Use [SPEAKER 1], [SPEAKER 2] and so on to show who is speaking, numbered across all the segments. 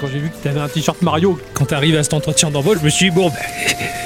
[SPEAKER 1] quand j'ai vu que t'avais un t-shirt Mario, quand t'arrives à cet entretien d'envol, je me suis dit, bon, bah,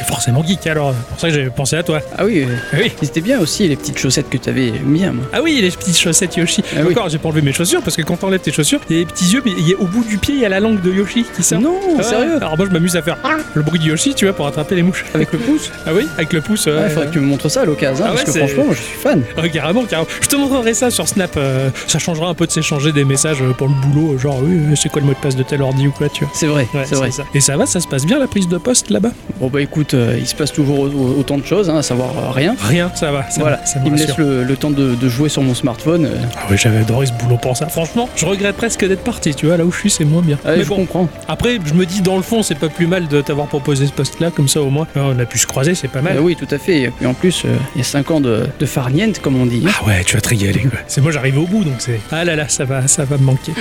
[SPEAKER 1] forcément geek alors. C'est pour ça que j'avais pensé à toi.
[SPEAKER 2] Ah oui, euh,
[SPEAKER 1] Oui.
[SPEAKER 2] mais c'était bien aussi les petites chaussettes que t'avais bien. Moi.
[SPEAKER 1] Ah oui, les petites chaussettes Yoshi.
[SPEAKER 2] Ah oui.
[SPEAKER 1] Encore, j'ai pas enlevé mes chaussures parce que quand t'enlèves tes chaussures, il y a les petits yeux, mais il y a- au bout du pied, il y a la langue de Yoshi qui sort.
[SPEAKER 2] Non,
[SPEAKER 1] Ah ouais.
[SPEAKER 2] sérieux
[SPEAKER 1] Alors moi, je m'amuse à faire le bruit de Yoshi, tu vois, pour attraper les mouches.
[SPEAKER 2] Avec le pouce
[SPEAKER 1] Ah oui, avec le pouce.
[SPEAKER 2] Ouais,
[SPEAKER 1] euh,
[SPEAKER 2] faudrait que tu me montres ça à l'occasion,
[SPEAKER 1] Ah
[SPEAKER 2] hein,
[SPEAKER 1] ouais,
[SPEAKER 2] parce que
[SPEAKER 1] c'est-
[SPEAKER 2] franchement, moi, je suis fan.
[SPEAKER 1] Ah, carrément, carrément. Je te montrerai ça sur Snap. euh, ça changera un peu de s'échanger des messages euh, pour le boulot, euh, genre oui, euh, c'est quoi le mot de passe de tel ordi ou quoi, tu vois.
[SPEAKER 2] C'est vrai,
[SPEAKER 1] Ouais,
[SPEAKER 2] c'est vrai.
[SPEAKER 1] ça. Et ça va, ça se passe bien la prise de poste là-bas
[SPEAKER 2] Bon bah écoute, euh, il se passe toujours au- autant de choses, hein, à savoir euh, rien.
[SPEAKER 1] Rien, ça va. Ça
[SPEAKER 2] voilà,
[SPEAKER 1] va, ça
[SPEAKER 2] il me
[SPEAKER 1] rassure.
[SPEAKER 2] laisse le, le temps de, de jouer sur mon smartphone. euh.
[SPEAKER 1] Ah oui, j'avais adoré ce boulot pour ça. Franchement, je regrette presque d'être parti, tu vois, là où je suis, c'est moins bien.
[SPEAKER 2] Ouais,
[SPEAKER 1] Ah, Mais
[SPEAKER 2] je
[SPEAKER 1] bon,
[SPEAKER 2] comprends.
[SPEAKER 1] après, je me dis, dans le fond, c'est pas plus mal de t'avoir proposé ce poste-là, comme ça au moins, euh, on a pu se croiser, c'est pas mal.
[SPEAKER 2] Euh, oui, tout à fait. Et puis en plus, euh, il y a 5 ans de, de farniente, comme on dit.
[SPEAKER 1] Ah ouais, tu vas te régaler, quoi. C'est moi, j'arrive au bout, donc c'est. Ah là là, ça va, ça va me manquer.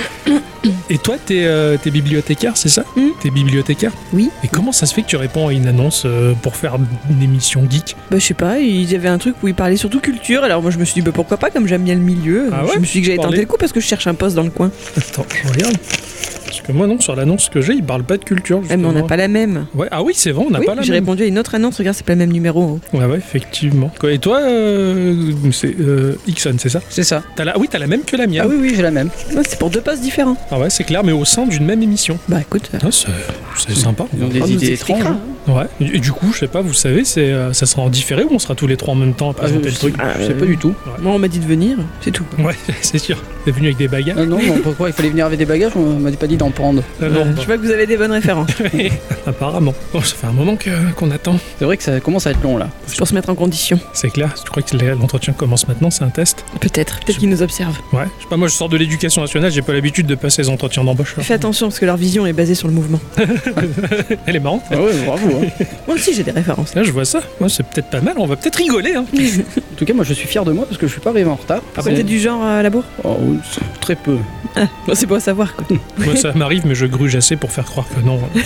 [SPEAKER 1] Et toi, t'es euh, t'es bibliothécaire, c'est ça
[SPEAKER 2] Hmm.
[SPEAKER 3] Mm.
[SPEAKER 1] T'es bibliothécaire
[SPEAKER 3] Oui.
[SPEAKER 1] Et comment ça se fait que tu réponds à une annonce euh, pour faire une émission geek
[SPEAKER 3] Bah, je sais pas, il y avait un truc où il parlait surtout culture, alors moi je me suis dit, bah pourquoi pas, comme j'aime bien le milieu,
[SPEAKER 1] Ah ouais
[SPEAKER 3] je me suis dit que j'allais
[SPEAKER 1] Parler.
[SPEAKER 3] tenter le coup parce que je cherche un poste dans le coin.
[SPEAKER 1] Attends, je regarde. Parce que moi, non, sur l'annonce que j'ai, il parle pas de culture.
[SPEAKER 3] Eh, mais on n'a
[SPEAKER 1] justement.
[SPEAKER 3] pas la même.
[SPEAKER 1] Ouais, ah oui, c'est vrai, on n'a
[SPEAKER 3] Oui,
[SPEAKER 1] pas la
[SPEAKER 3] j'ai
[SPEAKER 1] même.
[SPEAKER 3] répondu à une autre annonce, regarde, c'est pas le même numéro.
[SPEAKER 1] Ouais, ouais, effectivement. Quoi, Et toi, euh, c'est euh, Ixon, c'est ça
[SPEAKER 2] C'est ça.
[SPEAKER 1] T'as la- Oui, t'as la même que la mienne.
[SPEAKER 2] Ah oui, oui, j'ai la même.
[SPEAKER 3] Ouais, c'est pour deux postes différents.
[SPEAKER 1] Ah ouais, c'est clair, mais au sein d'une même émission.
[SPEAKER 3] Bah écoute, euh,
[SPEAKER 1] Ah, c'est c'est sympa.
[SPEAKER 2] Ils ont des
[SPEAKER 3] on nous
[SPEAKER 2] idées
[SPEAKER 3] expliquera,
[SPEAKER 2] étranges.
[SPEAKER 3] hein.
[SPEAKER 1] Ouais. Et du coup, je sais pas, vous savez, c'est euh, ça sera en différé ou on sera tous les trois en même temps à
[SPEAKER 2] Ah, je,
[SPEAKER 1] présenter le truc
[SPEAKER 2] je sais pas du tout.
[SPEAKER 3] hein. Moi, on m'a dit de venir, c'est tout.
[SPEAKER 1] Ouais, c'est sûr. T'es venu avec des bagarres
[SPEAKER 2] Ah non, non, pourquoi il fallait venir avec des bagages On m'a pas dit d'en prendre.
[SPEAKER 1] Ah
[SPEAKER 3] Euh,
[SPEAKER 1] non,
[SPEAKER 3] je vois que vous avez des bonnes références.
[SPEAKER 1] apparemment. Bon, ça fait un moment que- qu'on attend.
[SPEAKER 2] C'est vrai que ça commence à être long là.
[SPEAKER 3] C'est pour se mettre en condition.
[SPEAKER 1] C'est clair. Tu crois que l'entretien commence maintenant C'est un test
[SPEAKER 3] Peut-être. Peut-être qu'ils nous observent.
[SPEAKER 1] Ouais. Je sais pas, moi je sors de l'éducation nationale, j'ai pas l'habitude de passer les entretiens d'embauche.
[SPEAKER 3] Fais attention parce que leur vision est basée sur le mouvement.
[SPEAKER 1] Elle est marrante.
[SPEAKER 2] Ah ouais, bravo. hein.
[SPEAKER 3] Moi aussi, j'ai des références.
[SPEAKER 1] Là, je vois ça. Moi, c'est peut-être pas mal. On va peut-être rigoler. Hein.
[SPEAKER 2] En tout cas, moi je suis fier de moi parce que je suis pas arrivé en retard.
[SPEAKER 1] Ah
[SPEAKER 3] C'était bah, du genre euh, à la bourre
[SPEAKER 2] Oh, oui, c'est très peu.
[SPEAKER 3] Bon, c'est pour savoir quoi.
[SPEAKER 1] Moi, ça m'arrive, mais je gruge assez pour faire croire que non. je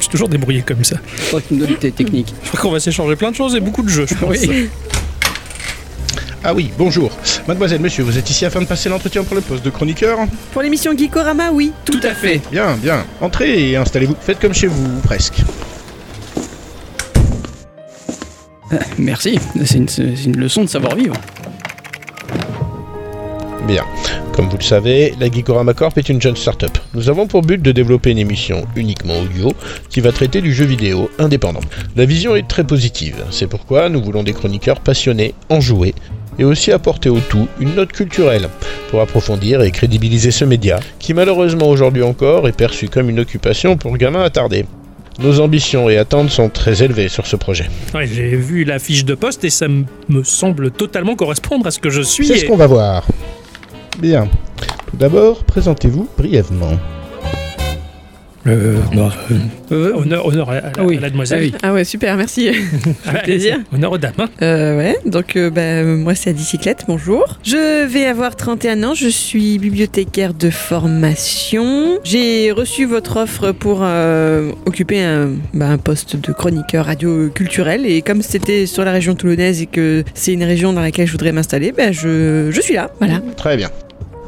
[SPEAKER 1] suis toujours débrouillé comme ça.
[SPEAKER 2] Toi qui me donnes tes techniques.
[SPEAKER 1] Je crois qu'on va s'échanger plein de choses et beaucoup de jeux. Je pense.
[SPEAKER 2] Oui.
[SPEAKER 4] Ah oui, bonjour. Mademoiselle, monsieur, vous êtes ici afin de passer l'entretien pour le poste de chroniqueur
[SPEAKER 3] Pour l'émission Geekorama, oui. Tout
[SPEAKER 2] à fait.
[SPEAKER 4] Bien, bien. Entrez et installez-vous. Faites comme chez vous, ou presque.
[SPEAKER 2] Merci. C'est une, c'est une leçon de savoir vivre.
[SPEAKER 4] Bien. Comme vous le savez, la Geekorama Corp est une jeune start-up. Nous avons pour but de développer une émission uniquement audio qui va traiter du jeu vidéo indépendant. La vision est très positive. C'est pourquoi nous voulons des chroniqueurs passionnés, enjoués et aussi apporter au tout une note culturelle pour approfondir et crédibiliser ce média qui malheureusement aujourd'hui encore est perçu comme une occupation pour gamins attardés. Nos ambitions et attentes sont très élevées sur ce projet.
[SPEAKER 1] Ouais, j'ai vu la fiche de poste et ça m- me semble totalement correspondre à ce que je suis.
[SPEAKER 4] C'est ce
[SPEAKER 1] et-
[SPEAKER 4] qu'on va voir. Bien. Tout d'abord, présentez-vous brièvement.
[SPEAKER 1] Euh, non, euh, honneur, honneur à, à la,
[SPEAKER 2] Ah oui.
[SPEAKER 1] à la demoiselle.
[SPEAKER 3] Ah ouais, super, merci.
[SPEAKER 1] Ah, ouais,
[SPEAKER 3] plaisir.
[SPEAKER 1] Honneur aux dames. hein.
[SPEAKER 3] Euh, ouais, donc euh, bah, euh, moi c'est la bicyclette, bonjour. Je vais avoir 31 ans, je suis bibliothécaire de formation. J'ai reçu votre offre pour euh, occuper un, bah, un poste de chroniqueur radio culturel et comme c'était sur la région toulonnaise et que c'est une région dans laquelle je voudrais m'installer, bah, je, je suis là, voilà.
[SPEAKER 4] Très bien.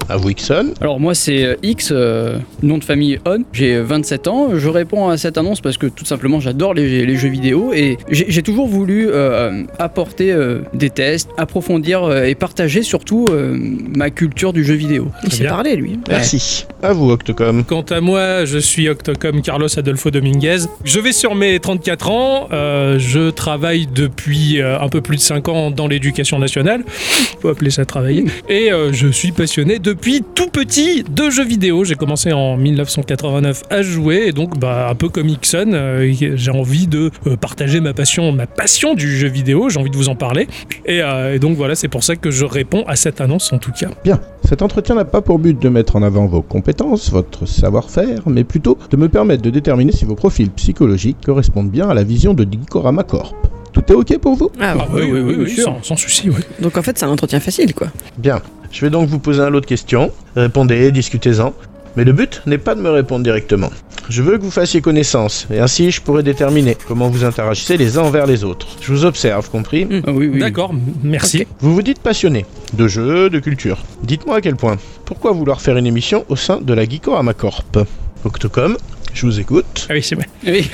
[SPEAKER 4] À vous, Ixon.
[SPEAKER 2] Alors moi c'est euh, X, euh, nom de famille On, j'ai euh, 27 ans, je réponds à cette annonce parce que tout simplement j'adore les, les jeux vidéo et j'ai j'ai toujours voulu euh, apporter euh, des tests, approfondir euh, et partager surtout euh, ma culture du jeu vidéo.
[SPEAKER 3] Il
[SPEAKER 1] Très
[SPEAKER 3] s'est
[SPEAKER 1] bien.
[SPEAKER 3] parlé lui.
[SPEAKER 4] Merci. À vous, Octocom.
[SPEAKER 1] Quant à moi, je suis Octocom Carlos Adolfo Dominguez. Je vais sur mes 34 ans. euh, je travaille depuis euh, un peu plus de 5 ans dans l'éducation nationale. On peut appeler ça travailler. Et euh, je suis passionné depuis tout petit de jeux vidéo. J'ai commencé en 1989 à jouer. Et donc, bah, un peu comme Ixon, euh, j'ai envie de euh, partager ma passion, ma passion du jeu vidéo. J'ai envie de vous en parler. Et, euh, et donc, voilà, c'est pour ça que je réponds à cette annonce en tout cas.
[SPEAKER 4] Bien. Cet entretien n'a pas pour but de mettre en avant vos compétences, votre savoir-faire, mais plutôt de me permettre de déterminer si vos profils psychologiques correspondent bien à la vision de Geekorama Corp. Tout est OK pour vous
[SPEAKER 3] Ah, ouais.
[SPEAKER 2] oui, sûr.
[SPEAKER 1] sans, sans souci, oui.
[SPEAKER 3] Donc en fait c'est un entretien facile quoi.
[SPEAKER 4] Bien. Je vais donc vous poser un lot de questions. Répondez, discutez-en. Mais le but n'est pas de me répondre directement. Je veux que vous fassiez connaissance, et ainsi je pourrai déterminer comment vous interagissez les uns envers les autres. Je vous observe, compris
[SPEAKER 2] Ah oui, oui.
[SPEAKER 1] D'accord, m- merci.
[SPEAKER 4] Vous vous dites passionné de jeux, de culture. Dites-moi à quel point. Pourquoi vouloir faire une émission au sein de la Geekorama Corp Octocom, Je vous écoute.
[SPEAKER 1] Ah oui, c'est vrai.
[SPEAKER 2] Oui.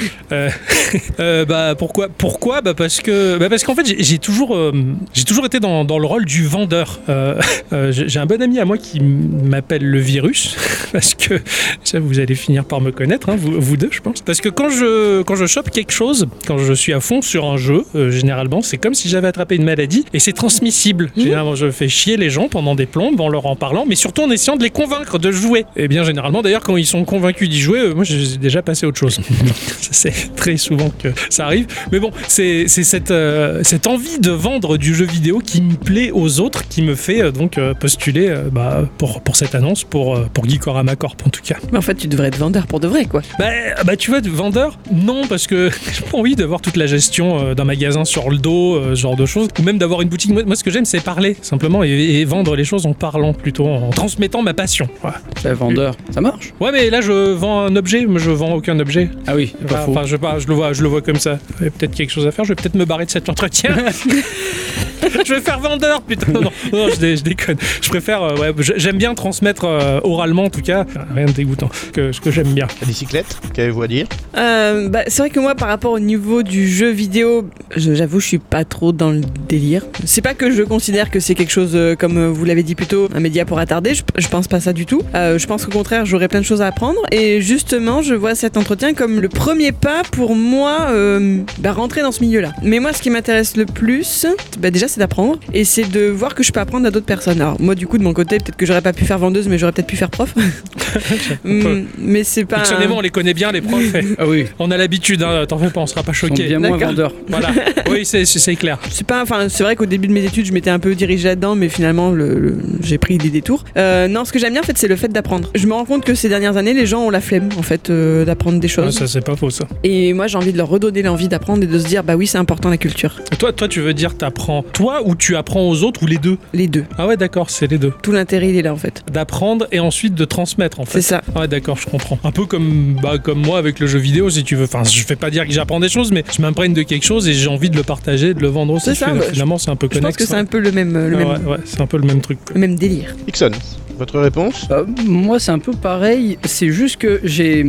[SPEAKER 1] Euh, bah pourquoi pourquoi bah parce que bah parce qu'en fait j'ai- j'ai toujours euh, j'ai toujours été dans, dans le rôle du vendeur Euh, euh, j'ai j'ai un bon ami à moi qui m- m'appelle le virus parce que ça vous allez finir par me connaître hein, vous, vous deux je pense parce que quand je quand je chope quelque chose quand je suis à fond sur un jeu euh, généralement c'est comme si j'avais attrapé une maladie et c'est transmissible généralement je fais chier les gens pendant des plombes en leur en parlant mais surtout en essayant de les convaincre de jouer et bien généralement d'ailleurs quand ils sont convaincus d'y jouer euh, moi j'ai déjà passé à autre chose ça, c'est très souvent que ça arrive. Mais bon, c'est c'est cette, euh, cette envie de vendre du jeu vidéo qui me plaît aux autres, qui me fait euh, donc euh, postuler euh, bah, pour, pour cette annonce, pour, euh, pour Geekorama Corp en tout cas.
[SPEAKER 3] Mais en fait, tu devrais être vendeur pour de vrai, quoi.
[SPEAKER 1] Bah, bah, tu vois, de vendeur, non, parce que j'ai pas envie d'avoir toute la gestion euh, d'un magasin sur le dos, euh, ce genre de choses, ou même d'avoir une boutique. Moi, moi, ce que j'aime, c'est parler, simplement, et, et vendre les choses en parlant, plutôt, en transmettant ma passion. Voilà.
[SPEAKER 2] Bah, vendeur, ça marche
[SPEAKER 1] Ouais, mais là, je vends un objet, mais je vends aucun objet.
[SPEAKER 2] Ah oui, pas
[SPEAKER 1] Enfin,
[SPEAKER 2] faux.
[SPEAKER 1] enfin, je, sais pas, je, le vois, je le vois comme ça. Il y a peut-être quelque chose à faire. Je vais peut-être me barrer de cet entretien. je vais faire vendeur, putain. Non, non, je, dé- je déconne. Je préfère. euh, ouais, je- j'aime bien transmettre euh, oralement, en tout cas. Rien de dégoûtant. Que, ce que j'aime bien.
[SPEAKER 4] La bicyclette, qu'avez-vous à dire
[SPEAKER 3] Euh, bah, c'est vrai que moi, par rapport au niveau du jeu vidéo, je- j'avoue, je suis pas trop dans le délire. C'est pas que je considère que c'est quelque chose, euh, comme euh, vous l'avez dit plus tôt, un média pour attarder. Je, je pense pas ça du tout. Euh, je pense qu'au contraire, j'aurais plein de choses à apprendre. Et justement, je vois cet entretien comme le premier pas pour moi, euh, bah, rentrer dans ce milieu-là. Mais moi, ce qui m'intéresse le plus, bah, déjà, c'est d'apprendre. Et c'est de voir que je peux apprendre à d'autres personnes. Alors, moi, du coup, de mon côté, peut-être que j'aurais pas pu faire vendeuse, mais j'aurais peut-être pu faire prof. Mm, mais c'est pas. un-
[SPEAKER 1] Fictionnellement, on les connaît bien, les profs. et
[SPEAKER 2] Ah oui,
[SPEAKER 1] on a l'habitude. hein, T'en fais pas, on sera pas
[SPEAKER 2] ils sont
[SPEAKER 1] choqués.
[SPEAKER 2] bien moins
[SPEAKER 3] D'accord.
[SPEAKER 2] vendeur.
[SPEAKER 1] Voilà. Oui, c'est- c'est c'est clair.
[SPEAKER 3] C'est pas, enfin, c'est vrai qu'au début de mes études, je m'étais un peu dirigée là-dedans, mais finalement, le- le- j'ai pris des détours. Euh, non, ce que j'aime bien, en fait, c'est le fait d'apprendre. Je me rends compte que ces dernières années, les gens ont la flemme, en fait, euh, d'apprendre des
[SPEAKER 1] Ouais,
[SPEAKER 3] choses.
[SPEAKER 1] ça, c'est pas faux, ça.
[SPEAKER 3] Et moi, j'ai envie de leur redonner l'envie d'apprendre et de se dire, bah oui, c'est important la culture.
[SPEAKER 1] Toi, toi, tu veux dire, t'apprends toi ou tu apprends aux autres ou les deux
[SPEAKER 3] Les deux.
[SPEAKER 1] Ah ouais, d'accord, c'est les deux.
[SPEAKER 3] Tout l'intérêt, il est là, en fait.
[SPEAKER 1] D'apprendre et ensuite de transmettre, en fait.
[SPEAKER 3] C'est ça.
[SPEAKER 1] Ouais, d'accord, je comprends. Un peu comme, bah, comme moi avec le jeu vidéo, si tu veux. Enfin, je vais pas dire que j'apprends des choses, mais je m'imprègne de quelque chose et j'ai envie de le partager, de le vendre aussi.
[SPEAKER 3] C'est ça,
[SPEAKER 1] Finalement,
[SPEAKER 3] bah,
[SPEAKER 1] Finalement, c'est un peu
[SPEAKER 3] Je pense
[SPEAKER 1] connexe.
[SPEAKER 3] que c'est un
[SPEAKER 1] ouais.
[SPEAKER 3] peu le même, le
[SPEAKER 1] Ah
[SPEAKER 3] même,
[SPEAKER 1] ouais, ouais, c'est un peu le même truc. quoi.
[SPEAKER 3] le même délire.
[SPEAKER 4] Ixon, votre réponse
[SPEAKER 2] Euh, moi, c'est un peu pareil. C'est juste que j'ai,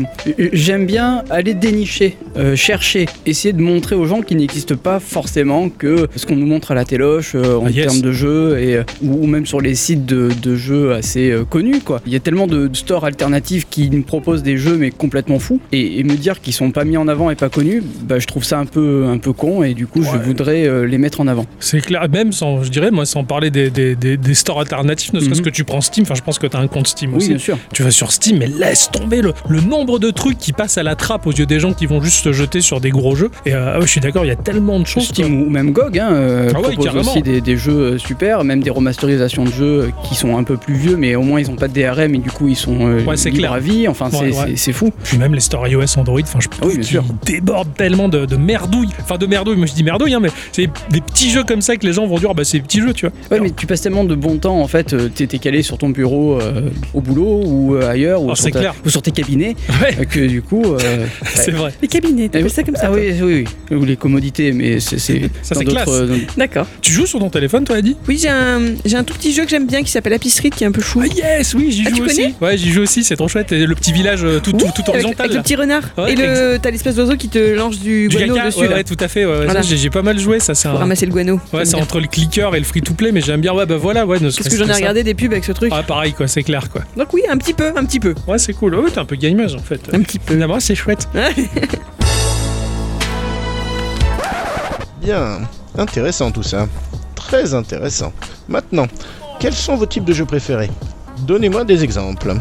[SPEAKER 2] j'aime bien aller dénicher, euh, chercher, essayer de montrer aux gens qu'il n'existe pas forcément que ce qu'on nous montre à la téloche euh, en
[SPEAKER 1] Ah, yes.
[SPEAKER 2] termes de jeux et euh, ou, ou même sur les sites de, de jeux assez euh, connus. Quoi. Il y a tellement de de stores alternatifs qui nous proposent des jeux mais complètement fous et, et me dire qu'ils sont pas mis en avant et pas connus, bah, je trouve ça un peu un peu con et du coup, je
[SPEAKER 1] Ouais.
[SPEAKER 2] voudrais euh, les mettre en avant.
[SPEAKER 1] C'est clair, même sans, je dirais, moi, sans parler des, des, des, des stores alternatifs, ne serait-ce
[SPEAKER 2] Mhm.
[SPEAKER 1] que tu prends Steam. Enfin, je pense que t'as un compte Steam
[SPEAKER 2] Oui,
[SPEAKER 1] aussi.
[SPEAKER 2] bien sûr.
[SPEAKER 1] Tu vas sur Steam, mais laisse tomber le, le nombre de trucs qui passent à la trappe aux yeux des gens qui vont juste se jeter sur des gros jeux. Et euh, ah ouais, je suis d'accord, il y a tellement de choses. quoi.
[SPEAKER 2] Steam ou même GOG hein, euh,
[SPEAKER 1] Ah ouais,
[SPEAKER 2] propose
[SPEAKER 1] carrément.
[SPEAKER 2] aussi des, des jeux euh, super, même des remasterisations de jeux euh, qui sont un peu plus vieux, mais au moins ils n'ont pas de DRM et du coup ils sont euh,
[SPEAKER 1] Ouais, c'est
[SPEAKER 2] libres
[SPEAKER 1] clair.
[SPEAKER 2] à vie. Enfin, c'est-
[SPEAKER 1] Ouais, ouais.
[SPEAKER 2] c'est c'est fou.
[SPEAKER 1] Puis même les stores iOS Android, enfin je trouve
[SPEAKER 2] oui, bien
[SPEAKER 1] qu'ils
[SPEAKER 2] sûr.
[SPEAKER 1] débordent tellement de, de merdouilles. Enfin de merdouilles, moi je dis merdouilles, hein, mais c'est des petits jeux comme ça que les gens vont dire, Ah bah c'est des petits jeux, tu vois.
[SPEAKER 2] Ouais,
[SPEAKER 1] Alors-
[SPEAKER 2] mais tu passes tellement de bon temps en fait. euh, T'es t'es calé sur ton bureau euh, au boulot ou euh, ailleurs ou,
[SPEAKER 1] Ah,
[SPEAKER 2] sur
[SPEAKER 1] c'est
[SPEAKER 2] ta-
[SPEAKER 1] clair.
[SPEAKER 2] ou sur tes cabinets
[SPEAKER 1] Ouais,
[SPEAKER 2] euh, que du coup. euh,
[SPEAKER 1] c'est vrai.
[SPEAKER 3] Les cabinets,
[SPEAKER 2] eh,
[SPEAKER 3] t'appelles ça comme ça
[SPEAKER 2] ah
[SPEAKER 3] toi
[SPEAKER 2] oui, oui, oui. Ou les commodités, mais c'est- c'est
[SPEAKER 1] Ça,
[SPEAKER 2] dans
[SPEAKER 1] c'est
[SPEAKER 2] d'autres- euh,
[SPEAKER 1] classe.
[SPEAKER 2] dans-
[SPEAKER 3] D'accord.
[SPEAKER 1] Tu joues sur ton téléphone, toi, Eddie
[SPEAKER 3] Oui, j'ai un, j'ai un tout petit jeu que j'aime bien qui s'appelle Apicerie, qui est un peu chou.
[SPEAKER 1] Ah yes, oui, j'y
[SPEAKER 3] Ah,
[SPEAKER 1] joue
[SPEAKER 3] tu
[SPEAKER 1] aussi. Ouais, j'y joue aussi, c'est trop chouette. Et le petit village euh, tout, tout, tout
[SPEAKER 3] Avec-
[SPEAKER 1] horizontal.
[SPEAKER 3] Avec,
[SPEAKER 1] là.
[SPEAKER 3] le petit renard.
[SPEAKER 1] Ouais,
[SPEAKER 3] et le, t'as l'espèce d'oiseau qui te lance du,
[SPEAKER 1] du
[SPEAKER 3] guano
[SPEAKER 1] caca,
[SPEAKER 3] dessus.
[SPEAKER 1] ouais,
[SPEAKER 3] là,
[SPEAKER 1] ouais, tout à fait. ouais, ouais,
[SPEAKER 3] Voilà.
[SPEAKER 1] ça, J'ai j'ai pas mal joué, ça c'est
[SPEAKER 3] pour
[SPEAKER 1] un.
[SPEAKER 3] ramasser le guano.
[SPEAKER 1] Ouais,
[SPEAKER 3] J'aime
[SPEAKER 1] c'est
[SPEAKER 3] bien.
[SPEAKER 1] entre le clicker et le free to play, mais j'aime bien. Ouais, bah voilà, ouais. ne
[SPEAKER 3] Parce
[SPEAKER 1] serait-ce
[SPEAKER 3] que j'en ai
[SPEAKER 1] ça.
[SPEAKER 3] regardé des pubs avec ce truc.
[SPEAKER 1] Ah pareil quoi, c'est clair quoi.
[SPEAKER 3] Donc oui, un petit peu, un petit peu.
[SPEAKER 1] Ouais, c'est cool. Ouais, t'es un peu gameuse en fait.
[SPEAKER 3] Un petit peu.
[SPEAKER 1] Finalement, c'est chouette.
[SPEAKER 4] Bien, intéressant tout ça. Très intéressant. Maintenant, quels sont vos types de jeux préférés Donnez-moi des exemples.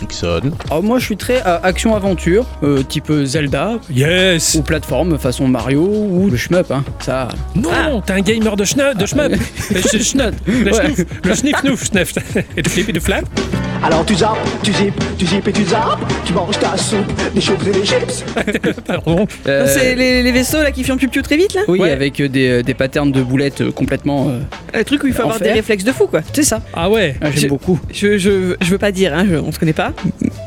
[SPEAKER 4] Ixon,
[SPEAKER 2] Alors, moi, je suis très euh, action-aventure, euh, type Zelda
[SPEAKER 1] Yes.
[SPEAKER 2] ou plateforme façon Mario ou le shmup. Hein. Ça,
[SPEAKER 1] Non, t'es un gamer de schna, de schmup. Le sch- schnout, le
[SPEAKER 2] Ah. Ouais.
[SPEAKER 1] schnouf, le schniff nouf, schneff. Et de flip et de flap.
[SPEAKER 5] Alors tu zappes, tu zippes, tu zippes et tu zappes, tu manges ta soupe, des chauves et des chips.
[SPEAKER 1] Pardon.
[SPEAKER 2] euh,
[SPEAKER 3] C'est les, les vaisseaux là qui font piou piou très vite là.
[SPEAKER 2] Oui,
[SPEAKER 1] Ouais.
[SPEAKER 2] avec euh, des, des patterns de boulettes euh, complètement. euh,
[SPEAKER 3] Le truc où il faut avoir
[SPEAKER 2] Enfer.
[SPEAKER 3] des réflexes de fou quoi.
[SPEAKER 2] C'est ça.
[SPEAKER 1] Ah ouais.
[SPEAKER 2] J'aime
[SPEAKER 3] J'ai-
[SPEAKER 2] beaucoup.
[SPEAKER 3] Je, je, je veux pas dire, hein, je- on se connaît pas.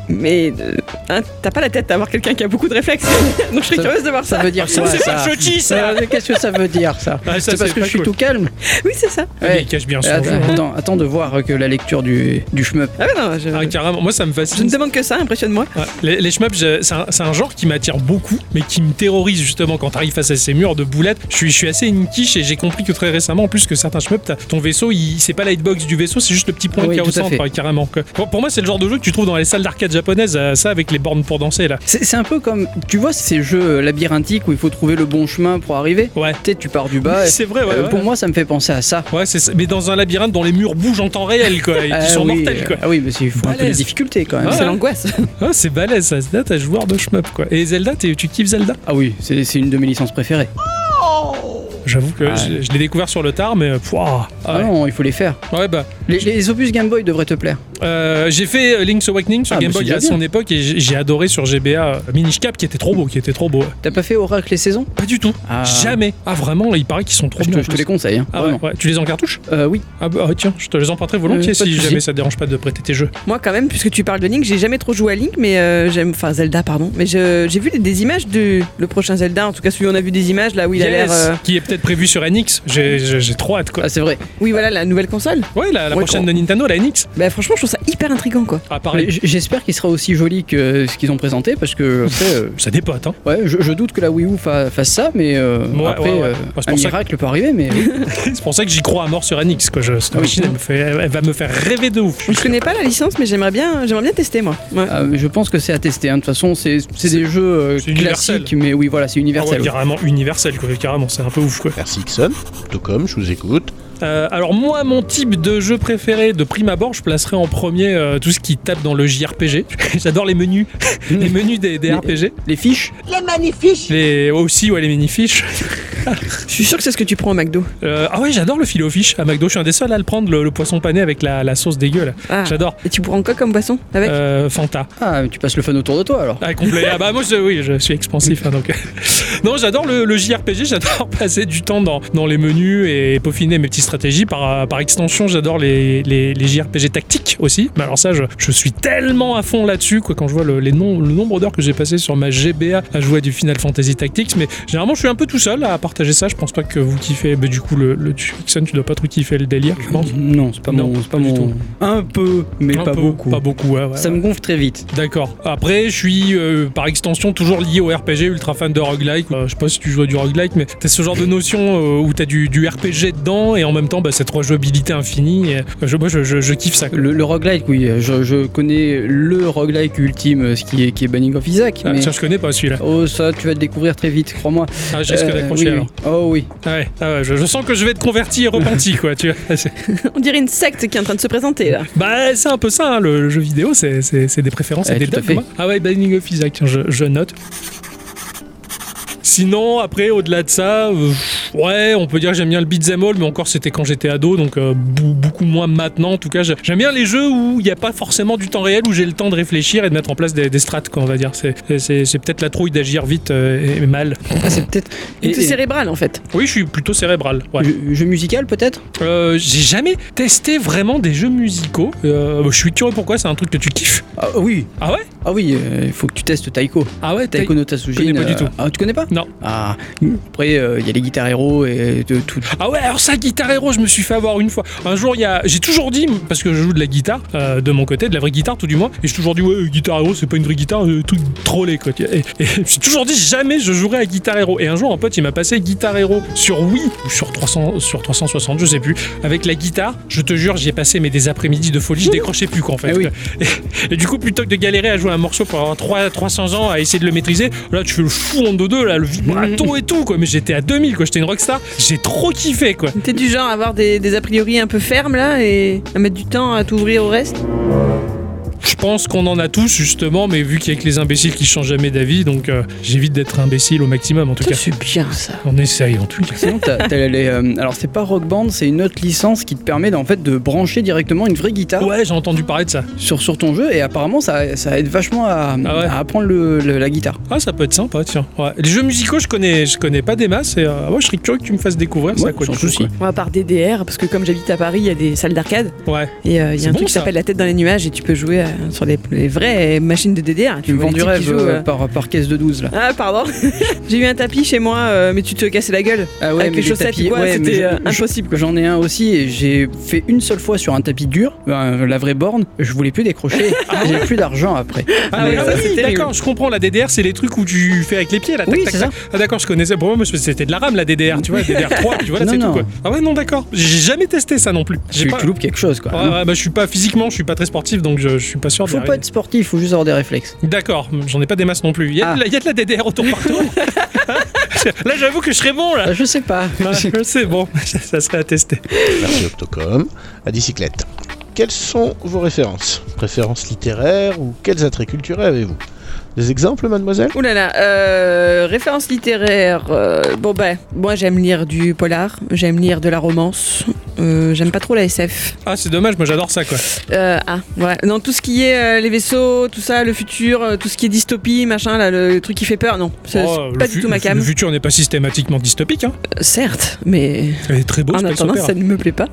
[SPEAKER 3] Mais euh, hein, t'as pas la tête d'avoir quelqu'un qui a beaucoup de réflexes. Donc je serais
[SPEAKER 2] Ça-
[SPEAKER 3] curieuse de voir ça.
[SPEAKER 2] Ça veut dire quoi
[SPEAKER 1] c'est
[SPEAKER 2] ça
[SPEAKER 1] pas chotis, ça.
[SPEAKER 2] Euh, Qu'est-ce que ça veut dire ça
[SPEAKER 1] Ah, ça,
[SPEAKER 2] C'est Ah, parce
[SPEAKER 1] c'est
[SPEAKER 2] que
[SPEAKER 1] pas
[SPEAKER 2] je suis
[SPEAKER 1] cool.
[SPEAKER 2] tout calme.
[SPEAKER 3] Oui, c'est ça.
[SPEAKER 1] Ouais,
[SPEAKER 2] Ouais.
[SPEAKER 1] Il cache bien son jeu.
[SPEAKER 2] Attends, attends, attends de voir euh, que la lecture du, du shmup.
[SPEAKER 3] Ah, bah non, je,
[SPEAKER 1] Ah, carrément. Moi, ça me
[SPEAKER 3] je
[SPEAKER 1] fascine.
[SPEAKER 3] ne demande que ça, impressionne-moi.
[SPEAKER 1] Ouais. Les, les shmups, je- c'est un, c'est un genre qui m'attire beaucoup, mais qui me terrorise justement quand t'arrives face à ces murs de boulettes. Je suis, je suis assez une quiche et j'ai compris que très récemment, en plus que certains shmups, t'as- ton vaisseau, il- c'est pas la hitbox du vaisseau, c'est juste le petit point
[SPEAKER 2] Oui,
[SPEAKER 1] qui est au
[SPEAKER 2] tout à
[SPEAKER 1] centre,
[SPEAKER 2] fait.
[SPEAKER 1] ouais, carrément. quoi. Pour, pour moi, c'est le genre de jeu que tu trouves dans les salles d'arcade japonaises, euh, ça avec les bornes pour danser là.
[SPEAKER 2] C'est c'est un peu comme, tu vois, ces jeux euh, labyrinthiques où il faut trouver le bon chemin pour arriver.
[SPEAKER 1] Ouais.
[SPEAKER 2] Tu sais, tu pars du bas. et-
[SPEAKER 1] c'est vrai, ouais.
[SPEAKER 2] Euh,
[SPEAKER 1] ouais.
[SPEAKER 2] Pour moi, ça me fait penser à ça.
[SPEAKER 1] Ouais, c'est ça. mais dans un labyrinthe dont les murs bougent en temps réel, quoi, et qui
[SPEAKER 2] Ah
[SPEAKER 1] sont
[SPEAKER 2] oui,
[SPEAKER 1] mortels, quoi.
[SPEAKER 2] Ah oui, mais c'est- il faut un peu de
[SPEAKER 1] Balèze.
[SPEAKER 2] difficulté quand même.
[SPEAKER 1] Ah,
[SPEAKER 3] c'est
[SPEAKER 1] ouais.
[SPEAKER 3] l'angoisse.
[SPEAKER 1] Ah, c'est balèze, ça. Là, t'as joueur de shmup, quoi. Et Zelda, t'es- tu kiffes Zelda
[SPEAKER 2] Ah oui, c'est c'est une de mes licences préférées.
[SPEAKER 1] J'avoue que
[SPEAKER 2] Ah,
[SPEAKER 1] je, je l'ai découvert sur le tard, mais. euh, pouah.
[SPEAKER 2] Ah
[SPEAKER 1] ouais.
[SPEAKER 2] non, il faut les faire.
[SPEAKER 1] Ouais, bah.
[SPEAKER 2] Les, les opus Game Boy devraient te plaire.
[SPEAKER 1] Euh, j'ai fait euh, Link's Awakening sur
[SPEAKER 2] Ah,
[SPEAKER 1] Game
[SPEAKER 2] mais c'est
[SPEAKER 1] Boy
[SPEAKER 2] déjà
[SPEAKER 1] à son époque et j'ai j'ai adoré sur GBA euh, Minish Cap qui était trop beau, qui était trop beau.
[SPEAKER 2] T'as pas fait Oracle les saisons
[SPEAKER 1] Pas du tout.
[SPEAKER 2] Ah.
[SPEAKER 1] Jamais. Ah vraiment, là, il paraît qu'ils sont trop
[SPEAKER 2] je
[SPEAKER 1] bien.
[SPEAKER 2] te, je te les conseille. Hein.
[SPEAKER 1] ah ouais,
[SPEAKER 2] Vraiment.
[SPEAKER 1] ouais. tu les as en cartouche
[SPEAKER 2] Euh, oui.
[SPEAKER 1] Ah bah ah, tiens, je te les emprunterai volontiers
[SPEAKER 2] Euh, pas de
[SPEAKER 1] si
[SPEAKER 2] souci.
[SPEAKER 1] jamais ça te dérange pas de prêter tes jeux.
[SPEAKER 3] Moi, quand même, puisque tu parles de Link, j'ai jamais trop joué à Link, mais euh, j'aime. Enfin, Zelda, pardon. Mais je- j'ai vu des, des images de le prochain Zelda, en tout cas celui où on a vu des images, là où il a
[SPEAKER 1] Yes,
[SPEAKER 3] l'air. euh,
[SPEAKER 1] Qui est peut-être prévu sur NX. J'ai- J'ai j'ai trop hâte quoi.
[SPEAKER 2] Ah, c'est vrai.
[SPEAKER 3] Oui, voilà, la nouvelle console.
[SPEAKER 1] Ouais, la, la
[SPEAKER 3] Ouais,
[SPEAKER 1] prochaine
[SPEAKER 3] quand-
[SPEAKER 1] de Nintendo, la Ah, NX.
[SPEAKER 3] Bah, franchement, je trouve ça hyper intriguant, quoi.
[SPEAKER 1] À part
[SPEAKER 2] Mais j- J'espère qu'il sera aussi joli que ce qu'ils ont présenté parce que après, euh,
[SPEAKER 1] Ça dépote, hein.
[SPEAKER 2] ouais, je, je doute que la Wii U fa- fasse ça, mais euh,
[SPEAKER 1] Ouais,
[SPEAKER 2] après,
[SPEAKER 1] ouais, ouais.
[SPEAKER 2] euh,
[SPEAKER 1] Bah, c'est
[SPEAKER 2] un
[SPEAKER 1] pour ça
[SPEAKER 2] miracle peut arriver. Mais
[SPEAKER 1] C'est pour ça que j'y crois à mort sur NX. Quoi. Je, cette
[SPEAKER 2] Ah oui.
[SPEAKER 1] machine, elle, me fait- elle va me faire rêver de ouf.
[SPEAKER 3] Je connais pas la licence, mais j'aimerais bien, j'aimerais bien tester, moi. Ouais.
[SPEAKER 2] Ah, mais je pense que c'est à tester. hein. De toute façon, c'est c'est des jeux euh,
[SPEAKER 1] c'est universel.
[SPEAKER 2] classiques, mais oui, voilà, c'est
[SPEAKER 1] Ah ouais,
[SPEAKER 2] universel.
[SPEAKER 1] carrément universel, quoi. carrément, c'est un peu ouf quoi.
[SPEAKER 4] Merci Ixon, tout comme, je vous écoute.
[SPEAKER 1] Euh, alors moi, mon type de jeu préféré de prime abord, je placerai en premier euh, tout ce qui tape dans le JRPG. J'adore les menus, les menus des, des
[SPEAKER 2] Mais-
[SPEAKER 1] RPG.
[SPEAKER 2] Les fiches
[SPEAKER 1] Les aussi ouais les mini fiches.
[SPEAKER 3] Je suis sûr que c'est ce que tu prends au McDo.
[SPEAKER 1] Euh, ah ouais, j'adore le filet aux fiches à McDo. Je suis un des seuls à le prendre, le, le poisson pané avec la, la sauce dégueu. là.
[SPEAKER 3] Ah.
[SPEAKER 1] J'adore.
[SPEAKER 3] Et tu prends quoi comme boisson avec
[SPEAKER 1] Euh, Fanta.
[SPEAKER 2] Ah, mais tu passes le fun autour de toi alors.
[SPEAKER 1] Ah, complet. Ah bah moi, je, oui, je suis expansif. hein, donc. non, j'adore le, le JRPG. J'adore passer du temps dans, dans les menus et peaufiner mes petites stratégies. Par, euh, par extension, j'adore les, les, les JRPG tactiques aussi. Mais alors ça, je, je suis tellement à fond là-dessus quoi, quand je vois le, les nom- le nombre d'heures que j'ai passé sur ma GBA à jouer à du Final Fantasy Tactics. Mais généralement, je suis un peu tout seul à partager ça. Je pense pas que vous kiffez. Mais du coup, le, le tu- Ixon, tu dois pas trop kiffer le délire, je pense.
[SPEAKER 2] Non, c'est pas
[SPEAKER 1] Non,
[SPEAKER 2] mon, c'est pas
[SPEAKER 1] pas du
[SPEAKER 2] mon.
[SPEAKER 1] tout.
[SPEAKER 2] Un peu, mais
[SPEAKER 1] Un
[SPEAKER 2] pas
[SPEAKER 1] peu,
[SPEAKER 2] beaucoup.
[SPEAKER 1] Pas beaucoup, ouais, ouais,
[SPEAKER 2] Ça me gonfle très vite.
[SPEAKER 1] D'accord. Après, je suis euh, par extension toujours lié au RPG, ultra fan de roguelike. Euh, je sais pas si tu joues à du roguelike, mais t'as ce genre de notion euh, où t'as du, du RPG dedans et en même temps bah, cette rejouabilité infinie. Et, euh, je, moi, je, je- je kiffe ça. quoi.
[SPEAKER 2] Le, le roguelike, oui, je, je connais le roguelike ultime, ce qui est, qui est Banning of Isaac.
[SPEAKER 1] Ah,
[SPEAKER 2] mais-
[SPEAKER 1] tiens, je connais pas celui-là.
[SPEAKER 2] Oh, ça, tu vas le découvrir très vite, crois-moi.
[SPEAKER 1] Ah, je risque
[SPEAKER 2] Euh,
[SPEAKER 1] d'accrocher
[SPEAKER 2] oui,
[SPEAKER 1] alors.
[SPEAKER 2] oui. Oh oui.
[SPEAKER 1] Ah ouais, ah ouais, je, je sens que je vais être converti et repenti, quoi. Tu vois. C'est-
[SPEAKER 3] On dirait une secte qui est en train de se présenter là.
[SPEAKER 1] Bah, c'est un peu ça, hein, le, le jeu vidéo, c'est- c'est c'est des préférences et
[SPEAKER 2] Ouais,
[SPEAKER 1] des
[SPEAKER 2] tout à
[SPEAKER 1] dogmes,
[SPEAKER 2] fait.
[SPEAKER 1] hein. Ah ouais, Binding of Isaac, tiens, je, je note. Sinon, après, au-delà de ça, euh, ouais, on peut dire que j'aime bien le beat'em all, mais encore c'était quand j'étais ado, donc euh, bou- beaucoup moins maintenant. En tout cas, j'ai- j'aime bien les jeux où il n'y a pas forcément du temps réel, où j'ai le temps de réfléchir et de mettre en place des, des strates, quoi, on va dire. C'est- C'est c'est peut-être la trouille d'agir vite euh, et mal.
[SPEAKER 2] Ah, c'est peut-être.
[SPEAKER 3] Et,
[SPEAKER 2] Et-
[SPEAKER 3] tout
[SPEAKER 2] et-
[SPEAKER 3] cérébral en fait.
[SPEAKER 1] Oui, je suis plutôt cérébral. Ouais.
[SPEAKER 2] jeu, jeu musical, peut-être
[SPEAKER 1] Euh, j'ai jamais testé vraiment des jeux musicaux. Euh, je suis curieux pourquoi, c'est un truc que tu kiffes.
[SPEAKER 2] Ah oui.
[SPEAKER 1] Ah ouais
[SPEAKER 2] Ah oui, il faut que tu testes Taiko.
[SPEAKER 1] Ah ouais, t'as
[SPEAKER 2] Taiko no Tatsujin.
[SPEAKER 1] connais pas du
[SPEAKER 2] euh,
[SPEAKER 1] tout.
[SPEAKER 2] Ah, tu connais pas
[SPEAKER 1] Non.
[SPEAKER 2] Ah, après, euh, il y a les guitares héros et euh, de tout.
[SPEAKER 1] Ah ouais, alors ça, Guitar Hero, je me suis fait avoir une fois. Un jour, il y a, j'ai toujours dit, parce que je joue de la guitare, euh, de mon côté, de la vraie guitare tout du moins, et j'ai toujours dit, ouais, euh, Guitar Hero, c'est pas une vraie guitare, euh, tout trollé quoi. Et, et j'ai toujours dit, jamais je jouerai à Guitar Hero. Et un jour, un pote, il m'a passé Guitar Hero sur Wii, ou sur, 300, sur 360, je sais plus, avec la guitare. Je te jure, j'y ai passé mais des après-midi de folie, je décrochais plus quoi en fait.
[SPEAKER 2] Eh oui.
[SPEAKER 1] et, et du coup, plutôt que de galérer à jouer un morceau pour avoir 3, 300 ans à essayer de le maîtriser, là, tu fais le fou en deux deux, là, le
[SPEAKER 2] Mhm.
[SPEAKER 1] vibrato et tout quoi. Mais j'étais à 2000 quoi, j'étais une rockstar, j'ai trop kiffé quoi.
[SPEAKER 3] T'es du genre à avoir des, des a priori un peu fermes là et à mettre du temps à t'ouvrir au reste.
[SPEAKER 1] Je pense qu'on en a tous justement, mais vu qu'il y a que les imbéciles qui changent jamais d'avis, donc euh, j'évite d'être imbécile au maximum en tout
[SPEAKER 3] Ça,
[SPEAKER 1] cas.
[SPEAKER 3] C'est bien ça.
[SPEAKER 1] On essaye en tout cas.
[SPEAKER 2] Sinon, t'as- t'as les, euh, alors c'est pas Rock Band, c'est une autre licence qui te permet en fait de brancher directement une vraie guitare
[SPEAKER 1] Ouais, j'ai entendu parler de ça.
[SPEAKER 2] sur, sur ton jeu et apparemment ça, ça aide vachement à,
[SPEAKER 1] Ah ouais.
[SPEAKER 2] à apprendre le- le- la guitare.
[SPEAKER 1] Ah, ça peut être sympa, tiens. Ouais. Les jeux musicaux, je connais, je connais pas des masses et euh, ouais, je serais curieux que tu me fasses découvrir
[SPEAKER 2] Ouais,
[SPEAKER 1] ça. Quoi,
[SPEAKER 2] sans
[SPEAKER 1] du coup,
[SPEAKER 2] souci.
[SPEAKER 3] On va par DDR parce que comme j'habite à Paris, il y a des salles d'arcade
[SPEAKER 1] quoi. Ouais.
[SPEAKER 3] et euh, il y
[SPEAKER 1] C'est
[SPEAKER 3] a un
[SPEAKER 1] bon,
[SPEAKER 3] truc qui
[SPEAKER 1] ça.
[SPEAKER 3] s'appelle la tête dans les nuages et tu peux jouer à sur les, les vraies machines de DDR.
[SPEAKER 2] Tu me
[SPEAKER 3] vois
[SPEAKER 2] vends
[SPEAKER 3] les
[SPEAKER 2] du
[SPEAKER 3] types qui
[SPEAKER 2] rêve
[SPEAKER 3] jouent,
[SPEAKER 2] euh,
[SPEAKER 3] euh.
[SPEAKER 2] par, par caisse de 12 là.
[SPEAKER 3] Ah, pardon. J'ai eu un tapis chez moi, euh, mais tu te cassais la gueule.
[SPEAKER 2] Ah
[SPEAKER 3] Avec
[SPEAKER 2] les
[SPEAKER 3] les chaussettes,
[SPEAKER 2] tapis-
[SPEAKER 3] quoi,
[SPEAKER 2] ouais, mais
[SPEAKER 3] c'était,
[SPEAKER 2] je-
[SPEAKER 3] euh,
[SPEAKER 2] je-
[SPEAKER 3] impossible, quoi.
[SPEAKER 2] J'en ai un aussi et j'ai fait une seule fois sur un tapis dur, euh, la vraie borne, je voulais plus décrocher, j'ai plus d'argent après.
[SPEAKER 1] Ah,
[SPEAKER 2] Mais
[SPEAKER 1] ouais,
[SPEAKER 2] ça,
[SPEAKER 1] oui,
[SPEAKER 2] c'est terrible.
[SPEAKER 1] d'accord, je comprends. La DDR, c'est les trucs où tu fais avec les pieds, là. Tac,
[SPEAKER 2] Oui,
[SPEAKER 1] tac,
[SPEAKER 2] c'est
[SPEAKER 1] tac. Ah, d'accord, je connaissais. Pour moi, je- c'était de la rame, la DDR, tu vois, DDR3, puis voilà,
[SPEAKER 2] Non,
[SPEAKER 1] c'est tout,
[SPEAKER 2] non.
[SPEAKER 1] quoi. Ah, ouais, non, d'accord. J'ai jamais testé ça non plus. J'ai
[SPEAKER 2] Tu,
[SPEAKER 1] pas.
[SPEAKER 2] tu loupes quelque chose quoi.
[SPEAKER 1] Ouais, ouais, bah, je suis pas physiquement, je suis pas très sportif, donc je, je suis pas sûr. d'y
[SPEAKER 2] Faut
[SPEAKER 1] arriver.
[SPEAKER 2] pas être sportif, faut juste avoir des réflexes.
[SPEAKER 1] D'accord, j'en ai pas des masses non plus. Il y, a de
[SPEAKER 2] Ah.
[SPEAKER 1] la- il y a de la DDR autour partout. là, j'avoue que je serais bon, là.
[SPEAKER 2] Ah, je sais pas.
[SPEAKER 1] C'est bon, ça serait à tester.
[SPEAKER 4] Merci Octocom. À bicyclette. Quelles sont vos références Préférences littéraires ou quels attraits culturels avez-vous Des exemples, mademoiselle
[SPEAKER 3] Ouh là là, euh, référence littéraire. euh, bon ben, moi j'aime lire du polar, j'aime lire de la romance, euh, j'aime pas trop la SF.
[SPEAKER 1] Ah, c'est dommage, moi j'adore ça quoi.
[SPEAKER 3] Euh, ah, ouais. Non, tout ce qui est euh, les vaisseaux, tout ça, le futur, euh, tout ce qui est dystopie, machin, là, le truc qui fait peur, non, c'est
[SPEAKER 1] Oh,
[SPEAKER 3] c'est
[SPEAKER 1] le
[SPEAKER 3] pas
[SPEAKER 1] fu-
[SPEAKER 3] du tout ma cam.
[SPEAKER 1] Le futur n'est pas systématiquement dystopique, hein.
[SPEAKER 3] Euh, certes, mais
[SPEAKER 1] Elle est très beau,
[SPEAKER 3] Ah, en
[SPEAKER 1] Space
[SPEAKER 3] attendant,
[SPEAKER 1] Opera.
[SPEAKER 3] ça ne me plaît pas.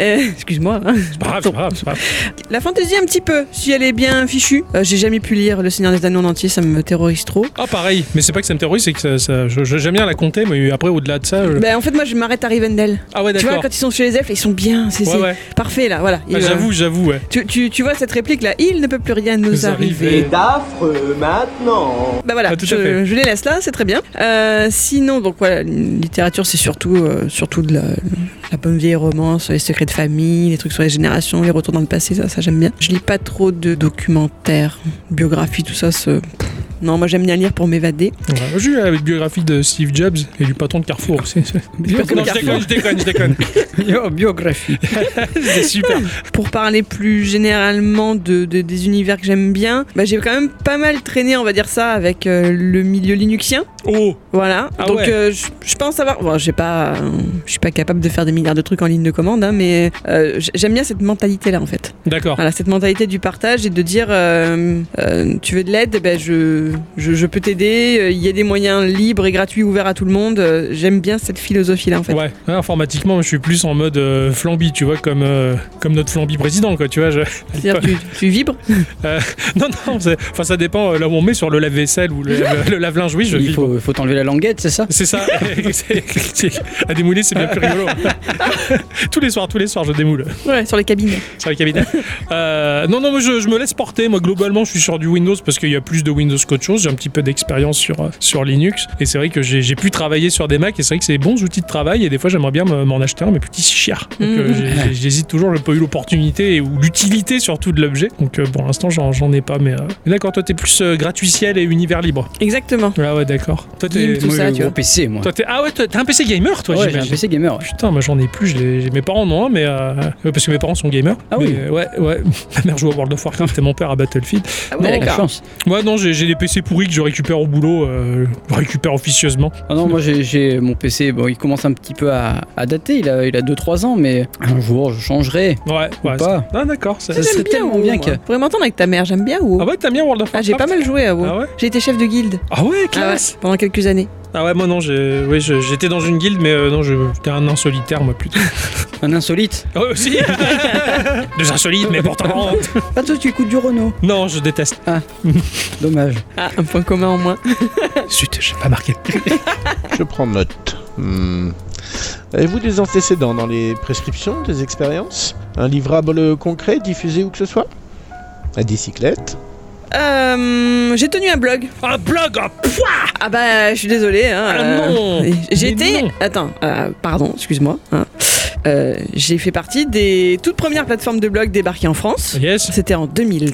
[SPEAKER 3] Euh, Excuse-moi. hein.
[SPEAKER 1] C'est pas grave, c'est pas grave, c'est pas grave.
[SPEAKER 3] La fantaisie un petit peu, si elle est bien fichue. Euh, J'ai jamais pu lire Le Seigneur des Anneaux en entier, ça me terrorise trop.
[SPEAKER 1] Ah, pareil, mais c'est pas que ça me terrorise, c'est que ça, ça- je- je- j'aime bien la compter, mais après, au-delà de ça. je-
[SPEAKER 3] Ben, en fait, moi je m'arrête à Rivendell.
[SPEAKER 1] Ah, ouais,
[SPEAKER 3] Tu vois,
[SPEAKER 1] d'accord.
[SPEAKER 3] quand ils sont chez les elfes, ils sont bien, c'est
[SPEAKER 1] Ouais,
[SPEAKER 3] c'est
[SPEAKER 1] ouais.
[SPEAKER 3] parfait là, voilà.
[SPEAKER 1] Ah,
[SPEAKER 3] Et, euh,
[SPEAKER 1] j'avoue, j'avoue, ouais.
[SPEAKER 3] Tu, tu- tu vois cette réplique là, il ne peut plus rien nous,
[SPEAKER 1] Nous
[SPEAKER 3] arriver.
[SPEAKER 1] arriver.
[SPEAKER 5] d'affreux maintenant.
[SPEAKER 3] Bah voilà,
[SPEAKER 1] Ah, tout à
[SPEAKER 3] je,
[SPEAKER 1] fait.
[SPEAKER 3] je les laisse là, c'est très bien. Euh, sinon, donc voilà, littérature c'est surtout, euh, surtout de la, la bonne vieille romance, les secrets de famille, les trucs sur les générations, les retours dans le passé, ça, ça j'aime bien. Je lis pas trop de documentaires, biographies, tout ça, c'est- pff, non, moi j'aime bien lire pour m'évader.
[SPEAKER 1] Ouais, J'ai eu la biographie de Steve Jobs et du patron de Carrefour. c'est- c'est- Non, je déconne, je déconne, je déconne.
[SPEAKER 2] Bio- Biographie.
[SPEAKER 1] C'est super.
[SPEAKER 3] Pour parler plus généralement de, de- des univers que j'aime bien, bah, j'ai quand même pas mal traîné, on va dire ça, avec euh, le milieu linuxien.
[SPEAKER 1] Oh,
[SPEAKER 3] Voilà.
[SPEAKER 1] Ah
[SPEAKER 3] Donc
[SPEAKER 1] ouais.
[SPEAKER 3] euh, je je pense avoir. Bon, j'ai pas, euh, je suis pas capable de faire des milliards de trucs en ligne de commande, hein, mais euh, j- j'aime bien cette mentalité là en fait.
[SPEAKER 1] d'accord.
[SPEAKER 3] Voilà, cette mentalité du partage et de dire, euh, euh, tu veux de l'aide, ben je, je, je peux t'aider. euh, Il y a des moyens libres et gratuits ouverts à tout le monde. euh, j'aime bien cette philosophie là en fait.
[SPEAKER 1] Ouais, Ouais, informatiquement, moi, je suis plus en mode euh, flambi, tu vois, comme, euh, comme notre flambi président, quoi, tu vois. je-
[SPEAKER 3] C'est-à-dire tu, tu vibres.
[SPEAKER 1] Non, non, c'est- enfin, ça dépend euh, là où on met sur le lave-vaisselle ou le, lave- le lave-linge, oui, je
[SPEAKER 2] Il
[SPEAKER 1] vis.
[SPEAKER 2] faut faut t'enlever la languette, c'est ça
[SPEAKER 1] C'est ça. C'est- c'est- à démouler, c'est bien plus rigolo. tous les soirs, tous les soirs, je démoule.
[SPEAKER 3] Ouais, sur les cabines.
[SPEAKER 1] Sur les cabinets. Euh, non, non, moi, je, je me laisse porter. Moi, globalement, je suis sur du Windows parce qu'il y a plus de Windows qu'autre chose. J'ai un petit peu d'expérience sur, euh, sur Linux. Et c'est vrai que j'ai j'ai pu travailler sur des Macs et c'est vrai que c'est des bons outils de travail. Et des fois, j'aimerais bien me- m'en acheter un, mais petit cher. Donc, euh,
[SPEAKER 3] Mhm.
[SPEAKER 1] j'ai- j'ai- j'hésite toujours. J'ai pas eu l'opportunité et- ou l'utilité surtout de l'objet. Donc, euh, pour l'instant, j'en j'en ai pas. Mais, euh, mais d'accord, toi, t'es plus euh, gratuitiel et univers libre.
[SPEAKER 3] Exactement.
[SPEAKER 1] Ah ouais, d'accord. Toi,
[SPEAKER 3] Gimp,
[SPEAKER 1] t'es.
[SPEAKER 3] tout
[SPEAKER 2] Moi,
[SPEAKER 3] ça,
[SPEAKER 2] j'ai
[SPEAKER 3] tu
[SPEAKER 2] un
[SPEAKER 3] vois.
[SPEAKER 2] gros PC, moi.
[SPEAKER 1] toi, t'es- ah ouais, toi, t'es un PC gamer, toi,
[SPEAKER 2] Ouais, j'ai un
[SPEAKER 1] j'imagine.
[SPEAKER 2] PC gamer.
[SPEAKER 1] Putain, moi j'en ai plus, je l'ai- mes parents en ont un, mais euh, ouais, parce que mes parents sont gamers.
[SPEAKER 2] Ah
[SPEAKER 1] Mais,
[SPEAKER 2] oui.
[SPEAKER 1] euh, Ouais, ouais. Ma mère joue à World of Warcraft et mon père à Battlefield.
[SPEAKER 3] Ah
[SPEAKER 1] Non,
[SPEAKER 3] ouais,
[SPEAKER 2] La
[SPEAKER 3] d'accord.
[SPEAKER 2] chance.
[SPEAKER 1] Moi non, j'ai j'ai des PC pourris que je récupère au boulot, euh, je récupère officieusement.
[SPEAKER 2] Ah non, moi j'ai- j'ai mon PC, bon, il commence un petit peu à, à dater, il a, il a 2-3 ans, mais un jour je changerai.
[SPEAKER 1] Ouais, ouais.
[SPEAKER 2] pas.
[SPEAKER 1] c'est- Ah d'accord. ça-
[SPEAKER 2] Ça,
[SPEAKER 1] c'est-
[SPEAKER 2] c'est tellement
[SPEAKER 3] WoW,
[SPEAKER 2] bien
[SPEAKER 3] moi.
[SPEAKER 2] que-
[SPEAKER 3] Vous pourrez m'entendre avec ta mère, j'aime bien ou.
[SPEAKER 1] Ah ouais, t'aimes bien World of
[SPEAKER 3] Ah,
[SPEAKER 1] Warcraft
[SPEAKER 3] j'ai pas mal joué à WoW.
[SPEAKER 1] Ah ouais
[SPEAKER 3] J'ai été chef de guilde
[SPEAKER 1] Ah ouais,
[SPEAKER 3] Ah ouais,
[SPEAKER 1] classe
[SPEAKER 3] pendant quelques années.
[SPEAKER 1] Ah ouais, moi non, j'ai- oui, je- j'étais dans une guilde, mais euh, non, je- j'étais un insolitaire, moi plutôt.
[SPEAKER 2] Un insolite.
[SPEAKER 1] Ah ouais, aussi Des insolites, mais pourtant.
[SPEAKER 2] Ah, toi tu écoutes du Renault.
[SPEAKER 1] Non, je déteste.
[SPEAKER 2] Dommage.
[SPEAKER 3] Ah, un point commun en moins.
[SPEAKER 1] Zut, j'ai pas marqué.
[SPEAKER 4] Je prends note. Hmm. Avez-vous des antécédents dans les prescriptions, des expériences Un livrable concret diffusé où que ce soit À bicyclette
[SPEAKER 3] Euh, j'ai tenu un blog.
[SPEAKER 1] Un blog ah, pff,
[SPEAKER 3] Ah bah, je suis désolée. Hein,
[SPEAKER 1] Ah non
[SPEAKER 3] J'ai
[SPEAKER 1] Mais
[SPEAKER 3] été.
[SPEAKER 1] non
[SPEAKER 3] Attends, euh, pardon, excuse-moi. hein. Euh, j'ai fait partie des toutes premières plateformes de blog débarquées en France.
[SPEAKER 1] Yes
[SPEAKER 3] C'était en
[SPEAKER 1] Ah,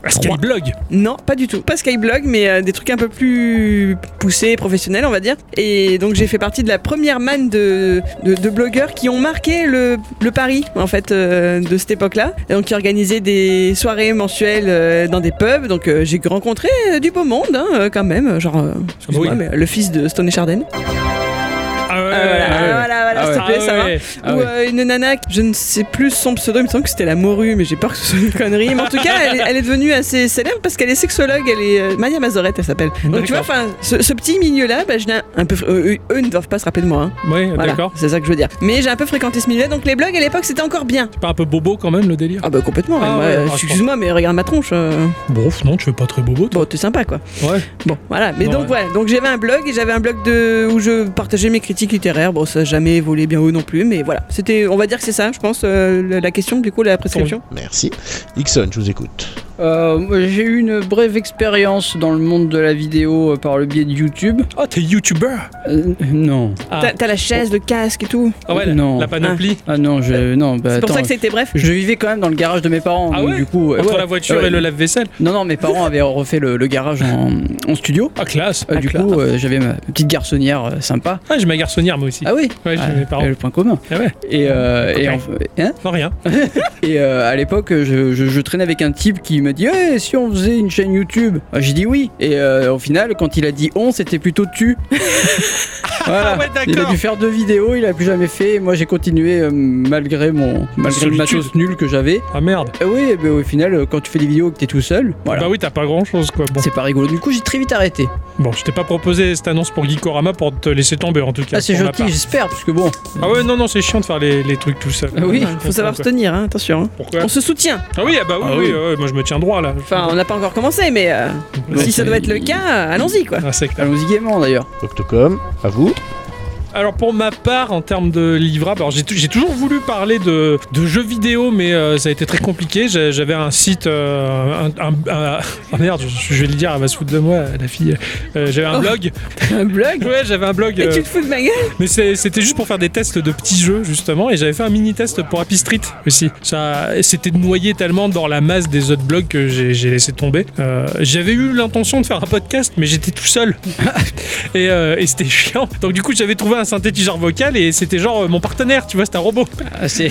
[SPEAKER 1] c'est un
[SPEAKER 3] 2003.
[SPEAKER 1] blog
[SPEAKER 3] Non, pas du tout. Pas Skyblog, mais euh, des trucs un peu plus poussés, professionnels, on va dire. Et donc j'ai fait partie de la première manne de, de, de blogueurs qui ont marqué le, le Paris, en fait, euh, de cette époque-là. Et Donc qui organisaient des soirées mensuelles euh, dans des pubs. Donc euh, j'ai rencontré euh, du beau monde, hein, euh, quand même. Genre, euh, excuse-moi,
[SPEAKER 1] Ah bah Oui.
[SPEAKER 3] mais le fils de Stone et Chardin.
[SPEAKER 1] Ah ouais,
[SPEAKER 3] Ah,
[SPEAKER 1] ouais,
[SPEAKER 3] voilà,
[SPEAKER 1] ouais.
[SPEAKER 3] voilà, voilà,
[SPEAKER 2] Ah
[SPEAKER 1] Ah
[SPEAKER 3] s'il te plaît,
[SPEAKER 1] ouais.
[SPEAKER 3] ça va.
[SPEAKER 2] Ah
[SPEAKER 3] Ou
[SPEAKER 2] ouais.
[SPEAKER 3] euh, une nana, je ne sais plus son pseudo, il me semble que c'était la morue, mais j'ai peur que ce soit une connerie. Mais en tout cas, elle est, elle est devenue assez célèbre parce qu'elle est sexologue, elle est. euh, Maya Mazorette, elle s'appelle. Donc tu vois, enfin, ce, ce petit milieu-là, bah, je l'ai un peu. fr- euh, eux ne doivent pas se rappeler de moi, hein.
[SPEAKER 1] Ouais,
[SPEAKER 3] Voilà,
[SPEAKER 1] d'accord.
[SPEAKER 3] c'est ça que je veux dire. Mais j'ai un peu fréquenté ce milieu-là, donc les blogs à l'époque c'était encore bien.
[SPEAKER 1] C'est pas un peu bobo quand même le délire
[SPEAKER 3] Ah bah complètement,
[SPEAKER 1] Ah
[SPEAKER 3] moi,
[SPEAKER 1] ouais,
[SPEAKER 3] euh,
[SPEAKER 1] ah, je
[SPEAKER 3] excuse-moi, mais regarde ma tronche. euh,
[SPEAKER 1] Bon, Ah, non, tu veux pas très bobo toi
[SPEAKER 3] Bon, t'es sympa quoi.
[SPEAKER 1] Ouais.
[SPEAKER 3] Bon, voilà. Mais
[SPEAKER 1] Ouais.
[SPEAKER 3] donc voilà, donc j'avais un blog et j'avais un blog de où je partageais mes critiques littéraires. Bon, ça a jamais volé bien haut non plus, mais voilà. C'était, on va dire que c'est ça, je pense, euh, la- la question du coup, la prescription.
[SPEAKER 4] Merci. Ixon, je vous écoute.
[SPEAKER 2] Euh, moi, J'ai eu une brève expérience dans le monde de la vidéo euh, par le biais de YouTube.
[SPEAKER 1] Oh, t'es youtubeur
[SPEAKER 2] Euh, non.
[SPEAKER 1] Ah.
[SPEAKER 3] T'as, t'as la chaise, le casque et tout.
[SPEAKER 1] Ah ouais, la-
[SPEAKER 2] Non.
[SPEAKER 1] la panoplie
[SPEAKER 2] Ah non, je. Non, bah
[SPEAKER 3] c'est pour
[SPEAKER 2] attends.
[SPEAKER 3] ça que c'était bref.
[SPEAKER 2] Je vivais quand même dans le garage de mes parents.
[SPEAKER 1] Ah
[SPEAKER 2] donc
[SPEAKER 1] ouais
[SPEAKER 2] du coup, euh,
[SPEAKER 1] entre
[SPEAKER 2] ouais.
[SPEAKER 1] la voiture
[SPEAKER 2] Ouais.
[SPEAKER 1] et le lave-vaisselle.
[SPEAKER 2] Non, non, mes parents avaient refait le, le garage en, en studio.
[SPEAKER 1] Ah, classe.
[SPEAKER 2] Euh,
[SPEAKER 3] Ah,
[SPEAKER 2] du
[SPEAKER 3] classe.
[SPEAKER 2] coup, euh, j'avais ma petite garçonnière euh, sympa.
[SPEAKER 1] Ah, j'ai ma garçonnière moi aussi.
[SPEAKER 2] Ah oui
[SPEAKER 1] Ouais, j'ai
[SPEAKER 2] Ah,
[SPEAKER 1] mes parents.
[SPEAKER 2] euh, Le point commun.
[SPEAKER 1] Ah ouais,
[SPEAKER 2] Et, euh, et,
[SPEAKER 1] Copain.
[SPEAKER 2] en- hein
[SPEAKER 1] non rien.
[SPEAKER 2] Et, euh, à l'époque, je, je- je traînais avec un type qui m'a dit Eh, si on faisait une chaîne YouTube Ah, J'ai dit oui. Et euh, au final, quand il a dit on, c'était plutôt tu. Voilà.
[SPEAKER 1] Ah ouais,
[SPEAKER 2] il a
[SPEAKER 1] d'accord.
[SPEAKER 2] dû faire deux vidéos, il a plus jamais fait. Et moi, j'ai continué euh, malgré mon malgré le
[SPEAKER 1] Solitude.
[SPEAKER 2] matos nul que j'avais.
[SPEAKER 1] Ah merde.
[SPEAKER 2] Et oui, mais au final, euh, quand tu fais des vidéos et que t'es tout seul, voilà.
[SPEAKER 1] Bah oui, t'as pas grand chose quoi. Bon,
[SPEAKER 2] C'est pas rigolo. Du coup, j'ai très vite arrêté.
[SPEAKER 1] bon je t'ai pas proposé cette annonce pour Geekorama pour te laisser tomber en tout cas.
[SPEAKER 2] Ah, c'est
[SPEAKER 1] pour ma
[SPEAKER 2] gentil, j'espère, parce que bon.
[SPEAKER 1] part. Ah ouais, non, non, c'est chiant de faire les, les trucs tout seul.
[SPEAKER 2] Ah oui.
[SPEAKER 3] Enfin, faut savoir se tenir, hein, attention. hein.
[SPEAKER 1] Pourquoi
[SPEAKER 3] On se soutient.
[SPEAKER 1] Ah oui, ah bah oui,
[SPEAKER 2] Ah
[SPEAKER 1] oui,
[SPEAKER 2] oui.
[SPEAKER 1] ouais, moi je me tiens droit là.
[SPEAKER 3] Enfin, on n'a pas encore commencé, mais euh,
[SPEAKER 1] Ouais,
[SPEAKER 3] si ça
[SPEAKER 2] c'est-
[SPEAKER 3] doit être le cas, euh, allons-y quoi.
[SPEAKER 1] Ah, c'est clair.
[SPEAKER 2] Allons-y gaiement d'ailleurs.
[SPEAKER 4] Octocom, à vous.
[SPEAKER 1] Alors pour ma part, en termes de livrable, alors j'ai tou- j'ai toujours voulu parler de, de jeux vidéo, mais euh, ça a été très compliqué. J'ai- J'avais un site, euh, un, un- un- ah merde, je, je vais le dire, elle va se foutre de moi, la fille. Euh, j'avais un
[SPEAKER 3] Oh.
[SPEAKER 1] blog.
[SPEAKER 3] Un blog.
[SPEAKER 1] Ouais, j'avais un blog.
[SPEAKER 3] Et
[SPEAKER 1] euh,
[SPEAKER 3] tu te fous de ma gueule
[SPEAKER 1] Mais c'est- c'était juste pour faire des tests de petits jeux justement, et j'avais fait un mini test pour Happy Street aussi. Ça, c'était noyé tellement dans la masse des autres blogs que j'ai j'ai laissé tomber. Euh, j'avais eu l'intention de faire un podcast, mais j'étais tout seul et, euh, et c'était chiant. Donc du coup, j'avais trouvé un synthétiseur vocal et c'était genre euh, mon partenaire, tu vois, c'est un robot.
[SPEAKER 2] Ah, c'est-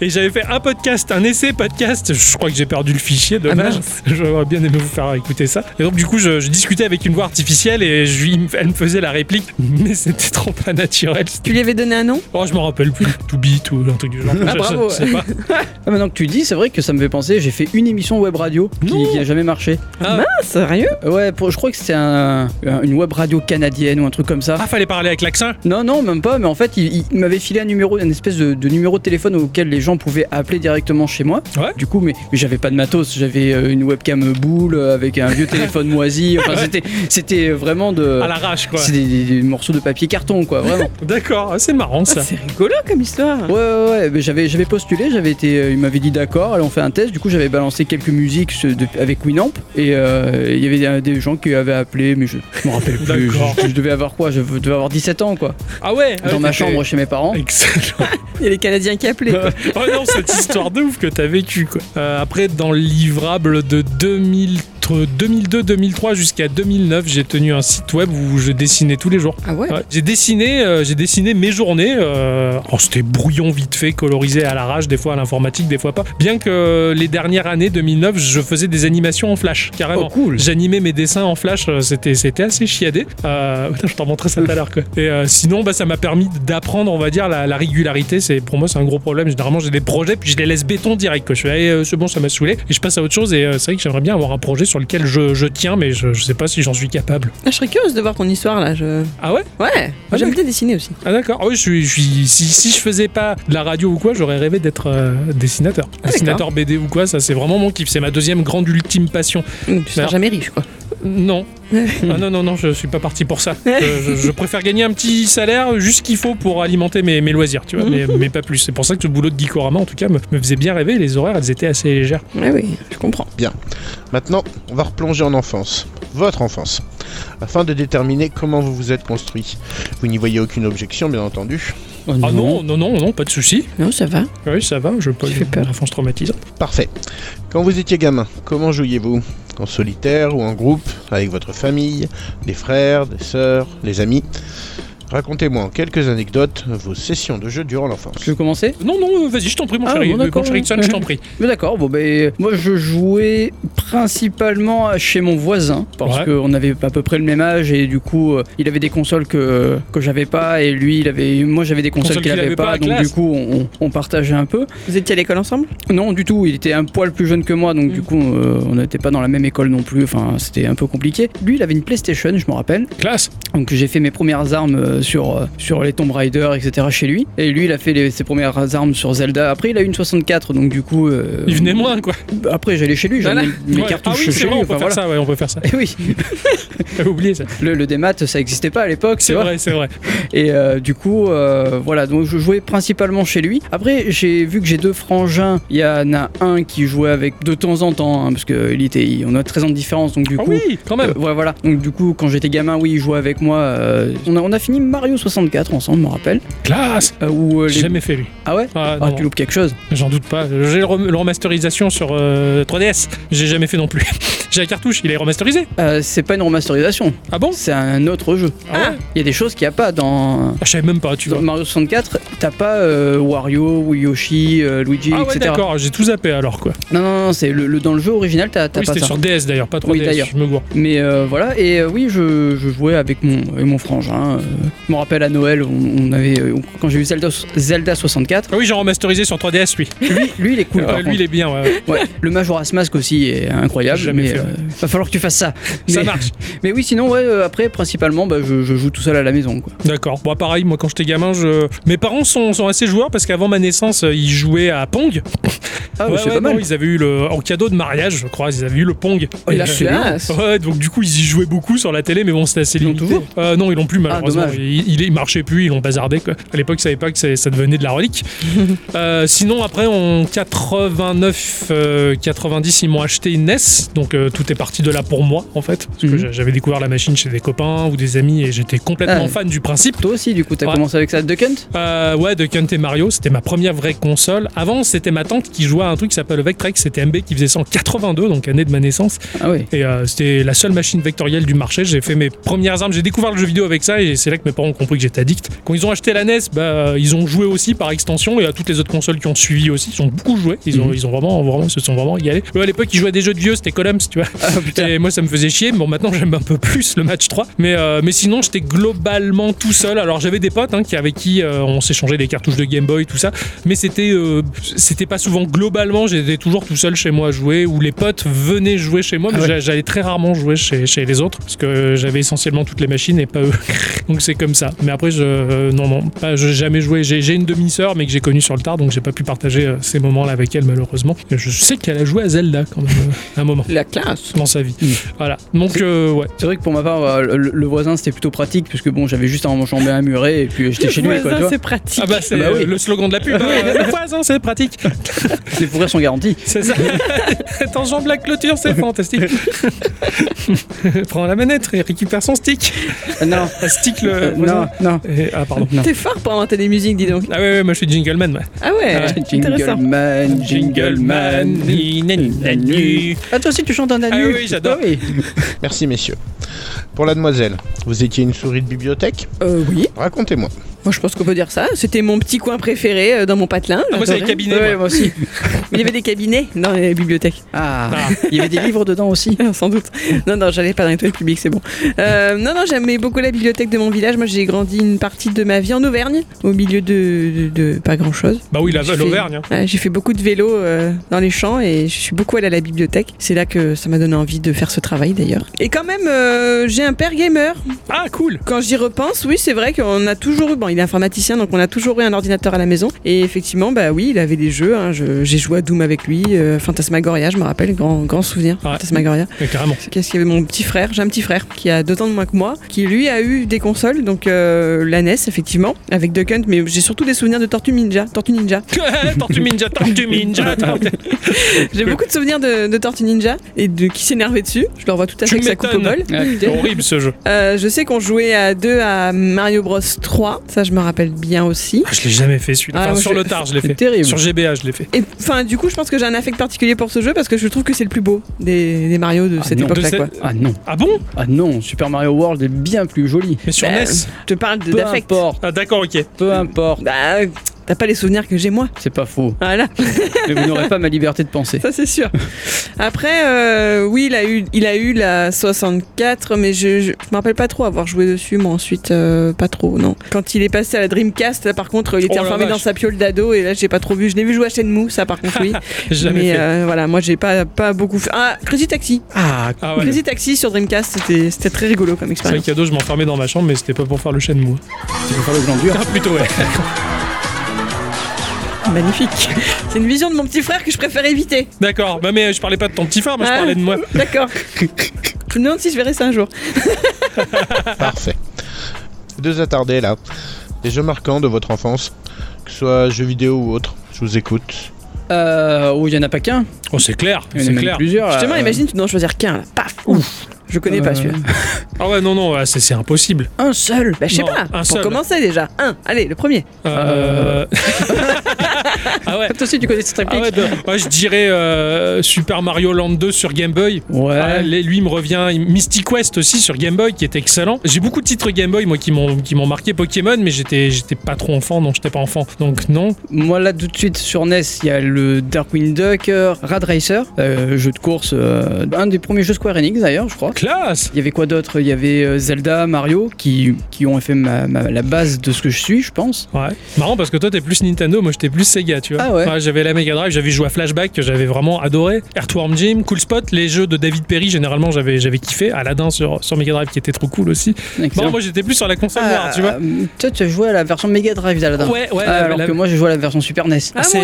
[SPEAKER 1] Et j'avais fait un podcast, un essai podcast. Je crois que j'ai perdu le fichier, dommage. J'aurais bien aimé vous faire écouter ça. Et donc, du coup, je, je discutais avec une voix artificielle et je, lui- il me- elle me faisait la réplique, mais c'était trop pas naturel.
[SPEAKER 3] Tu lui avais donné un nom
[SPEAKER 1] Oh, je m'en rappelle plus. To beat ou un truc du genre.
[SPEAKER 3] Ah,
[SPEAKER 1] Je-
[SPEAKER 3] bravo.
[SPEAKER 1] je sais pas.
[SPEAKER 2] Ah, maintenant que tu le dis, c'est vrai que ça me fait penser. J'ai fait une émission web radio qui,
[SPEAKER 1] Non.
[SPEAKER 2] qui a jamais marché.
[SPEAKER 3] Ah, sérieux
[SPEAKER 2] Euh, Ouais, pour- je crois que c'était un, un- une web radio canadienne ou un truc comme ça.
[SPEAKER 1] Ah, fallait parler avec l'accent.
[SPEAKER 2] Non, non, même pas, mais en fait, il, il m'avait filé un numéro, une espèce de, de numéro de téléphone auquel les gens pouvaient appeler directement chez moi.
[SPEAKER 1] Ouais.
[SPEAKER 2] Du coup, mais, mais j'avais pas de matos, j'avais euh, une webcam boule euh, avec un vieux téléphone moisi. Enfin, c'était, c'était vraiment de.
[SPEAKER 1] À l'arrache, quoi.
[SPEAKER 2] Euh. C'est des, des- des morceaux de papier carton, quoi, vraiment.
[SPEAKER 1] D'accord, ah, c'est marrant ça.
[SPEAKER 3] Ah, C'est rigolo comme histoire.
[SPEAKER 2] Ouais, ouais, ouais, mais j'avais, j'avais postulé, j'avais été, euh, il m'avait dit d'accord, allez, on fait un test. Du coup, j'avais balancé quelques musiques ce- de- avec Winamp et euh, il y avait des, des gens qui avaient appelé, mais je, je me rappelle plus.
[SPEAKER 1] D'accord.
[SPEAKER 2] Je, je devais avoir quoi Je devais avoir 17 ans, quoi.
[SPEAKER 1] Ah ouais ah ouais,
[SPEAKER 2] Dans ma
[SPEAKER 1] t'étais-
[SPEAKER 2] chambre chez mes parents.
[SPEAKER 1] Excellent.
[SPEAKER 3] Il y a les Canadiens qui appelaient.
[SPEAKER 1] oh non, cette histoire de ouf que t'as vécu quoi. Euh, après, dans le livrable de 2000 entre 2002, 2003 jusqu'à 2009, j'ai tenu un site web où je dessinais tous les jours.
[SPEAKER 3] Ah ouais
[SPEAKER 1] Ouais. J'ai dessiné, euh, j'ai dessiné mes journées. euh, alors, c'était brouillon vite fait, colorisé à l'arrache, des fois à l'informatique, des fois pas. Bien que euh, les dernières années 2009, je faisais des animations en flash, carrément.
[SPEAKER 2] Oh, cool.
[SPEAKER 1] J'animais mes dessins en flash, euh, c'était c'était assez chiadé. Euh, putain, je t'en montrais ça tout à l'heure quoi. Et euh, sinon, bah, ça m'a permis d'apprendre, on va dire, la, la régularité. C'est pour moi c'est un gros problème. Généralement, j'ai des projets puis je les laisse béton direct. Quoi. Je suis allé, c'est bon, ça m'a saoulé et je passe à autre chose. Et euh, c'est vrai que j'aimerais bien avoir un projet sur lequel je, je tiens, mais je, je sais pas si j'en suis capable.
[SPEAKER 3] Ah, je serais curieuse de voir ton histoire là. Je...
[SPEAKER 1] Ah ouais.
[SPEAKER 3] Ouais,
[SPEAKER 1] Ah,
[SPEAKER 3] j'aime
[SPEAKER 1] d'accord.
[SPEAKER 3] bien dessiner aussi.
[SPEAKER 1] Ah d'accord, Ah oui, je suis, je suis- si, si je faisais pas de la radio ou quoi, j'aurais rêvé d'être euh, dessinateur.
[SPEAKER 3] Ah,
[SPEAKER 1] dessinateur BD ou quoi, ça c'est vraiment mon kiff, c'est ma deuxième grande ultime passion.
[SPEAKER 3] Mm, Tu seras
[SPEAKER 1] Alors-
[SPEAKER 3] jamais riche quoi.
[SPEAKER 1] Non, Ah non, non, non, je suis pas parti pour ça. Je, je- je préfère gagner un petit salaire, juste ce qu'il faut pour alimenter mes, mes loisirs, tu vois, mais, mais pas plus. C'est pour ça que ce boulot de Geekorama, en tout cas, me, me faisait bien rêver, les horaires, elles étaient assez légères.
[SPEAKER 3] Ouais, Eh oui, je comprends.
[SPEAKER 4] Maintenant, on va replonger en enfance, votre enfance, afin de déterminer comment vous vous êtes construit. Vous n'y voyez aucune objection, bien entendu.
[SPEAKER 2] Oh,
[SPEAKER 1] Ah non, non, non, non, pas de souci. Ah
[SPEAKER 3] Non, ça va.
[SPEAKER 1] Oui, ça va, je pas
[SPEAKER 3] Tu fais
[SPEAKER 1] une
[SPEAKER 3] peur.
[SPEAKER 1] enfance traumatisante.
[SPEAKER 4] Parfait. Quand vous étiez gamin, comment jouiez-vous En solitaire ou en groupe Avec votre famille Des frères, des sœurs, les amis Racontez-moi en quelques anecdotes vos sessions de jeu durant l'enfance.
[SPEAKER 2] Tu veux commencer
[SPEAKER 1] Non, non, euh, vas-y, je t'en prie, mon
[SPEAKER 2] Ah,
[SPEAKER 1] chéri.
[SPEAKER 2] bon,
[SPEAKER 1] mon
[SPEAKER 2] d'accord.
[SPEAKER 1] chéri Ixon, je t'en prie.
[SPEAKER 2] Mais d'accord, bon ben moi je jouais principalement chez mon voisin parce
[SPEAKER 1] Ouais.
[SPEAKER 2] qu'on avait à peu près le même âge et du coup euh, il avait des consoles que que j'avais pas et lui il avait moi j'avais des consoles
[SPEAKER 1] Consoles
[SPEAKER 2] qu'il
[SPEAKER 1] qu'il
[SPEAKER 2] avait
[SPEAKER 1] avait
[SPEAKER 2] pas,
[SPEAKER 1] pas,
[SPEAKER 2] donc
[SPEAKER 1] classe.
[SPEAKER 2] du coup on, on partageait un peu.
[SPEAKER 3] Vous étiez à l'école ensemble
[SPEAKER 2] Non du tout, il était un poil plus jeune que moi donc du
[SPEAKER 3] Mm.
[SPEAKER 2] coup euh, on n'était pas dans la même école non plus, enfin c'était un peu compliqué. Lui il avait une PlayStation, je me rappelle.
[SPEAKER 1] Classe.
[SPEAKER 2] Donc j'ai fait mes premières armes euh, sur, euh, sur les Tomb Raider, etc. chez lui. Et lui, il a fait les- ses premières armes sur Zelda. Après, il a eu une 64, donc du coup... euh,
[SPEAKER 1] Il venait moins, quoi.
[SPEAKER 2] Après, j'allais chez lui, j'avais
[SPEAKER 1] Voilà.
[SPEAKER 2] mes
[SPEAKER 1] Ouais.
[SPEAKER 2] cartouches
[SPEAKER 1] Ah oui,
[SPEAKER 2] chez
[SPEAKER 1] c'est
[SPEAKER 2] lui.
[SPEAKER 1] vrai, on peut
[SPEAKER 2] enfin,
[SPEAKER 1] faire
[SPEAKER 2] voilà.
[SPEAKER 1] ça, ouais, on peut faire ça.
[SPEAKER 2] Eh oui,
[SPEAKER 1] J'avais oublié ça.
[SPEAKER 2] le, le démat, ça n'existait pas à l'époque, tu
[SPEAKER 1] C'est
[SPEAKER 2] vois.
[SPEAKER 1] vrai, c'est vrai.
[SPEAKER 2] Et euh, du coup, euh, voilà, donc je jouais principalement chez lui. Après, j'ai vu que j'ai deux frangins. Il y en a un qui jouait avec de temps en temps, hein, parce qu'il était, on a 13 ans de différence, donc du
[SPEAKER 1] Ah
[SPEAKER 2] coup,
[SPEAKER 1] oui, quand même.
[SPEAKER 2] Euh, ouais, voilà. Donc du coup, quand j'étais gamin, oui, il jouait avec moi. euh, on, a, on a fini Mario 64 ensemble, je me rappelle.
[SPEAKER 1] Classe.
[SPEAKER 2] Euh, où, euh,
[SPEAKER 1] J'ai
[SPEAKER 2] les-
[SPEAKER 1] jamais fait lui.
[SPEAKER 2] Ah ouais
[SPEAKER 1] Ah,
[SPEAKER 2] Ah,
[SPEAKER 1] non,
[SPEAKER 2] tu loupes quelque chose.
[SPEAKER 1] J'en doute pas. J'ai le rem- le remasterisation sur euh, 3DS. J'ai jamais fait non plus. J'ai la cartouche, il est remasterisé.
[SPEAKER 2] Euh, c'est pas une remasterisation,
[SPEAKER 1] Ah bon
[SPEAKER 2] c'est un autre jeu.
[SPEAKER 1] Ah ouais
[SPEAKER 2] Il y a des choses qu'il n'y a pas dans,
[SPEAKER 1] Ah, Je savais même pas, tu
[SPEAKER 2] dans
[SPEAKER 1] vois.
[SPEAKER 2] Mario 64. T'as pas euh, Wario, ou Yoshi, euh, Luigi,
[SPEAKER 1] Ah ouais,
[SPEAKER 2] etc.
[SPEAKER 1] d'accord, j'ai tout zappé alors quoi.
[SPEAKER 2] Non, non, non, c'est le, le- dans le jeu original, t'as t'as
[SPEAKER 1] Oui,
[SPEAKER 2] pas
[SPEAKER 1] c'était
[SPEAKER 2] ça.
[SPEAKER 1] sur DS d'ailleurs, pas 3DS,
[SPEAKER 2] Oui, d'ailleurs.
[SPEAKER 1] je me gourre.
[SPEAKER 2] Mais euh, voilà, et euh, oui, je, je jouais avec mon, avec mon frangin. euh, je me rappelle à Noël, on, on avait, euh, on- quand j'ai eu Zelda, Zelda 64,
[SPEAKER 1] Ah oui, j'ai remasterisé sur 3DS, lui.
[SPEAKER 2] lui, lui, il est cool.
[SPEAKER 1] Ouais,
[SPEAKER 2] par
[SPEAKER 1] Euh, Ah, lui, il est bien, ouais, ouais.
[SPEAKER 2] Ouais, le Majora's Mask aussi est incroyable,
[SPEAKER 1] Jamais
[SPEAKER 2] mais
[SPEAKER 1] fait,
[SPEAKER 2] euh,
[SPEAKER 1] ouais.
[SPEAKER 2] va falloir que tu fasses ça.
[SPEAKER 1] ça
[SPEAKER 2] mais,
[SPEAKER 1] marche.
[SPEAKER 2] mais oui, sinon, ouais, euh, après, principalement, bah, je, je joue tout seul à la maison. Quoi.
[SPEAKER 1] D'accord. Bon, pareil, moi quand j'étais gamin, je... mes parents sont, sont assez joueurs parce qu'avant ma naissance, euh, ils jouaient à Pong.
[SPEAKER 2] Ah,
[SPEAKER 1] Ouais,
[SPEAKER 2] c'est
[SPEAKER 1] ouais,
[SPEAKER 2] pas mal.
[SPEAKER 1] non, ils avaient eu le en cadeau de mariage, je crois, ils avaient eu le Pong.
[SPEAKER 2] Oh, il a
[SPEAKER 1] Et,
[SPEAKER 2] fait
[SPEAKER 1] euh,
[SPEAKER 3] Classe.
[SPEAKER 1] Ouais, donc du coup ils y jouaient beaucoup sur la télé, mais bon c'était assez
[SPEAKER 2] Ils l'ont
[SPEAKER 1] limité.
[SPEAKER 2] toujours Ah,
[SPEAKER 1] Euh, non, ils l'ont plus malheureusement.
[SPEAKER 2] dommage.
[SPEAKER 1] ils, ils, ils marchaient plus, ils l'ont bazardé quoi. À l'époque, ils savaient pas que c'est- ça devenait de la relique. Euh, sinon, après en 89, euh, 90, ils m'ont acheté une NES, donc euh, tout est parti de là pour moi en fait, parce que
[SPEAKER 2] Mhm.
[SPEAKER 1] j'a- j'avais découvert la machine chez des copains ou des amis et j'étais complètement
[SPEAKER 2] Ah.
[SPEAKER 1] fan du principe.
[SPEAKER 2] Toi aussi, du coup, t'as
[SPEAKER 1] Ouais.
[SPEAKER 2] commencé avec ça, Duck Hunt
[SPEAKER 1] Euh, ouais, de Kent et Mario, c'était ma première vraie console. Avant, c'était ma tante qui jouait à un truc qui s'appelle Vectrex, c'était MB qui faisait ça en 82, donc année de ma naissance.
[SPEAKER 2] Ah oui.
[SPEAKER 1] Et euh, c'était la seule machine vectorielle du marché. J'ai fait mes premières armes, j'ai découvert le jeu vidéo avec ça et c'est là que mes parents ont compris que j'étais addict. Quand ils ont acheté la NES, bah, euh, ils ont joué aussi par extension et à toutes les autres consoles qui ont suivi aussi. Ils ont beaucoup joué. Ils ont,
[SPEAKER 2] Mhm.
[SPEAKER 1] ils ont vraiment, vraiment, se sont vraiment régalés. Eux, à l'époque, ils jouaient à des jeux de vieux, c'était Columns, tu vois.
[SPEAKER 2] Ah putain.
[SPEAKER 1] Et moi, ça me faisait chier. Bon, maintenant, j'aime un peu plus le match 3. Mais, euh, mais sinon, j'étais globalement tout seul. Alors, j'avais des potes hein, qui, avec qui euh, on s'échangeait des cartouches de Game Boy, tout ça. Mais c'était euh, c'était pas souvent globalement. J'étais toujours tout seul chez moi à jouer. Ou les potes venaient jouer chez moi. Mais
[SPEAKER 2] Ah ouais.
[SPEAKER 1] j'a- j'allais très rarement jouer chez, chez les autres. Parce que j'avais essentiellement toutes les machines et pas eux. donc, c'est comme ça. Mais après, je, euh, non, non. Pas, j'ai jamais joué. J'ai j'ai une demi-sœur, mais que j'ai connue sur le tard. Donc, j'ai pas pu partager euh, ces moments-là avec elle, malheureusement. Et Je sais qu'elle a joué à Zelda quand même, euh, un moment
[SPEAKER 3] La classe.
[SPEAKER 1] dans sa vie.
[SPEAKER 2] Mm.
[SPEAKER 1] Voilà. Donc euh, ouais.
[SPEAKER 2] C'est vrai que pour ma part, euh, le, le voisin c'était plutôt pratique puisque bon, j'avais juste à enjamber un muret et puis j'étais chez lui. Quoi, tu
[SPEAKER 3] voisin,
[SPEAKER 2] vois.
[SPEAKER 3] c'est pratique.
[SPEAKER 1] Ah bah c'est
[SPEAKER 2] Ah bah oui.
[SPEAKER 1] euh, le slogan de la pub. hein. Le voisin, c'est pratique.
[SPEAKER 2] Les fourrures sont garanties.
[SPEAKER 1] C'est ça. T'enjambes la clôture, c'est fantastique. Prends la manette et récupère son stick.
[SPEAKER 2] Non,
[SPEAKER 1] Un stick le
[SPEAKER 2] non,
[SPEAKER 1] voisin.
[SPEAKER 2] Euh, non.
[SPEAKER 1] Et- ah pardon.
[SPEAKER 2] Non.
[SPEAKER 3] T'es fort pour inventer des musiques, dis donc.
[SPEAKER 1] Ah ouais, ouais, moi je suis jingleman. Ouais.
[SPEAKER 3] Ah ouais,
[SPEAKER 2] Euh,
[SPEAKER 1] Ah,
[SPEAKER 3] intéressant.
[SPEAKER 2] Jingleman, Jingleman.
[SPEAKER 1] ni, ni, ni, ni.
[SPEAKER 2] Ah, toi aussi, tu chantes un Danu.
[SPEAKER 1] Ah oui, j'adore.
[SPEAKER 2] Ah oui.
[SPEAKER 4] Merci messieurs. Pour la demoiselle, vous étiez une souris de bibliothèque
[SPEAKER 3] Euh, oui,
[SPEAKER 4] Racontez-moi.
[SPEAKER 3] moi je pense qu'on peut dire ça. C'était mon petit coin préféré euh, dans mon patelin.
[SPEAKER 1] Ah, moi c'est les
[SPEAKER 3] J'adorais.
[SPEAKER 1] cabinets.
[SPEAKER 2] Ouais,
[SPEAKER 1] moi.
[SPEAKER 2] moi aussi.
[SPEAKER 3] Il y avait des cabinets dans les bibliothèques,
[SPEAKER 2] Ah,
[SPEAKER 1] Ah.
[SPEAKER 2] il y avait des livres dedans aussi.
[SPEAKER 3] Ah, sans doute. Non, non, j'allais pas dans les toilettes publiques, c'est bon. Euh, non, non, j'aimais beaucoup la bibliothèque de mon village. Moi j'ai grandi une partie de ma vie en Auvergne, au milieu de, de- de pas grand chose.
[SPEAKER 1] Bah oui, la-
[SPEAKER 3] J'ai fait-
[SPEAKER 1] l'Auvergne. hein.
[SPEAKER 3] Ouais, j'ai fait beaucoup de vélo euh, dans les champs et je suis beaucoup allée à la bibliothèque. C'est là que ça m'a donné envie de faire ce travail d'ailleurs. Et quand même, euh, j'ai un père gamer.
[SPEAKER 1] Ah cool.
[SPEAKER 3] Quand j'y repense, oui, c'est vrai qu'on a toujours eu. Bon, il est informaticien, donc on a toujours eu un ordinateur à la maison. Et effectivement, bah oui, il avait des jeux. hein. Je- J'ai joué à Doom avec lui, euh, Phantasmagoria, je me rappelle, grand, grand souvenir.
[SPEAKER 1] Ouais.
[SPEAKER 3] Phantasmagoria.
[SPEAKER 1] Mais carrément.
[SPEAKER 3] Qu'est-ce qu'il y avait mon petit frère J'ai un petit frère qui a deux ans de moins que moi, qui lui a eu des consoles, donc euh, la NES effectivement, avec Duck Hunt, mais j'ai surtout des souvenirs de Tortue Ninja. Tortue Ninja.
[SPEAKER 1] tortue ninja, tortue
[SPEAKER 2] Ah,
[SPEAKER 1] ninja. tortue-
[SPEAKER 3] J'ai beaucoup de souvenirs de, de Tortue Ninja et de qui s'énervait dessus. Je le revois tout à
[SPEAKER 1] Tu
[SPEAKER 3] fait avec sa coupe au
[SPEAKER 1] m'étonnes.
[SPEAKER 3] bol.
[SPEAKER 2] Ah,
[SPEAKER 1] C'est
[SPEAKER 2] putain.
[SPEAKER 1] horrible ce jeu.
[SPEAKER 3] Euh, je sais qu'on jouait à deux à Mario Bros 3, ça je me rappelle bien aussi.
[SPEAKER 1] Ah, je l'ai jamais fait celui-là.
[SPEAKER 3] Ah,
[SPEAKER 1] Enfin,
[SPEAKER 3] moi,
[SPEAKER 1] sur
[SPEAKER 3] je-
[SPEAKER 1] le tard, je l'ai
[SPEAKER 2] c'est
[SPEAKER 1] fait.
[SPEAKER 2] terrible.
[SPEAKER 1] Sur GBA, je l'ai fait.
[SPEAKER 3] Et enfin, du coup, je pense que j'ai un affect particulier pour ce jeu parce que je trouve que c'est le plus beau des, des Mario de
[SPEAKER 2] Ah
[SPEAKER 3] cette
[SPEAKER 2] non, de
[SPEAKER 3] époque-là.
[SPEAKER 1] cette-
[SPEAKER 3] quoi.
[SPEAKER 2] Ah non,
[SPEAKER 1] Ah bon
[SPEAKER 2] ah non, Super Mario World est bien plus joli.
[SPEAKER 1] Mais sur
[SPEAKER 3] Bah,
[SPEAKER 1] NES
[SPEAKER 3] Je te parle de-
[SPEAKER 2] Peu
[SPEAKER 3] d'affect.
[SPEAKER 2] importe,
[SPEAKER 1] Ah d'accord, ok.
[SPEAKER 2] peu importe,
[SPEAKER 3] Bah, t'as pas les souvenirs que j'ai moi.
[SPEAKER 2] c'est pas faux.
[SPEAKER 3] Voilà,
[SPEAKER 2] Mais vous n'aurez pas ma liberté de penser.
[SPEAKER 3] ça c'est sûr. Après, euh, oui, il a eu, il a eu la 64, mais je, je, je me rappelle pas trop avoir joué dessus, moi ensuite euh, pas trop, non. Quand il est passé à la Dreamcast, là, par contre, il
[SPEAKER 1] Oh
[SPEAKER 3] était
[SPEAKER 1] la
[SPEAKER 3] enfermé
[SPEAKER 1] vache.
[SPEAKER 3] dans sa piole d'ado et là j'ai pas trop vu. Je l'ai vu jouer à Shenmue, ça par contre oui.
[SPEAKER 1] Jamais
[SPEAKER 3] mais
[SPEAKER 1] fait.
[SPEAKER 3] euh, voilà, moi j'ai pas, pas beaucoup fait. Ah, Crazy Taxi.
[SPEAKER 1] Ah, ah ouais.
[SPEAKER 3] Crazy Taxi sur Dreamcast, c'était c'était très rigolo comme
[SPEAKER 1] C'est vrai
[SPEAKER 3] expérience.
[SPEAKER 1] qu'à dos, je m'enfermais dans ma chambre, mais c'était pas pour faire le chêne mou.
[SPEAKER 2] Tu peux faire le gland dur.
[SPEAKER 1] Ah, plutôt, ouais.
[SPEAKER 3] Magnifique. C'est une vision de mon petit frère que je préfère éviter.
[SPEAKER 1] D'accord. Bah, mais je parlais pas de ton petit frère, moi, je
[SPEAKER 3] Ah.
[SPEAKER 1] parlais de moi.
[SPEAKER 3] D'accord. Je me demande si je verrai ça un jour.
[SPEAKER 4] Parfait. Deux attardés là. Des jeux marquants de votre enfance, que ce soit jeux vidéo ou autre. Je vous écoute.
[SPEAKER 2] Euh, oh, il y en a pas qu'un.
[SPEAKER 1] Oh, c'est clair,
[SPEAKER 2] Il y en
[SPEAKER 1] c'est
[SPEAKER 2] a même
[SPEAKER 1] clair.
[SPEAKER 2] plusieurs. là.
[SPEAKER 3] Justement,
[SPEAKER 2] Euh,
[SPEAKER 3] imagine, tu dois en choisir qu'un là. Paf. Ouf. Je connais
[SPEAKER 2] Euh,
[SPEAKER 3] pas celui-là.
[SPEAKER 1] Ah ouais, non, non, ouais, c'est c'est impossible.
[SPEAKER 2] Un seul.
[SPEAKER 3] Bah, je sais
[SPEAKER 1] non,
[SPEAKER 3] pas.
[SPEAKER 1] un
[SPEAKER 3] Pour
[SPEAKER 1] seul.
[SPEAKER 3] commencer déjà. Un. Allez, le premier.
[SPEAKER 1] Euh... ah ouais.
[SPEAKER 2] Toi aussi, tu connais cette
[SPEAKER 1] Ah
[SPEAKER 2] réplique.
[SPEAKER 1] ouais, de- ouais, je dirais euh, Super Mario Land 2 sur Game Boy.
[SPEAKER 2] Ouais.
[SPEAKER 1] Ah, les- lui, il me revient. il- Mystic West aussi sur Game Boy, qui est excellent. J'ai beaucoup de titres Game Boy, moi, qui m'ont qui m'ont marqué. Pokémon, mais j'étais j'étais pas trop enfant, donc j'étais pas enfant. Donc non.
[SPEAKER 2] Moi là tout de suite sur NES, il y a le Darkwing Duck, euh, Rad Racer, euh, jeu de course, euh, un des premiers jeux Square Enix d'ailleurs, je crois.
[SPEAKER 1] Classe.
[SPEAKER 2] Il y avait quoi d'autre Il y avait euh, Zelda, Mario, qui, qui ont fait ma- ma- la base de ce que je suis, je pense.
[SPEAKER 1] Ouais. Marrant parce que toi t'es plus Nintendo, moi j'étais plus Sega, tu vois.
[SPEAKER 2] Ah ouais.
[SPEAKER 1] j'avais la Mega Drive, j'avais joué à Flashback que j'avais vraiment adoré. Earthworm Jim, Cool Spot, les jeux de David Perry généralement j'avais j'avais kiffé. Aladdin sur sur Mega Drive qui était trop cool aussi. Bon,
[SPEAKER 2] Excellent.
[SPEAKER 1] moi j'étais plus sur la console noire,
[SPEAKER 2] Ah,
[SPEAKER 1] tu vois.
[SPEAKER 2] Toi, tu as joué à la version Mega Drive d'Aladin.
[SPEAKER 1] Ouais, ouais.
[SPEAKER 2] Ah,
[SPEAKER 1] la-
[SPEAKER 2] alors
[SPEAKER 1] la-
[SPEAKER 2] que moi, j'ai joué à la version Super E NES.
[SPEAKER 1] Ah, c'est-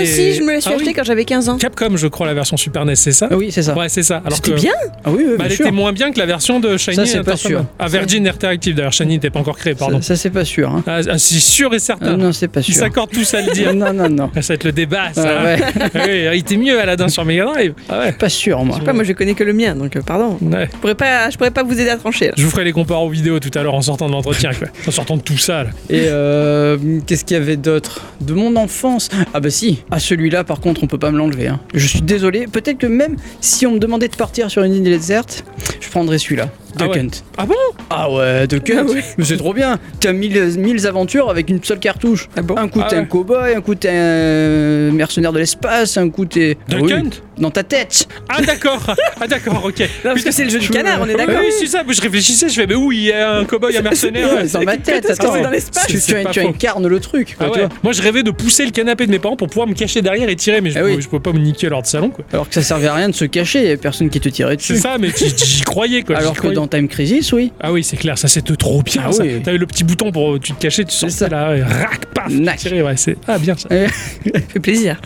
[SPEAKER 1] Ah oui.
[SPEAKER 3] quand j'avais 15 ans.
[SPEAKER 1] Capcom, je crois la version Super NES, c'est ça.
[SPEAKER 2] Ah oui, c'est ça.
[SPEAKER 1] Ouais, c'est ça. Alors
[SPEAKER 3] C'était
[SPEAKER 1] que
[SPEAKER 3] bien.
[SPEAKER 2] Ah oui, oui,
[SPEAKER 1] Bah,
[SPEAKER 2] bien
[SPEAKER 1] elle
[SPEAKER 2] sûr.
[SPEAKER 1] était moins bien que la version de Shiny
[SPEAKER 2] Ça, c'est pas
[SPEAKER 1] Interactive.
[SPEAKER 2] sûr.
[SPEAKER 1] Ah, Virgin Interactive, d'ailleurs, Shiny n'était pas encore créé, pardon.
[SPEAKER 2] Ça, ça, c'est pas sûr. hein.
[SPEAKER 1] Ah, ah, c'est sûr et certain.
[SPEAKER 2] Ah, non, c'est pas
[SPEAKER 1] Ils
[SPEAKER 2] sûr.
[SPEAKER 1] s'accordent tous à le dire.
[SPEAKER 2] Non, non, non.
[SPEAKER 1] Ah, ça va être le débat, ça.
[SPEAKER 2] Ah, ouais.
[SPEAKER 1] Ah oui, il était mieux Aladdin sur Mega Drive. Ah ouais.
[SPEAKER 2] Pas sûr, moi.
[SPEAKER 3] Je sais pas, moi je connais que le mien, donc euh, pardon.
[SPEAKER 1] Ouais.
[SPEAKER 3] Je pourrais pas, je pourrais pas vous aider à trancher. hein. là.
[SPEAKER 1] Je vous ferai les comparos vidéo tout à l'heure en sortant de l'entretien, quoi. En sortant de tout ça, là.
[SPEAKER 2] Et euh, qu'est-ce qu'il y avait d'autre De mon enfance Ah bah si Ah celui-là par contre on peut pas me l'enlever. hein. Je suis désolé. Peut-être que même si on me demandait de partir sur une île déserte, je prendrais celui-là.
[SPEAKER 1] Ah
[SPEAKER 2] Duck
[SPEAKER 1] ouais.
[SPEAKER 2] Hunt.
[SPEAKER 1] Ah bon
[SPEAKER 2] Ah ouais, Duck Hunt. Mais c'est trop bien. T'as mille, mille aventures avec une seule cartouche. un coup
[SPEAKER 1] Ah
[SPEAKER 2] t'es
[SPEAKER 1] ouais.
[SPEAKER 2] un cow-boy, un coup t'es un mercenaire de l'espace, un coup t'es...
[SPEAKER 1] Duck
[SPEAKER 2] Ah oui,
[SPEAKER 1] Hunt
[SPEAKER 2] Dans ta tête
[SPEAKER 1] Ah d'accord Ah d'accord, ok.
[SPEAKER 3] parce que c'est le jeu du canard, on est
[SPEAKER 1] Ah
[SPEAKER 3] d'accord.
[SPEAKER 1] Oui, c'est ça, je réfléchissais, je fais, mais où il y a un cow-boy, un mercenaire Ah
[SPEAKER 2] Dans ma tête,
[SPEAKER 3] Parce que
[SPEAKER 2] attends.
[SPEAKER 3] c'est dans l'espace.
[SPEAKER 2] Tu, tu-
[SPEAKER 1] C'est pas
[SPEAKER 2] tu
[SPEAKER 1] faux.
[SPEAKER 2] incarnes le truc. quoi,
[SPEAKER 1] Ah
[SPEAKER 2] tu
[SPEAKER 1] ouais.
[SPEAKER 2] vois.
[SPEAKER 1] Moi je rêvais de pousser le canapé de mes parents pour pouvoir me cacher derrière et tirer, mais je,
[SPEAKER 2] Eh
[SPEAKER 1] pouvais,
[SPEAKER 2] oui.
[SPEAKER 1] je pouvais pas me niquer lors de salon quoi.
[SPEAKER 2] Alors que ça servait à rien de se cacher, il y avait personne qui te tirait
[SPEAKER 1] C'est
[SPEAKER 2] dessus.
[SPEAKER 1] ça, mais j'y- j'y croyais quoi.
[SPEAKER 2] Alors
[SPEAKER 1] j'y
[SPEAKER 2] que
[SPEAKER 1] croyais.
[SPEAKER 2] dans Time Crisis, oui.
[SPEAKER 1] Ah oui, c'est clair, ça c'était trop bien.
[SPEAKER 2] Ah
[SPEAKER 1] ça.
[SPEAKER 2] oui.
[SPEAKER 1] T'avais le petit bouton pour euh, tu te cachais, tu
[SPEAKER 2] ça.
[SPEAKER 1] sortais là, et rac, paf,
[SPEAKER 2] Nac.
[SPEAKER 1] tiré, ouais, c'est ah bien ça.
[SPEAKER 3] Ça fait plaisir.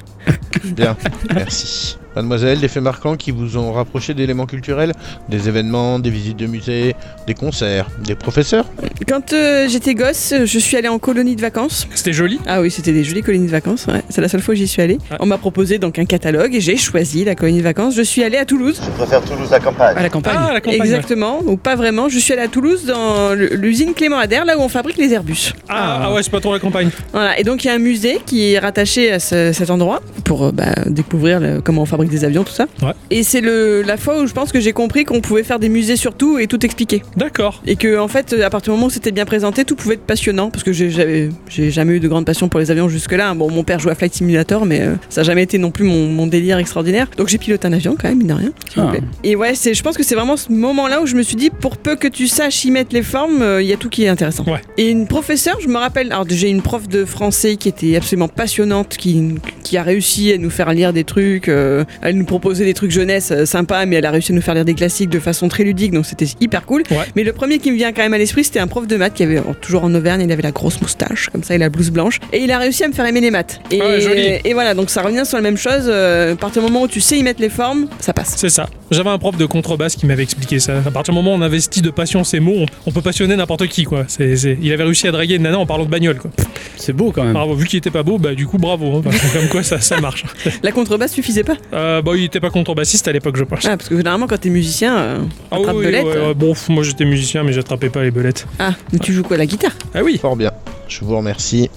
[SPEAKER 4] Bien, merci. Mademoiselle, des faits marquants qui vous ont rapproché d'éléments culturels, des événements, des visites de musées, des concerts, des professeurs.
[SPEAKER 3] Quand euh, j'étais gosse, je suis allée en colonie de vacances.
[SPEAKER 1] C'était joli.
[SPEAKER 3] Ah oui, c'était des jolies colonies de vacances. ouais. C'est la seule fois que j'y suis allée.
[SPEAKER 1] Ah.
[SPEAKER 3] On m'a proposé donc un catalogue et j'ai choisi la colonie de vacances. Je suis allée à Toulouse.
[SPEAKER 5] Je préfère Toulouse à campagne.
[SPEAKER 2] À la campagne.
[SPEAKER 1] Ah la campagne. ouais.
[SPEAKER 3] Exactement, ou pas vraiment. Je suis allée à Toulouse dans l- l'usine Clément Adair, là où on fabrique les Airbus.
[SPEAKER 1] Ah, ah ouais, c'est pas trop la campagne.
[SPEAKER 3] Voilà, et donc il y a un musée qui est rattaché à ce- cet endroit pour euh, bah, découvrir le- comment on fabrique des avions, tout ça.
[SPEAKER 1] Ouais.
[SPEAKER 3] Et c'est le- la fois où je pense que j'ai compris qu'on pouvait faire des musées sur tout et tout expliquer.
[SPEAKER 1] D'accord.
[SPEAKER 3] Et que, en fait, à partir du moment où c'était bien présenté, tout pouvait être passionnant. Parce que j'ai- j'avais- j'ai jamais eu de grande passion pour les avions jusque-là. Bon, mon père jouait à Flight Simulator, mais euh, ça n'a jamais été non plus mon, mon délire extraordinaire. Donc j'ai piloté un avion quand même, mine de rien. s'il vous
[SPEAKER 2] Ah.
[SPEAKER 3] plaît. Et ouais, c'est- je pense que c'est vraiment ce moment-là où je me suis dit, pour peu que tu saches y mettre les formes, euh, il y a tout qui est intéressant.
[SPEAKER 1] Ouais.
[SPEAKER 3] Et une professeure, je me rappelle, alors j'ai une prof de français qui était absolument passionnante, qui, qui a réussi à nous faire lire des trucs. euh, elle nous proposait des trucs jeunesse euh, sympas, mais elle a réussi à nous faire lire des classiques de façon très ludique, donc c'était hyper cool.
[SPEAKER 1] Ouais.
[SPEAKER 3] Mais le premier qui me vient quand même à l'esprit, c'était un prof de maths qui avait alors, toujours en Auvergne, il avait la grosse moustache, comme ça, et la blouse blanche, et il a réussi à me faire aimer les maths. Et,
[SPEAKER 1] Ah ouais, joli.
[SPEAKER 3] et voilà, donc ça revient sur la même chose. euh, à partir du moment où tu sais y mettre les formes, ça passe.
[SPEAKER 1] C'est ça. J'avais un prof de contrebasse qui m'avait expliqué ça. À partir du moment où on investit de passion ces mots, on, on peut passionner n'importe qui quoi. C'est- c'est- Il avait réussi à draguer une nana en parlant de bagnole quoi.
[SPEAKER 2] C'est beau quand même.
[SPEAKER 1] Bravo. Vu qu'il était pas beau, bah du coup bravo. hein, parce que comme quoi ça, ça marche.
[SPEAKER 3] La contrebasse suffisait pas.
[SPEAKER 1] Euh, bah il était pas contrebassiste à l'époque je pense.
[SPEAKER 3] Ah, parce que généralement, quand t'es musicien, euh,
[SPEAKER 1] Ah
[SPEAKER 3] attrape
[SPEAKER 1] oui,
[SPEAKER 3] belette. hein.
[SPEAKER 1] ouais, ouais, bon, pff, moi j'étais musicien mais j'attrapais pas les belettes.
[SPEAKER 3] ah, mais tu joues quoi La guitare
[SPEAKER 1] Ah oui.
[SPEAKER 4] Fort bien. Je vous remercie.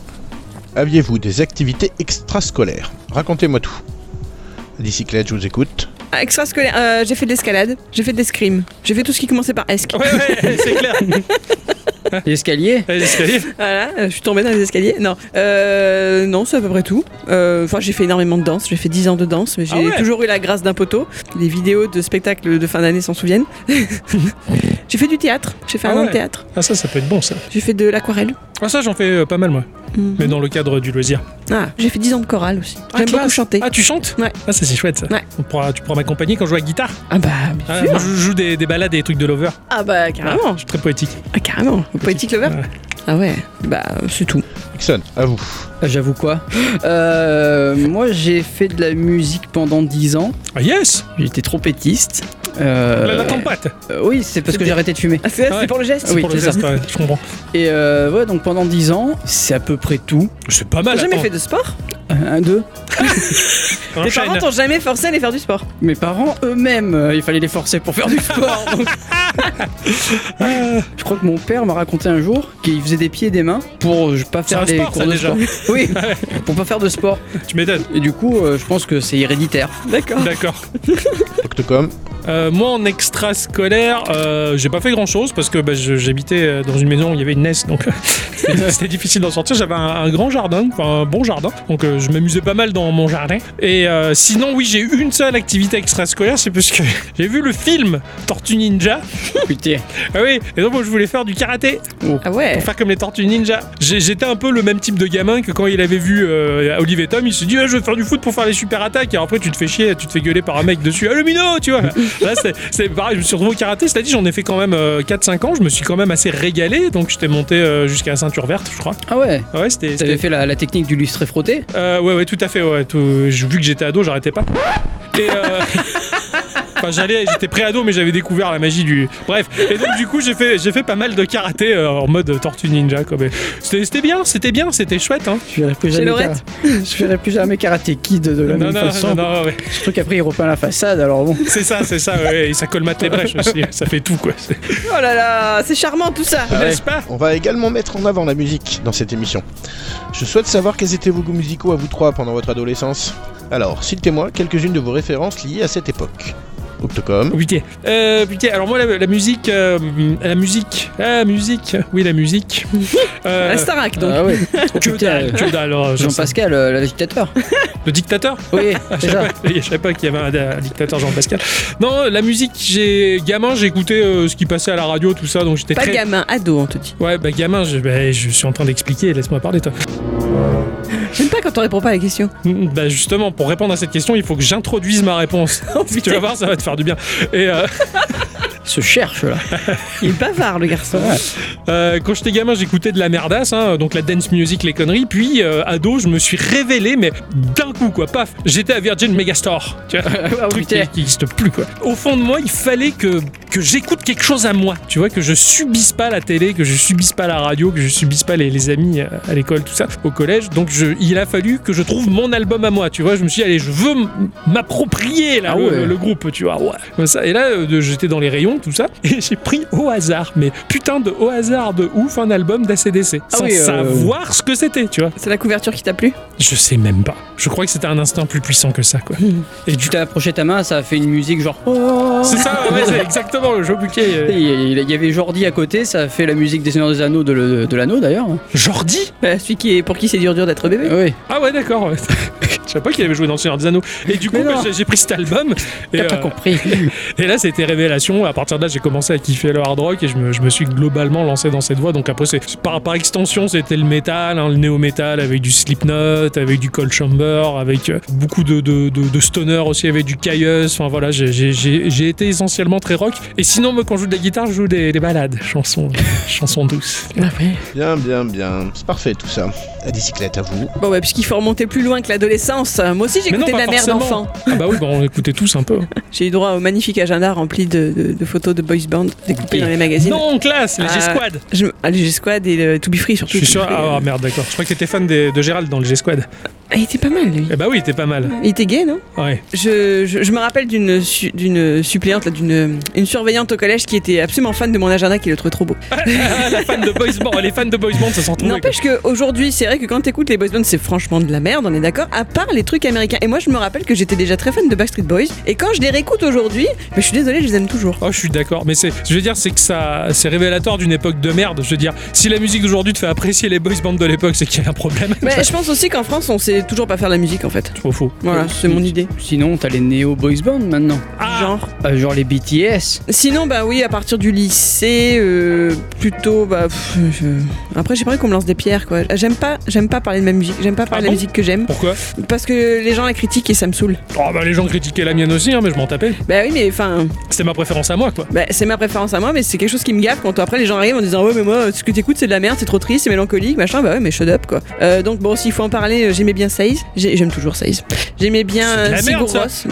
[SPEAKER 4] Aviez-vous des activités extrascolaires Racontez-moi tout. Dicyclette, je vous écoute.
[SPEAKER 3] Ah, Extrascolaire, euh, j'ai fait de l'escalade, j'ai fait de l'escrime, j'ai fait tout ce qui commençait par esque.
[SPEAKER 1] Ouais, ouais, c'est clair.
[SPEAKER 2] L'escalier
[SPEAKER 1] Allez, l'escalier.
[SPEAKER 3] Voilà, euh, je suis tombée dans les escaliers. Non, euh, non, c'est à peu près tout. Euh, Enfin, j'ai fait énormément de danse. J'ai fait 10 ans de danse, mais j'ai
[SPEAKER 1] Ah ouais
[SPEAKER 3] toujours eu la grâce d'un poteau. Les vidéos de spectacles de fin d'année s'en souviennent. j'ai fait du théâtre. J'ai fait
[SPEAKER 1] Ah
[SPEAKER 3] un an
[SPEAKER 1] ouais.
[SPEAKER 3] de théâtre.
[SPEAKER 1] Ah, ça, ça peut être bon, ça.
[SPEAKER 3] J'ai fait de l'aquarelle.
[SPEAKER 1] Ah, ça, j'en fais euh, pas mal, moi.
[SPEAKER 3] Mhm.
[SPEAKER 1] Mais dans le cadre du loisir.
[SPEAKER 3] Ah, j'ai fait 10 ans de chorale aussi.
[SPEAKER 1] Ah,
[SPEAKER 3] J'aime
[SPEAKER 1] classe.
[SPEAKER 3] beaucoup chanter.
[SPEAKER 1] Ah, tu chantes
[SPEAKER 3] Ouais.
[SPEAKER 1] Ah, ça, c'est chouette, ça.
[SPEAKER 3] Ouais.
[SPEAKER 1] On pourra- tu pourras m'accompagner quand je joue à la guitare.
[SPEAKER 3] Ah bah, bien
[SPEAKER 1] Ah,
[SPEAKER 3] sûr.
[SPEAKER 1] moi, je joue des, des balades et des trucs de lover.
[SPEAKER 3] Ah bah, carrément.
[SPEAKER 1] Je suis très poétique.
[SPEAKER 3] Ah, carrément. Au Poétique Lover.
[SPEAKER 1] Ouais.
[SPEAKER 3] Ah ouais, bah, c'est tout.
[SPEAKER 4] Ixon, à vous.
[SPEAKER 2] Ah, J'avoue quoi Euh, Moi j'ai fait de la musique pendant 10 ans.
[SPEAKER 1] Ah, yes
[SPEAKER 2] J'étais trompettiste. Euh,
[SPEAKER 1] La, la tempête
[SPEAKER 2] euh, oui, c'est parce que
[SPEAKER 3] C'était-
[SPEAKER 2] j'ai arrêté de fumer.
[SPEAKER 3] Ah, c'est
[SPEAKER 1] Ah ouais.
[SPEAKER 3] pour le geste
[SPEAKER 1] C'est
[SPEAKER 2] oui,
[SPEAKER 1] pour le
[SPEAKER 2] c'est ça.
[SPEAKER 1] geste, ouais, je comprends.
[SPEAKER 2] Et euh, ouais, donc pendant 10 ans, c'est à peu près tout.
[SPEAKER 1] C'est pas
[SPEAKER 3] T'as
[SPEAKER 1] mal,
[SPEAKER 3] jamais
[SPEAKER 1] attends,
[SPEAKER 3] fait de sport
[SPEAKER 2] Un, deux.
[SPEAKER 3] Tes
[SPEAKER 1] enchaîne.
[SPEAKER 3] parents t'ont jamais forcé à aller faire du sport.
[SPEAKER 2] Mes parents eux-mêmes, euh, il fallait les forcer pour faire du sport. donc- je crois que mon père m'a raconté un jour qu'il faisait des pieds et des mains pour euh, pas faire
[SPEAKER 1] un
[SPEAKER 2] des
[SPEAKER 1] sport,
[SPEAKER 2] cours
[SPEAKER 1] ça,
[SPEAKER 2] de
[SPEAKER 1] déjà.
[SPEAKER 2] sport. Oui, pour pas faire de sport.
[SPEAKER 1] Tu m'étonnes.
[SPEAKER 2] Et du coup, euh, je pense que c'est héréditaire.
[SPEAKER 3] D'accord.
[SPEAKER 1] D'accord.
[SPEAKER 4] Octocom,
[SPEAKER 1] Euh, moi, en extra scolaire, euh, j'ai pas fait grand chose parce que bah, je- j'habitais euh, dans une maison où il y avait une NES, donc euh, c'était- c'était difficile d'en sortir. J'avais un, un grand jardin, enfin un bon jardin, donc euh, je m'amusais pas mal dans mon jardin. Et euh, sinon, oui, j'ai une seule activité extra scolaire, c'est parce que j'ai vu le film Tortue Ninja.
[SPEAKER 2] Putain.
[SPEAKER 1] Ah oui, et donc moi, je voulais faire du karaté
[SPEAKER 3] Ah ouais.
[SPEAKER 1] pour faire comme les Tortues Ninja. J'ai- J'étais un peu le même type de gamin que quand il avait vu euh, Olive et Tom, il se dit Ah, je vais faire du foot pour faire les super attaques. Et après, tu te fais chier, tu te fais gueuler par un mec dessus. Ah, le minot, tu vois. Là, c'est- c'est pareil, je me suis retrouvé au karaté. C'est-à-dire, j'en ai fait quand même euh, 4-5 ans. Je me suis quand même assez régalé. Donc, j'étais monté euh, jusqu'à la ceinture verte, je crois.
[SPEAKER 2] Ah ouais
[SPEAKER 1] Ah ouais, c'était.
[SPEAKER 2] T'avais
[SPEAKER 1] c'était-
[SPEAKER 2] fait la, la technique du lustré frotté
[SPEAKER 1] Euh, ouais, ouais, tout à fait. Ouais, tout- je- Vu que j'étais ado, j'arrêtais pas. Et. euh, Enfin, j'allais, j'étais pré-ado, mais j'avais découvert la magie du. Bref, et donc du coup, j'ai fait, j'ai fait pas mal de karaté euh, en mode tortue ninja. Quoi. Mais c'était, c'était bien, c'était bien, c'était chouette. Hein.
[SPEAKER 2] Je verrai plus
[SPEAKER 3] Chez
[SPEAKER 2] jamais.
[SPEAKER 3] Laurette.
[SPEAKER 2] kara- Je verrai plus jamais karaté kid de la
[SPEAKER 1] Non,
[SPEAKER 2] même
[SPEAKER 1] non,
[SPEAKER 2] façon.
[SPEAKER 1] non, non, ouais.
[SPEAKER 2] Ce truc après il repeint la façade, alors bon.
[SPEAKER 1] c'est ça, c'est ça. Ouais. Et ça colmate les brèches aussi. Ça fait tout, quoi. C'est-
[SPEAKER 3] Oh là là, c'est charmant tout ça.
[SPEAKER 2] Ah
[SPEAKER 4] ouais.
[SPEAKER 1] N'est-ce pas
[SPEAKER 4] on va également mettre en avant la musique dans cette émission. Je souhaite savoir quels étaient vos goûts musicaux à vous trois pendant votre adolescence. Alors, citez-moi quelques-unes de vos références liées à cette époque. Octocom,
[SPEAKER 1] Oh, putain. Euh, putain, alors moi, la, la musique, euh, la musique, la musique, oui, la musique. Euh,
[SPEAKER 3] La Starac donc.
[SPEAKER 2] ah ouais.
[SPEAKER 1] que dalle, que dalle. alors, je sais.
[SPEAKER 2] Jean-Pascal, euh, le dictateur.
[SPEAKER 1] Le dictateur
[SPEAKER 2] Oui, c'est
[SPEAKER 1] Ah, Je savais
[SPEAKER 2] ça.
[SPEAKER 1] pas- je savais pas qu'il y avait un, un dictateur Jean Pascal. Non, la musique, j'ai gamin, j'écoutais euh, ce qui passait à la radio, tout ça, donc j'étais
[SPEAKER 3] Pas
[SPEAKER 1] très.
[SPEAKER 3] gamin, ado on te dit.
[SPEAKER 1] Ouais, bah gamin, je, bah, je suis en train d'expliquer, laisse-moi parler toi.
[SPEAKER 3] J'aime pas quand on répond pas à la question.
[SPEAKER 1] Mm, Bah justement, pour répondre à cette question, il faut que j'introduise ma réponse.
[SPEAKER 3] Oh,
[SPEAKER 1] tu vas voir, ça va te faire du bien. Et euh,
[SPEAKER 2] Se cherche là.
[SPEAKER 3] Il est bavard le garçon.
[SPEAKER 1] euh, quand j'étais gamin, j'écoutais de la merdasse, hein, donc la dance music, les conneries. Puis euh, ado, je me suis révélé, mais d'un coup quoi, paf, j'étais à Virgin Megastore. Tu vois
[SPEAKER 2] Ah,
[SPEAKER 1] truc qui, qui existe plus quoi. Au fond de moi, il fallait que, que j'écoute quelque chose à moi. Tu vois que je subisse pas la télé, que je subisse pas la radio, que je subisse pas les, les amis euh, à, à l'école, tout ça, au collège. Donc je, il a fallu que je trouve mon album à moi. Tu vois, je me suis dit, allez, je veux m- m'approprier là
[SPEAKER 2] Ah
[SPEAKER 1] le,
[SPEAKER 2] ouais.
[SPEAKER 1] le groupe. Tu vois, ouais. Comme ça. Et là, euh, de- j'étais dans les rayons, tout ça, et j'ai pris au hasard, mais putain de au hasard de ouf un album d'ACDC
[SPEAKER 2] Ah
[SPEAKER 1] sans
[SPEAKER 2] oui, euh,
[SPEAKER 1] savoir ce que c'était. Tu vois,
[SPEAKER 3] C'est la couverture qui t'a plu
[SPEAKER 1] je sais même pas. Je crois que c'était un instinct plus puissant que ça quoi. Et du
[SPEAKER 2] Tu t'es approché ta main, ça a fait une musique genre. Oh
[SPEAKER 1] c'est ça, ouais, c'est exactement le jeu bouquet. euh.
[SPEAKER 2] Il y- il y avait Jordi à côté, ça a fait la musique des Seigneurs des Anneaux de, le- de l'anneau d'ailleurs. hein.
[SPEAKER 1] Jordi
[SPEAKER 3] Bah, Celui qui est, pour qui c'est dur dur d'être bébé.
[SPEAKER 2] Oui.
[SPEAKER 1] Ah ouais, d'accord. ouais. Je savais pas qu'il avait joué dans le Seigneur des Anneaux. Et du coup,
[SPEAKER 2] Mais
[SPEAKER 1] bah,
[SPEAKER 2] non.
[SPEAKER 1] j'ai- j'ai pris cet album. Et,
[SPEAKER 2] T'as pas
[SPEAKER 1] euh,
[SPEAKER 2] compris.
[SPEAKER 1] et là, c'était révélation. À partir de là, j'ai commencé à kiffer le hard rock et je me, je me suis globalement lancé dans cette voie. Donc après, c'est c'est par, par extension, c'était le métal, hein, le néo-métal avec du Slipknot, avec du Cold Chamber, avec euh, beaucoup de, de, de- de stoner aussi, avec du Caius. Enfin voilà, j'ai- j'ai j'ai- j'ai été essentiellement très rock. Et sinon, moi, quand je joue de la guitare, je joue des, des balades, chansons, chansons douces.
[SPEAKER 3] Bah
[SPEAKER 4] bien, bien, bien. C'est parfait tout ça. La bicyclette à vous.
[SPEAKER 3] Bon bah puisqu'il faut remonter plus loin que l'adolescence, euh, moi aussi
[SPEAKER 1] Mais non,
[SPEAKER 3] j'écoutais de
[SPEAKER 1] pas
[SPEAKER 3] la merde
[SPEAKER 1] forcément.
[SPEAKER 3] enfant.
[SPEAKER 1] Ah bah oui, bah, on écoutait tous un peu.
[SPEAKER 3] J'ai eu droit au magnifique agenda rempli de, de- de photos de boys band découpées
[SPEAKER 1] Et-
[SPEAKER 3] dans les magazines.
[SPEAKER 1] Non, classe, les
[SPEAKER 3] Ah.
[SPEAKER 1] G-Squad.
[SPEAKER 3] Je, ah, le G-Squad et le To Be Free
[SPEAKER 1] Je
[SPEAKER 3] surtout.
[SPEAKER 1] suis
[SPEAKER 3] To Be
[SPEAKER 1] sûr.
[SPEAKER 3] Free,
[SPEAKER 1] Ah
[SPEAKER 3] euh.
[SPEAKER 1] merde, d'accord. Je crois que t'étais fan des- de Gérald dans le G-Squad.
[SPEAKER 3] Ah, il était pas mal lui.
[SPEAKER 1] Eh bah oui, t'es pas mal.
[SPEAKER 3] Il était gay non
[SPEAKER 1] Ouais.
[SPEAKER 3] je, je- je me rappelle d'une su- d'une suppléante, là, d'une une surveillante au collège qui était absolument fan de mon agenda, qui le trouvait trop beau.
[SPEAKER 1] Ah, la fan de Boys Band, les fans de Boys Band, ça s'en trouve.
[SPEAKER 3] N'empêche que aujourd'hui, c'est vrai que quand t'écoutes les boys bands, c'est franchement de la merde, on est d'accord. À part les trucs américains. Et moi, je me rappelle que j'étais déjà très fan de Backstreet Boys. Et quand je les réécoute aujourd'hui, mais je suis désolée, je les aime toujours.
[SPEAKER 1] Oh, je suis d'accord, mais c'est, je veux dire, c'est que ça, c'est révélateur d'une époque de merde. Je veux dire, si la musique d'aujourd'hui te fait apprécier les boys bands de l'époque, c'est qu'il y a un problème.
[SPEAKER 3] Mais je pense aussi qu'en France, on sait toujours pas faire la musique en fait.
[SPEAKER 1] Trop faux.
[SPEAKER 3] Voilà, c'est mon idée.
[SPEAKER 2] Sinon, t'as les Neo Boys Band maintenant.
[SPEAKER 1] Ah,
[SPEAKER 3] Genre.
[SPEAKER 2] Euh, genre les BTS.
[SPEAKER 3] Sinon, bah oui, à partir du lycée, euh, plutôt, bah. pff, je- Après, j'aimerais qu'on me lance des pierres, quoi. J'aime pas, j'aime pas parler de ma musique, j'aime pas parler de
[SPEAKER 1] bon
[SPEAKER 3] la musique que j'aime.
[SPEAKER 1] pourquoi
[SPEAKER 3] Parce que les gens la critiquent et ça me saoule.
[SPEAKER 1] Oh, bah les gens critiquaient la mienne aussi, hein, mais je m'en tapais.
[SPEAKER 3] Bah oui, mais enfin,
[SPEAKER 1] C'est ma préférence à moi, quoi.
[SPEAKER 3] bah, c'est ma préférence à moi, mais c'est quelque chose qui me gaffe quand après les gens arrivent en disant Ouais, mais moi, ce que t'écoutes, c'est de la merde, c'est trop triste, c'est mélancolique, machin. Bah ouais, mais shut up, quoi. Euh, donc, bon, s'il faut en parler, euh, j'aimais bien Saiz. J'ai- J'aime toujours Saiz. J'aimais bien
[SPEAKER 1] C'est de la
[SPEAKER 3] euh, Sigur
[SPEAKER 1] merde, ça.
[SPEAKER 3] Rós.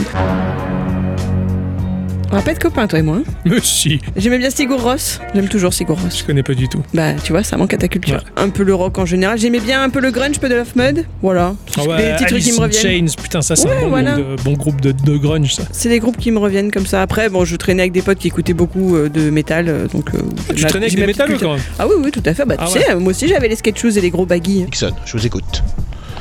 [SPEAKER 3] On va pas être copains, toi et moi. hein.
[SPEAKER 1] Mais si,
[SPEAKER 3] J'aimais bien Sigur Rós. J'aime toujours Sigur Rós.
[SPEAKER 1] je connais pas du tout.
[SPEAKER 3] Bah, tu vois, ça manque à ta culture. Un peu le rock en général. J'aimais bien un peu le grunge, peu de Love Mud. Voilà.
[SPEAKER 1] Ah
[SPEAKER 3] des petits trucs
[SPEAKER 1] Alice
[SPEAKER 3] qui me
[SPEAKER 1] in
[SPEAKER 3] reviennent.
[SPEAKER 1] Chains, putain, ça, c'est
[SPEAKER 3] Ouais,
[SPEAKER 1] un bon,
[SPEAKER 3] voilà.
[SPEAKER 1] groupe de, bon groupe de, de grunge, ça.
[SPEAKER 3] C'est des groupes qui me reviennent comme ça. Après, bon, je traînais avec des potes qui écoutaient beaucoup euh, de métal. euh, donc, euh,
[SPEAKER 1] Ah, Tu
[SPEAKER 3] ma-
[SPEAKER 1] traînais avec des
[SPEAKER 3] j'ai ma petite
[SPEAKER 1] métalleux,
[SPEAKER 3] culture.
[SPEAKER 1] quand même.
[SPEAKER 3] Ah oui, oui, tout à fait. Bah,
[SPEAKER 1] Ah
[SPEAKER 3] tu
[SPEAKER 1] ouais.
[SPEAKER 3] sais, moi aussi j'avais les skate shoes et les gros baggy. hein.
[SPEAKER 4] Nixon, je vous écoute.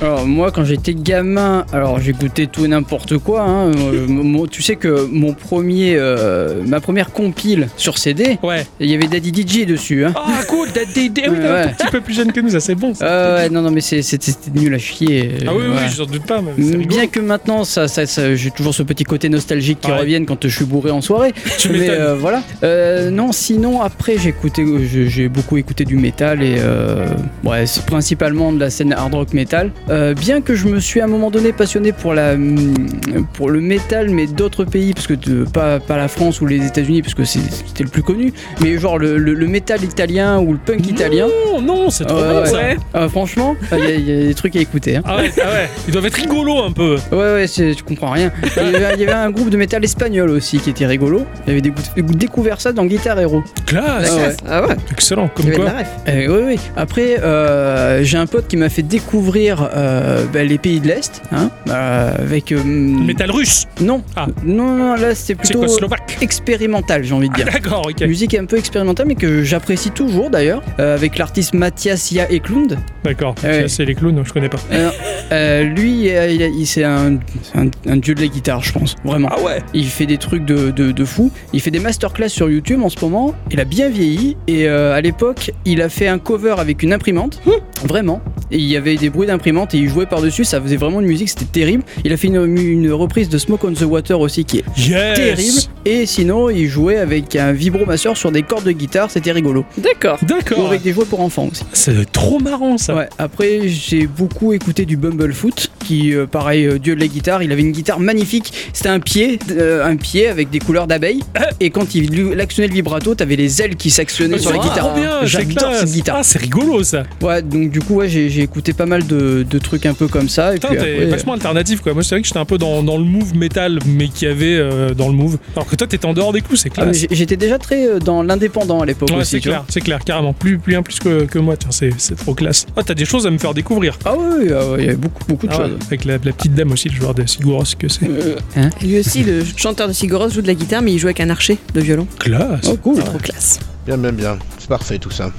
[SPEAKER 2] Alors moi quand j'étais gamin, alors j'ai goûté tout et n'importe quoi. hein. Euh, mon- tu sais que mon premier, euh, ma première compile sur CD,
[SPEAKER 1] Ouais.
[SPEAKER 2] il y avait Daddy DJ dessus. Hein.
[SPEAKER 1] Ah, cool, t'as des idées. Oui,
[SPEAKER 2] Ouais,
[SPEAKER 1] t'es un
[SPEAKER 2] ouais.
[SPEAKER 1] tout petit peu plus jeune que nous, ça, c'est bon. ça.
[SPEAKER 2] Euh, ouais, non non mais c'est- c'était c'était nul à chier.
[SPEAKER 1] ah oui,
[SPEAKER 2] Ouais.
[SPEAKER 1] oui, je n'en doute pas, mais c'est rigolo.
[SPEAKER 2] Mm, Bien que maintenant, ça, ça, ça- j'ai toujours ce petit côté nostalgique qui
[SPEAKER 1] Ouais.
[SPEAKER 2] revienne quand je suis bourré en soirée.
[SPEAKER 1] Tu
[SPEAKER 2] mais
[SPEAKER 1] m'étonnes.
[SPEAKER 2] euh, voilà. Euh, non, sinon après, j'ai écouté, je- j'ai beaucoup écouté du métal et euh, ouais, c'est principalement de la scène hard rock métal. Euh, bien que je me suis à un moment donné passionné pour la hum, pour le métal, mais d'autres pays, parce que de- pas pas la France ou les États-Unis, parce que c'est- c'était le plus connu, mais genre le, le- le métal italien ou le punk italien.
[SPEAKER 1] Non, non, c'est Mmh. Ah, trop
[SPEAKER 2] Ouais,
[SPEAKER 1] bon,
[SPEAKER 2] ouais.
[SPEAKER 1] ça.
[SPEAKER 2] Euh, franchement, il y, a- y a des trucs à écouter. hein.
[SPEAKER 1] Ah ouais, ah ouais. Ils doivent être rigolos un peu.
[SPEAKER 2] Ouais, ouais, c'est- tu comprends rien. Il y, avait, il y avait un groupe de métal espagnol aussi qui était rigolo. Il avait décou- découvert ça dans Guitar Hero.
[SPEAKER 1] Classe.
[SPEAKER 2] Ah ouais.
[SPEAKER 3] Ah ouais,
[SPEAKER 1] Excellent.
[SPEAKER 3] il y
[SPEAKER 1] Comme
[SPEAKER 3] avait de
[SPEAKER 1] quoi.
[SPEAKER 3] la ref.
[SPEAKER 2] Euh, ouais, ouais. Après, euh, j'ai un pote qui m'a fait découvrir euh, bah, les pays de l'Est. Hein, euh, avec. euh,
[SPEAKER 1] Métal russe.
[SPEAKER 2] Non.
[SPEAKER 1] Ah.
[SPEAKER 2] non, non, là c'était plutôt
[SPEAKER 1] Tchécoslovaque. Ah,
[SPEAKER 2] expérimental, j'ai envie de
[SPEAKER 3] Ah,
[SPEAKER 2] dire.
[SPEAKER 1] D'accord, ok.
[SPEAKER 2] Musique un peu expérimentale, mais que j'apprécie toujours d'ailleurs, euh, avec l'artiste Mathias Ya Eklund.
[SPEAKER 1] D'accord.
[SPEAKER 2] Ah Ouais.
[SPEAKER 1] Ça, C'est les clowns, je connais pas.
[SPEAKER 2] Euh, euh, lui, euh, il, a- il- c'est un, un- un dieu de la guitare, je pense, vraiment.
[SPEAKER 1] Ah ouais.
[SPEAKER 2] Il fait des trucs de, de, de fou. Il fait des masterclass sur YouTube en ce moment. Il a bien vieilli. Et euh, à l'époque, il a fait un cover avec une imprimante.
[SPEAKER 1] Hein
[SPEAKER 2] Vraiment. Et il y avait des bruits d'imprimante et il jouait par-dessus. Ça faisait vraiment une musique. C'était terrible. Il a fait une, une reprise de Smoke on the Water aussi qui est
[SPEAKER 1] Yes.
[SPEAKER 2] terrible. Et sinon, il jouait avec un vibromasseur sur des cordes de guitare. C'était rigolo.
[SPEAKER 3] D'accord.
[SPEAKER 2] Ou
[SPEAKER 1] D'accord.
[SPEAKER 2] avec des jouets pour enfants aussi.
[SPEAKER 1] C'est trop marrant ça.
[SPEAKER 2] Ouais, après j'ai beaucoup écouté du Bumblefoot qui euh, pareil euh, dieu de la guitare, il avait une guitare magnifique, c'était un pied euh, un pied avec des couleurs d'abeilles et quand il lui- actionnait le vibrato, t'avais les ailes qui s'actionnaient
[SPEAKER 1] Ah,
[SPEAKER 2] sur la
[SPEAKER 1] c'est
[SPEAKER 2] guitare.
[SPEAKER 1] trop bien, c'est
[SPEAKER 2] J'adore
[SPEAKER 1] classe.
[SPEAKER 2] cette guitare.
[SPEAKER 1] Ah, c'est rigolo ça.
[SPEAKER 2] Ouais, donc du coup ouais, j'ai j'ai écouté pas mal de, de trucs un peu comme ça et
[SPEAKER 1] Putain,
[SPEAKER 2] puis euh,
[SPEAKER 1] t'es
[SPEAKER 2] après,
[SPEAKER 1] vachement alternatif quoi. Moi, c'est vrai que j'étais un peu dans, dans le move métal, mais qu'il y avait euh, dans le move. Alors que toi, t'étais en dehors des coups, c'est
[SPEAKER 2] ah, mais
[SPEAKER 1] classe.
[SPEAKER 2] j'ai- j'étais déjà très euh, dans l'indépendant à l'époque
[SPEAKER 1] Ouais,
[SPEAKER 2] aussi.
[SPEAKER 1] c'est
[SPEAKER 2] tu vois.
[SPEAKER 1] clair, c'est clair, carrément. Plus, plus un plus que, que moi, tiens, c'est c'est trop classe. Ah, t'as des choses à me faire découvrir.
[SPEAKER 2] Ah ouais, ah ouais, il y avait beaucoup beaucoup de
[SPEAKER 1] Ah ouais,
[SPEAKER 2] choses.
[SPEAKER 1] avec la, la petite dame aussi, le joueur de Sigur Rós, que c'est.
[SPEAKER 2] Euh,
[SPEAKER 3] Lui aussi, le chanteur de Sigur Rós joue de la guitare, mais il joue avec un archer de violon.
[SPEAKER 1] Classe.
[SPEAKER 2] oh cool.
[SPEAKER 3] Trop classe.
[SPEAKER 4] Bien, bien, bien. C'est parfait tout ça.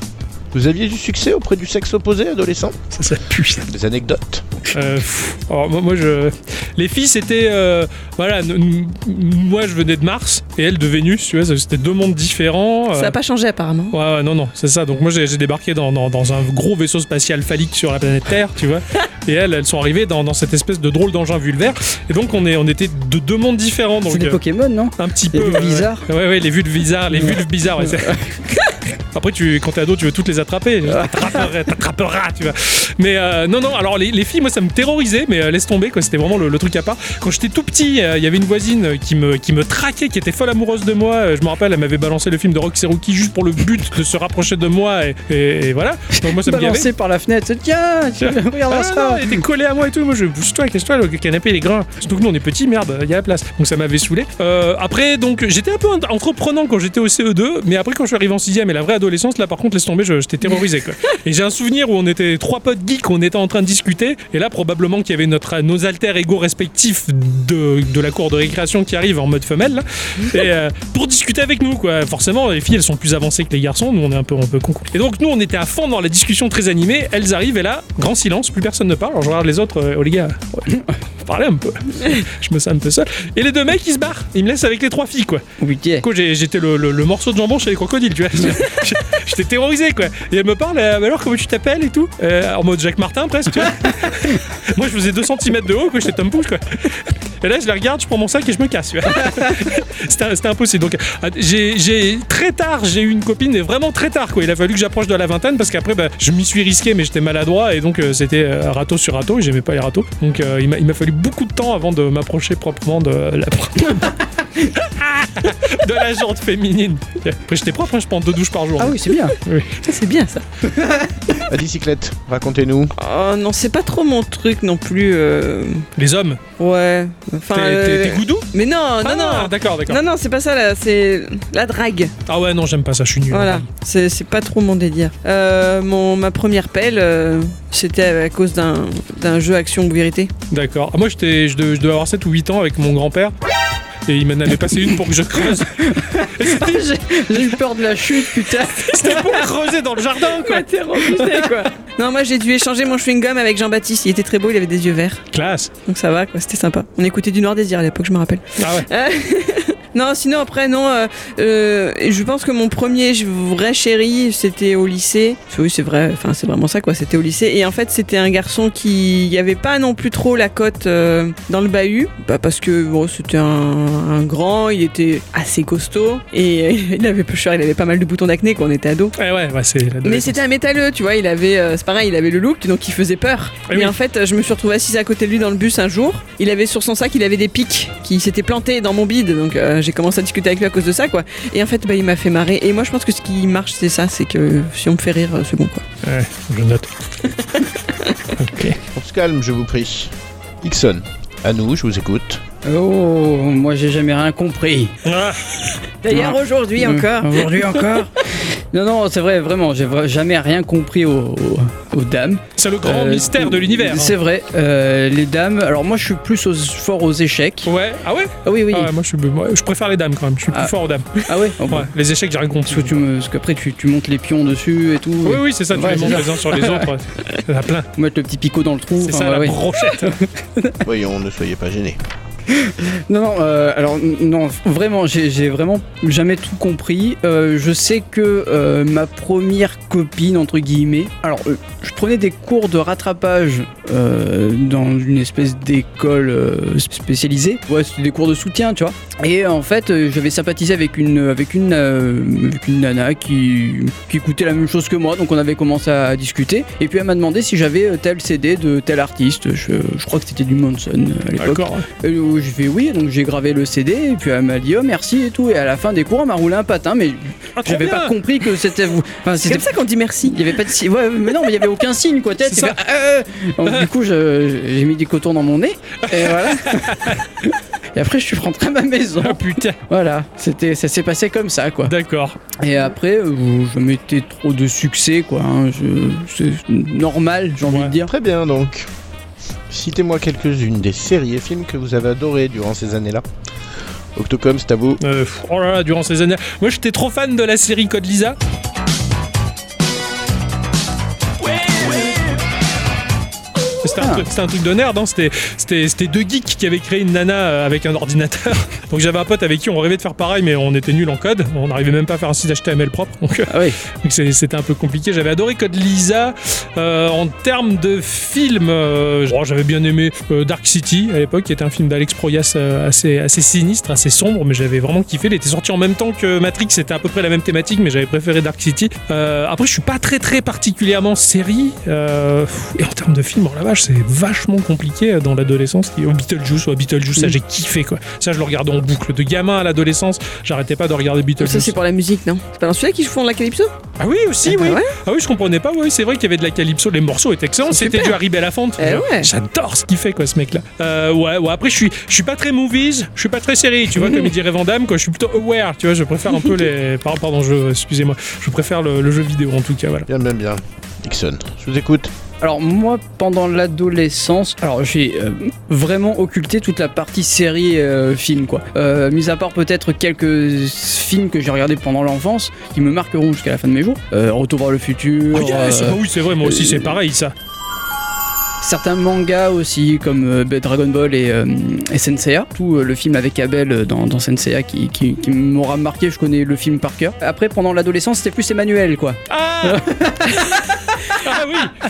[SPEAKER 4] Vous aviez du succès auprès du sexe opposé, adolescent
[SPEAKER 1] Ça, ça pue. ça.
[SPEAKER 4] Des anecdotes
[SPEAKER 1] Euh, pff, alors, moi, moi, je. Les filles, c'était. euh, voilà, n- n- moi, je venais de Mars et elle de Vénus, tu vois, c'était deux mondes différents.
[SPEAKER 3] Ça
[SPEAKER 1] euh,
[SPEAKER 3] a pas changé apparemment.
[SPEAKER 1] Ouais, ouais, non, non, c'est ça. Donc moi, j'ai j'ai débarqué dans, dans- dans un gros vaisseau spatial phallique sur la planète Terre, tu vois. Et elles, elles sont arrivées dans, dans cette espèce de drôle d'engin vulvaire. Et donc, on, est, on était de deux mondes différents.
[SPEAKER 2] C'est
[SPEAKER 1] Donc,
[SPEAKER 2] des
[SPEAKER 1] euh,
[SPEAKER 2] Pokémon, non
[SPEAKER 1] un petit
[SPEAKER 2] des
[SPEAKER 1] peu.
[SPEAKER 2] vulves
[SPEAKER 1] ouais, ouais.
[SPEAKER 2] bizarres.
[SPEAKER 1] Ouais, ouais, les vulves bizarres. Les vulves bizarres, ouais, c'est- Après, tu, quand t'es ado, tu veux toutes les attraper. T'attraperas, t'attraperas, tu vois. Mais euh, non, non, alors les, les filles, moi, ça me terrorisait, mais euh, laisse tomber, quoi. C'était vraiment le, le truc à part. Quand j'étais tout petit, euh, il y avait une voisine qui me, qui me traquait, qui était folle amoureuse de moi. Euh, Je me rappelle, elle m'avait balancé le film de Roxy Rookie juste pour le but de se rapprocher de moi. Et, et- et voilà. Donc, moi, ça me gavait.
[SPEAKER 2] Balancé par la fenêtre, c'est- tiens, tiens, regarde
[SPEAKER 1] Ah,
[SPEAKER 2] ça.
[SPEAKER 1] non, elle était collée à moi et tout. Moi, je bouge-toi, cache-toi, le canapé il est grand. Surtout que nous, on est petits, merde, il y a la place. Donc ça E m'avait saoulé. Euh, après, donc j'étais un peu ent- entreprenant quand j'étais au CE2, mais après, quand je suis arrivé en 6ème et la vraie adolescence, là par contre, laisse tomber, je- j'étais terrorisé. Quoi. Et j'ai un souvenir où on était trois potes geeks, on était en train de discuter, et là probablement qu'il y avait notre, nos alter égaux respectifs de, de la cour de récréation qui arrivent en mode femelle, là, et, euh, pour discuter avec nous. Quoi. Forcément, les filles, elles sont plus avancées que les garçons, nous on est un peu, un peu con. Et donc nous, on était à fond dans la discussion très animée, elles arrivent, et là, grand silence, plus personne ne parle. Alors je regarde les autres, euh, oh les gars, ouais, parlez un peu. je me sens un peu seul. Et les deux mecs, ils se barrent, ils me laissent avec les trois filles, quoi.
[SPEAKER 2] Oh, putain.
[SPEAKER 1] Du coup, j'ai- j'étais le, le- le morceau de jambon chez les crocodiles, tu vois. j'étais terrorisé, quoi. Et elle me parle, euh, alors comment tu t'appelles et tout Euh, En mode Jacques Martin, presque, tu vois. Moi, je faisais 2 cm de haut, quoi, j'étais Tom Pouce, quoi. Et là, je la regarde, je prends mon sac et je me casse. tu vois. C'était c'était impossible. Donc, euh, j'ai j'ai- très tard, j'ai eu une copine, et vraiment très tard, quoi. Il a fallu que j'approche de la vingtaine parce qu'après, bah, je m'y suis risqué, mais j'étais maladroit et donc euh, c'était euh, râteau sur râteau et j'aimais pas les râteaux. Donc, euh, il m'a- il m'a fallu beaucoup de temps avant de m'approcher proprement de la de la jante féminine. Après, j'étais propre, hein, je prends deux douches par jour.
[SPEAKER 2] Ah oui, c'est bien.
[SPEAKER 3] Ça, c'est bien ça.
[SPEAKER 4] La bicyclette, racontez-nous.
[SPEAKER 1] Ah,
[SPEAKER 3] Oh non, c'est pas trop mon truc non plus. euh,
[SPEAKER 1] Les hommes,
[SPEAKER 3] Ouais. Enfin.
[SPEAKER 1] t'es
[SPEAKER 3] euh,
[SPEAKER 1] t'es- t'es goudou
[SPEAKER 3] Mais non,
[SPEAKER 1] Ah,
[SPEAKER 3] non, non.
[SPEAKER 1] D'accord, d'accord.
[SPEAKER 3] Non, non, c'est pas ça là, c'est la drague.
[SPEAKER 1] Ah ouais, non, j'aime pas ça, je suis nul.
[SPEAKER 3] Voilà, c'est c'est pas trop mon délire. Euh, mon, ma première pelle, euh, c'était à cause d'un d'un jeu action ou vérité.
[SPEAKER 1] D'accord. Ah, moi, j'étais- je devais je devais avoir 7 ou 8 ans avec mon grand-père. Et il m'en avait passé une pour que je creuse.
[SPEAKER 2] J'ai eu peur de la chute, putain.
[SPEAKER 1] C'était pour creuser dans le jardin, quoi.
[SPEAKER 3] quoi Non, moi j'ai dû échanger mon chewing-gum avec Jean-Baptiste, il était très beau, il avait des yeux verts.
[SPEAKER 1] Classe.
[SPEAKER 3] Donc ça va, quoi, c'était sympa. On écoutait du Noir Désir à l'époque, je me rappelle. Euh,
[SPEAKER 1] Ah ouais.
[SPEAKER 3] Non, sinon après, non. euh, euh, je pense que mon premier vrai chéri, c'était au lycée. Oui, c'est vrai, enfin, c'est vraiment ça, quoi. C'était au lycée. Et en fait, c'était un garçon qui n'avait pas non plus trop la cote euh, dans le bahut. Bah, parce que bon, c'était un, un grand, il était assez costaud. Et il avait peu cher, il avait pas mal de boutons d'acné quand on était ado.
[SPEAKER 1] Eh ouais, bah, c'est la
[SPEAKER 3] Mais c'était un métalleux, tu vois, il avait, euh, c'est pareil, il avait le look, donc il faisait peur.
[SPEAKER 1] Eh
[SPEAKER 3] Et
[SPEAKER 1] oui.
[SPEAKER 3] en fait, je me suis retrouvée assise à côté de lui dans le bus un jour. Il avait sur son sac, il avait des pics qui s'étaient plantés dans mon bide, donc euh, j'ai commencé à discuter avec lui à cause de ça, quoi. Et en fait, bah, il m'a fait marrer. Et moi, je pense que ce qui marche, c'est ça, c'est que si on me fait rire, euh, c'est bon, quoi.
[SPEAKER 1] Ouais, je note.
[SPEAKER 4] On se calme, je vous prie. Ixon, à nous, je vous écoute.
[SPEAKER 2] Oh, moi j'ai jamais rien compris.
[SPEAKER 1] Ah,
[SPEAKER 3] D'ailleurs,
[SPEAKER 2] Ouais.
[SPEAKER 3] aujourd'hui
[SPEAKER 1] Mm.
[SPEAKER 2] Euh,
[SPEAKER 3] encore.
[SPEAKER 2] Aujourd'hui encore Non, non, c'est vrai, vraiment, j'ai vra- jamais rien compris aux, aux- aux dames.
[SPEAKER 1] c'est le grand
[SPEAKER 2] Euh,
[SPEAKER 1] mystère de l'univers. hein.
[SPEAKER 2] C'est vrai, euh, les dames. Alors moi je suis plus aux- fort aux échecs.
[SPEAKER 1] Ouais, ah ouais,
[SPEAKER 2] Ah oui, oui.
[SPEAKER 1] Ah ouais, moi je, suis, moi, je préfère les dames quand même, je suis
[SPEAKER 2] Ah.
[SPEAKER 1] plus fort aux dames.
[SPEAKER 2] Ah ouais, oh, bon.
[SPEAKER 1] Ouais, les échecs, j'ai rien
[SPEAKER 2] Parce
[SPEAKER 1] compris.
[SPEAKER 2] que tu me- parce qu'après tu, tu montes les pions dessus et tout.
[SPEAKER 1] Oui, oui, c'est ça, tu
[SPEAKER 2] Ouais,
[SPEAKER 1] les
[SPEAKER 2] c'est
[SPEAKER 1] montes
[SPEAKER 2] ça.
[SPEAKER 1] les uns sur les autres. ouais. Il y en a plein.
[SPEAKER 2] Faut Mettre le petit picot dans le trou.
[SPEAKER 1] C'est
[SPEAKER 2] enfin,
[SPEAKER 1] ça,
[SPEAKER 2] ouais,
[SPEAKER 1] la
[SPEAKER 2] ouais.
[SPEAKER 1] brochette.
[SPEAKER 4] Voyons, ne soyez pas gênés.
[SPEAKER 2] Non, non, euh, alors n- non, vraiment, j'ai j'ai vraiment jamais tout compris. Euh, je sais que euh, ma première copine, entre guillemets, alors euh, je prenais des cours de rattrapage euh, dans une espèce d'école euh, spécialisée. Ouais, c'était des cours de soutien, tu vois. Et en fait, euh, j'avais sympathisé avec une, avec une, euh, avec une nana qui, qui écoutait la même chose que moi, donc on avait commencé à discuter. Et puis elle m'a demandé si j'avais euh, tel CD de tel artiste. Je, je crois que c'était du Manson euh, à l'époque.
[SPEAKER 1] D'accord.
[SPEAKER 2] Et où je fais oui, donc j'ai gravé le CD, et puis elle m'a dit oh merci et tout, et à la fin des cours, elle m'a roulé un patin, mais
[SPEAKER 1] Ah, trop
[SPEAKER 2] j'avais
[SPEAKER 1] bien.
[SPEAKER 2] pas compris que c'était vous. Enfin,
[SPEAKER 3] C'est
[SPEAKER 2] c'était
[SPEAKER 3] comme ça qu'on dit merci.
[SPEAKER 2] il y avait pas de signe. Ouais, mais non, mais il y avait aucun signe quoi. Tête, ben,
[SPEAKER 1] C'est ça.
[SPEAKER 2] du coup, je- j'ai mis du coton dans mon nez. Et voilà. et après, je suis rentré à ma maison.
[SPEAKER 1] Ah putain,
[SPEAKER 2] Voilà. C'était, ça s'est passé comme ça quoi.
[SPEAKER 1] d'accord.
[SPEAKER 2] Et après, euh, je mettais trop de succès quoi. hein. Je- C'est normal, j'ai envie
[SPEAKER 1] Ouais.
[SPEAKER 2] de dire.
[SPEAKER 4] Très bien donc. Citez-moi quelques-unes des séries et films que vous avez adorés durant ces années-là. Octocom, c'est à vous.
[SPEAKER 1] Euh, pff, oh là là, durant ces années. Moi, j'étais trop fan de la série Code Lisa. C'était un,
[SPEAKER 2] Ah.
[SPEAKER 1] truc- c'était un truc de nerd, hein. c'était c'était- c'était deux geeks qui avaient créé une nana euh, avec un ordinateur. Donc j'avais un pote avec qui on rêvait de faire pareil, mais on était nuls en code. On n'arrivait même pas à faire un site HTML propre. Donc euh,
[SPEAKER 2] Ah oui.
[SPEAKER 1] donc c'est- c'était un peu compliqué. J'avais adoré Code Lisa. Euh, en termes de film, euh, oh, j'avais bien aimé euh, Dark City à l'époque, qui était un film d'Alex Proyas euh, assez, assez sinistre, assez sombre, mais j'avais vraiment kiffé. Il était sorti en même temps que Matrix, c'était à peu près la même thématique, mais j'avais préféré Dark City. Euh, après, je suis pas très très particulièrement série. Euh, pff, et en termes de film, oh la vache, c'est vachement compliqué dans l'adolescence. Et, oh, Beetlejuice, ouais, Beetlejuice, ça
[SPEAKER 2] Mm.
[SPEAKER 1] j'ai kiffé quoi. Ça, je le regardais en boucle de gamin à l'adolescence. J'arrêtais pas de regarder
[SPEAKER 3] Ça,
[SPEAKER 1] Beetlejuice.
[SPEAKER 3] c'est pour la musique, non C'est pas dans celui-là qu'ils font la calypso
[SPEAKER 1] ah oui, aussi,
[SPEAKER 3] Ah bah
[SPEAKER 1] oui.
[SPEAKER 3] ouais.
[SPEAKER 1] Ah oui, je comprenais pas. Oui, c'est vrai qu'il y avait de la calypso. Les morceaux étaient excellents.
[SPEAKER 3] C'est
[SPEAKER 1] C'était
[SPEAKER 3] super.
[SPEAKER 1] du Harry Belafonte.
[SPEAKER 3] Eh
[SPEAKER 1] Je-
[SPEAKER 3] ouais.
[SPEAKER 1] J'adore ce qu'il fait, quoi, ce mec-là. Euh, ouais, ouais. Après, je suis, je suis pas très movies. Je suis pas très série. Tu vois, comme il dirait Van Damme, quoi. Je suis plutôt aware. Tu vois, je préfère un peu les. Pardon, pardon. Je, excusez-moi. Je préfère le, le jeu vidéo en tout cas. Voilà.
[SPEAKER 4] Bien, bien, bien. Dixon, je vous écoute.
[SPEAKER 2] Alors moi, pendant l'adolescence, alors j'ai euh, vraiment occulté toute la partie série euh, film quoi. Euh, mis à part peut-être quelques films que j'ai regardés pendant l'enfance qui me marqueront jusqu'à la fin de mes jours. Euh, Retour vers le futur.
[SPEAKER 1] Ah, yes,
[SPEAKER 2] euh,
[SPEAKER 1] bah oui, c'est vrai. Moi aussi,
[SPEAKER 2] euh,
[SPEAKER 1] c'est pareil, ça.
[SPEAKER 2] certains mangas aussi comme euh, bah, Dragon Ball et, euh, et Senseiya tout euh, le film avec Abel euh, dans, dans Senseiya qui, qui- qui m'aura marqué je connais le film par cœur après pendant l'adolescence c'était plus Emmanuel quoi
[SPEAKER 1] Ah. Ah oui, ah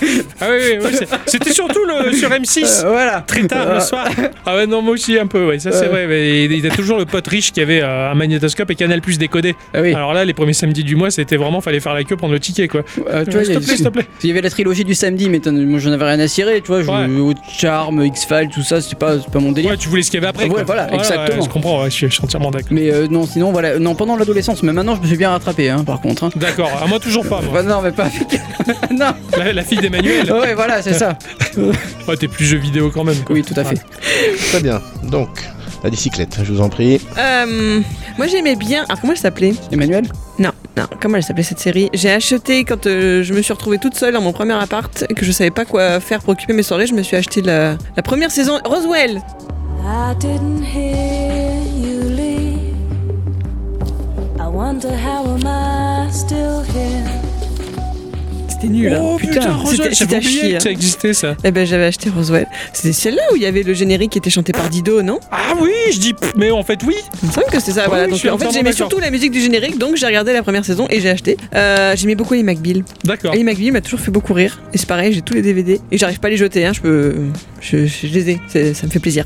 [SPEAKER 1] oui, oui, oui, c'est- c'était surtout le, sur M6.
[SPEAKER 2] Euh, voilà
[SPEAKER 1] Très tard le soir. Ah ouais, non, moi aussi un peu, ouais, ça c'est
[SPEAKER 2] Euh.
[SPEAKER 1] vrai. Mais il il y a toujours le pote riche qui avait euh, un magnétoscope et Canal Plus décodé.
[SPEAKER 2] Ah oui
[SPEAKER 1] Alors là, les premiers samedis du mois, c'était vraiment, fallait faire la queue, prendre le ticket, quoi.
[SPEAKER 2] Euh, tu vois, il y
[SPEAKER 1] S'il
[SPEAKER 2] a-
[SPEAKER 1] te plaît, s'il te plaît.
[SPEAKER 2] Il y avait la trilogie du samedi, mais t'en- moi j'en avais rien à cirer, tu vois. Je,
[SPEAKER 1] Ouais.
[SPEAKER 2] Charme, X-Files, tout ça, c'est pas, c'est pas mon délire.
[SPEAKER 1] Ouais, tu voulais ce qu'il y avait après.
[SPEAKER 3] Ah
[SPEAKER 2] Ouais,
[SPEAKER 1] quoi. Ah
[SPEAKER 2] voilà, exactement.
[SPEAKER 1] ouais, je comprends, ouais, je suis je suis entièrement d'accord.
[SPEAKER 2] Mais euh, non, sinon, voilà. Non, pendant l'adolescence, mais maintenant je me suis bien rattrapé, hein, par contre. hein.
[SPEAKER 1] D'accord, à moi toujours pas, moi.
[SPEAKER 2] Bah, non, mais pas avec. non,
[SPEAKER 1] La, la fille d'Emmanuel,
[SPEAKER 3] Oh.
[SPEAKER 2] ouais, voilà, c'est ça.
[SPEAKER 1] ouais, t'es plus jeu vidéo quand même. quoi.
[SPEAKER 2] Oui, tout à fait.
[SPEAKER 4] Très bien. Donc, la bicyclette, je vous en prie.
[SPEAKER 3] Euh, Moi, j'aimais bien. Alors, comment elle s'appelait
[SPEAKER 2] Emmanuel
[SPEAKER 3] Non, non, comment elle s'appelait cette série J'ai acheté quand euh, je me suis retrouvée toute seule dans mon premier appart et que je savais pas quoi faire pour occuper mes soirées, je me suis acheté la, la première saison Roswell.
[SPEAKER 6] I didn't hear you leave. I wonder how am I still here?
[SPEAKER 3] C'était nul. hein.
[SPEAKER 1] Oh putain,
[SPEAKER 2] Putain,
[SPEAKER 1] Roswell,
[SPEAKER 3] c'était- c'était
[SPEAKER 1] j'avais
[SPEAKER 3] à
[SPEAKER 1] oublié
[SPEAKER 3] chier,
[SPEAKER 1] que ça
[SPEAKER 3] hein.
[SPEAKER 1] existait ça.
[SPEAKER 3] Eh ben j'avais acheté Roswell. C'était celle-là où il y avait le générique qui était chanté par Dido, non
[SPEAKER 1] Ah oui, je dis, pff, mais en fait oui.
[SPEAKER 3] Il me semble que c'est ça.
[SPEAKER 1] Ah
[SPEAKER 3] voilà.
[SPEAKER 1] oui,
[SPEAKER 3] Donc,
[SPEAKER 1] je suis
[SPEAKER 3] en fait,
[SPEAKER 1] entièrement
[SPEAKER 3] j'aimais
[SPEAKER 1] d'accord.
[SPEAKER 3] surtout la musique du générique, donc j'ai regardé la première saison et j'ai acheté. Euh, j'aimais beaucoup les McBeal.
[SPEAKER 1] D'accord.
[SPEAKER 3] Et les McBeal m'a toujours fait beaucoup rire. Et c'est pareil, j'ai tous les DVD et j'arrive pas à les jeter. Hein. Je peux, je, je les ai. C'est- Ça me fait plaisir.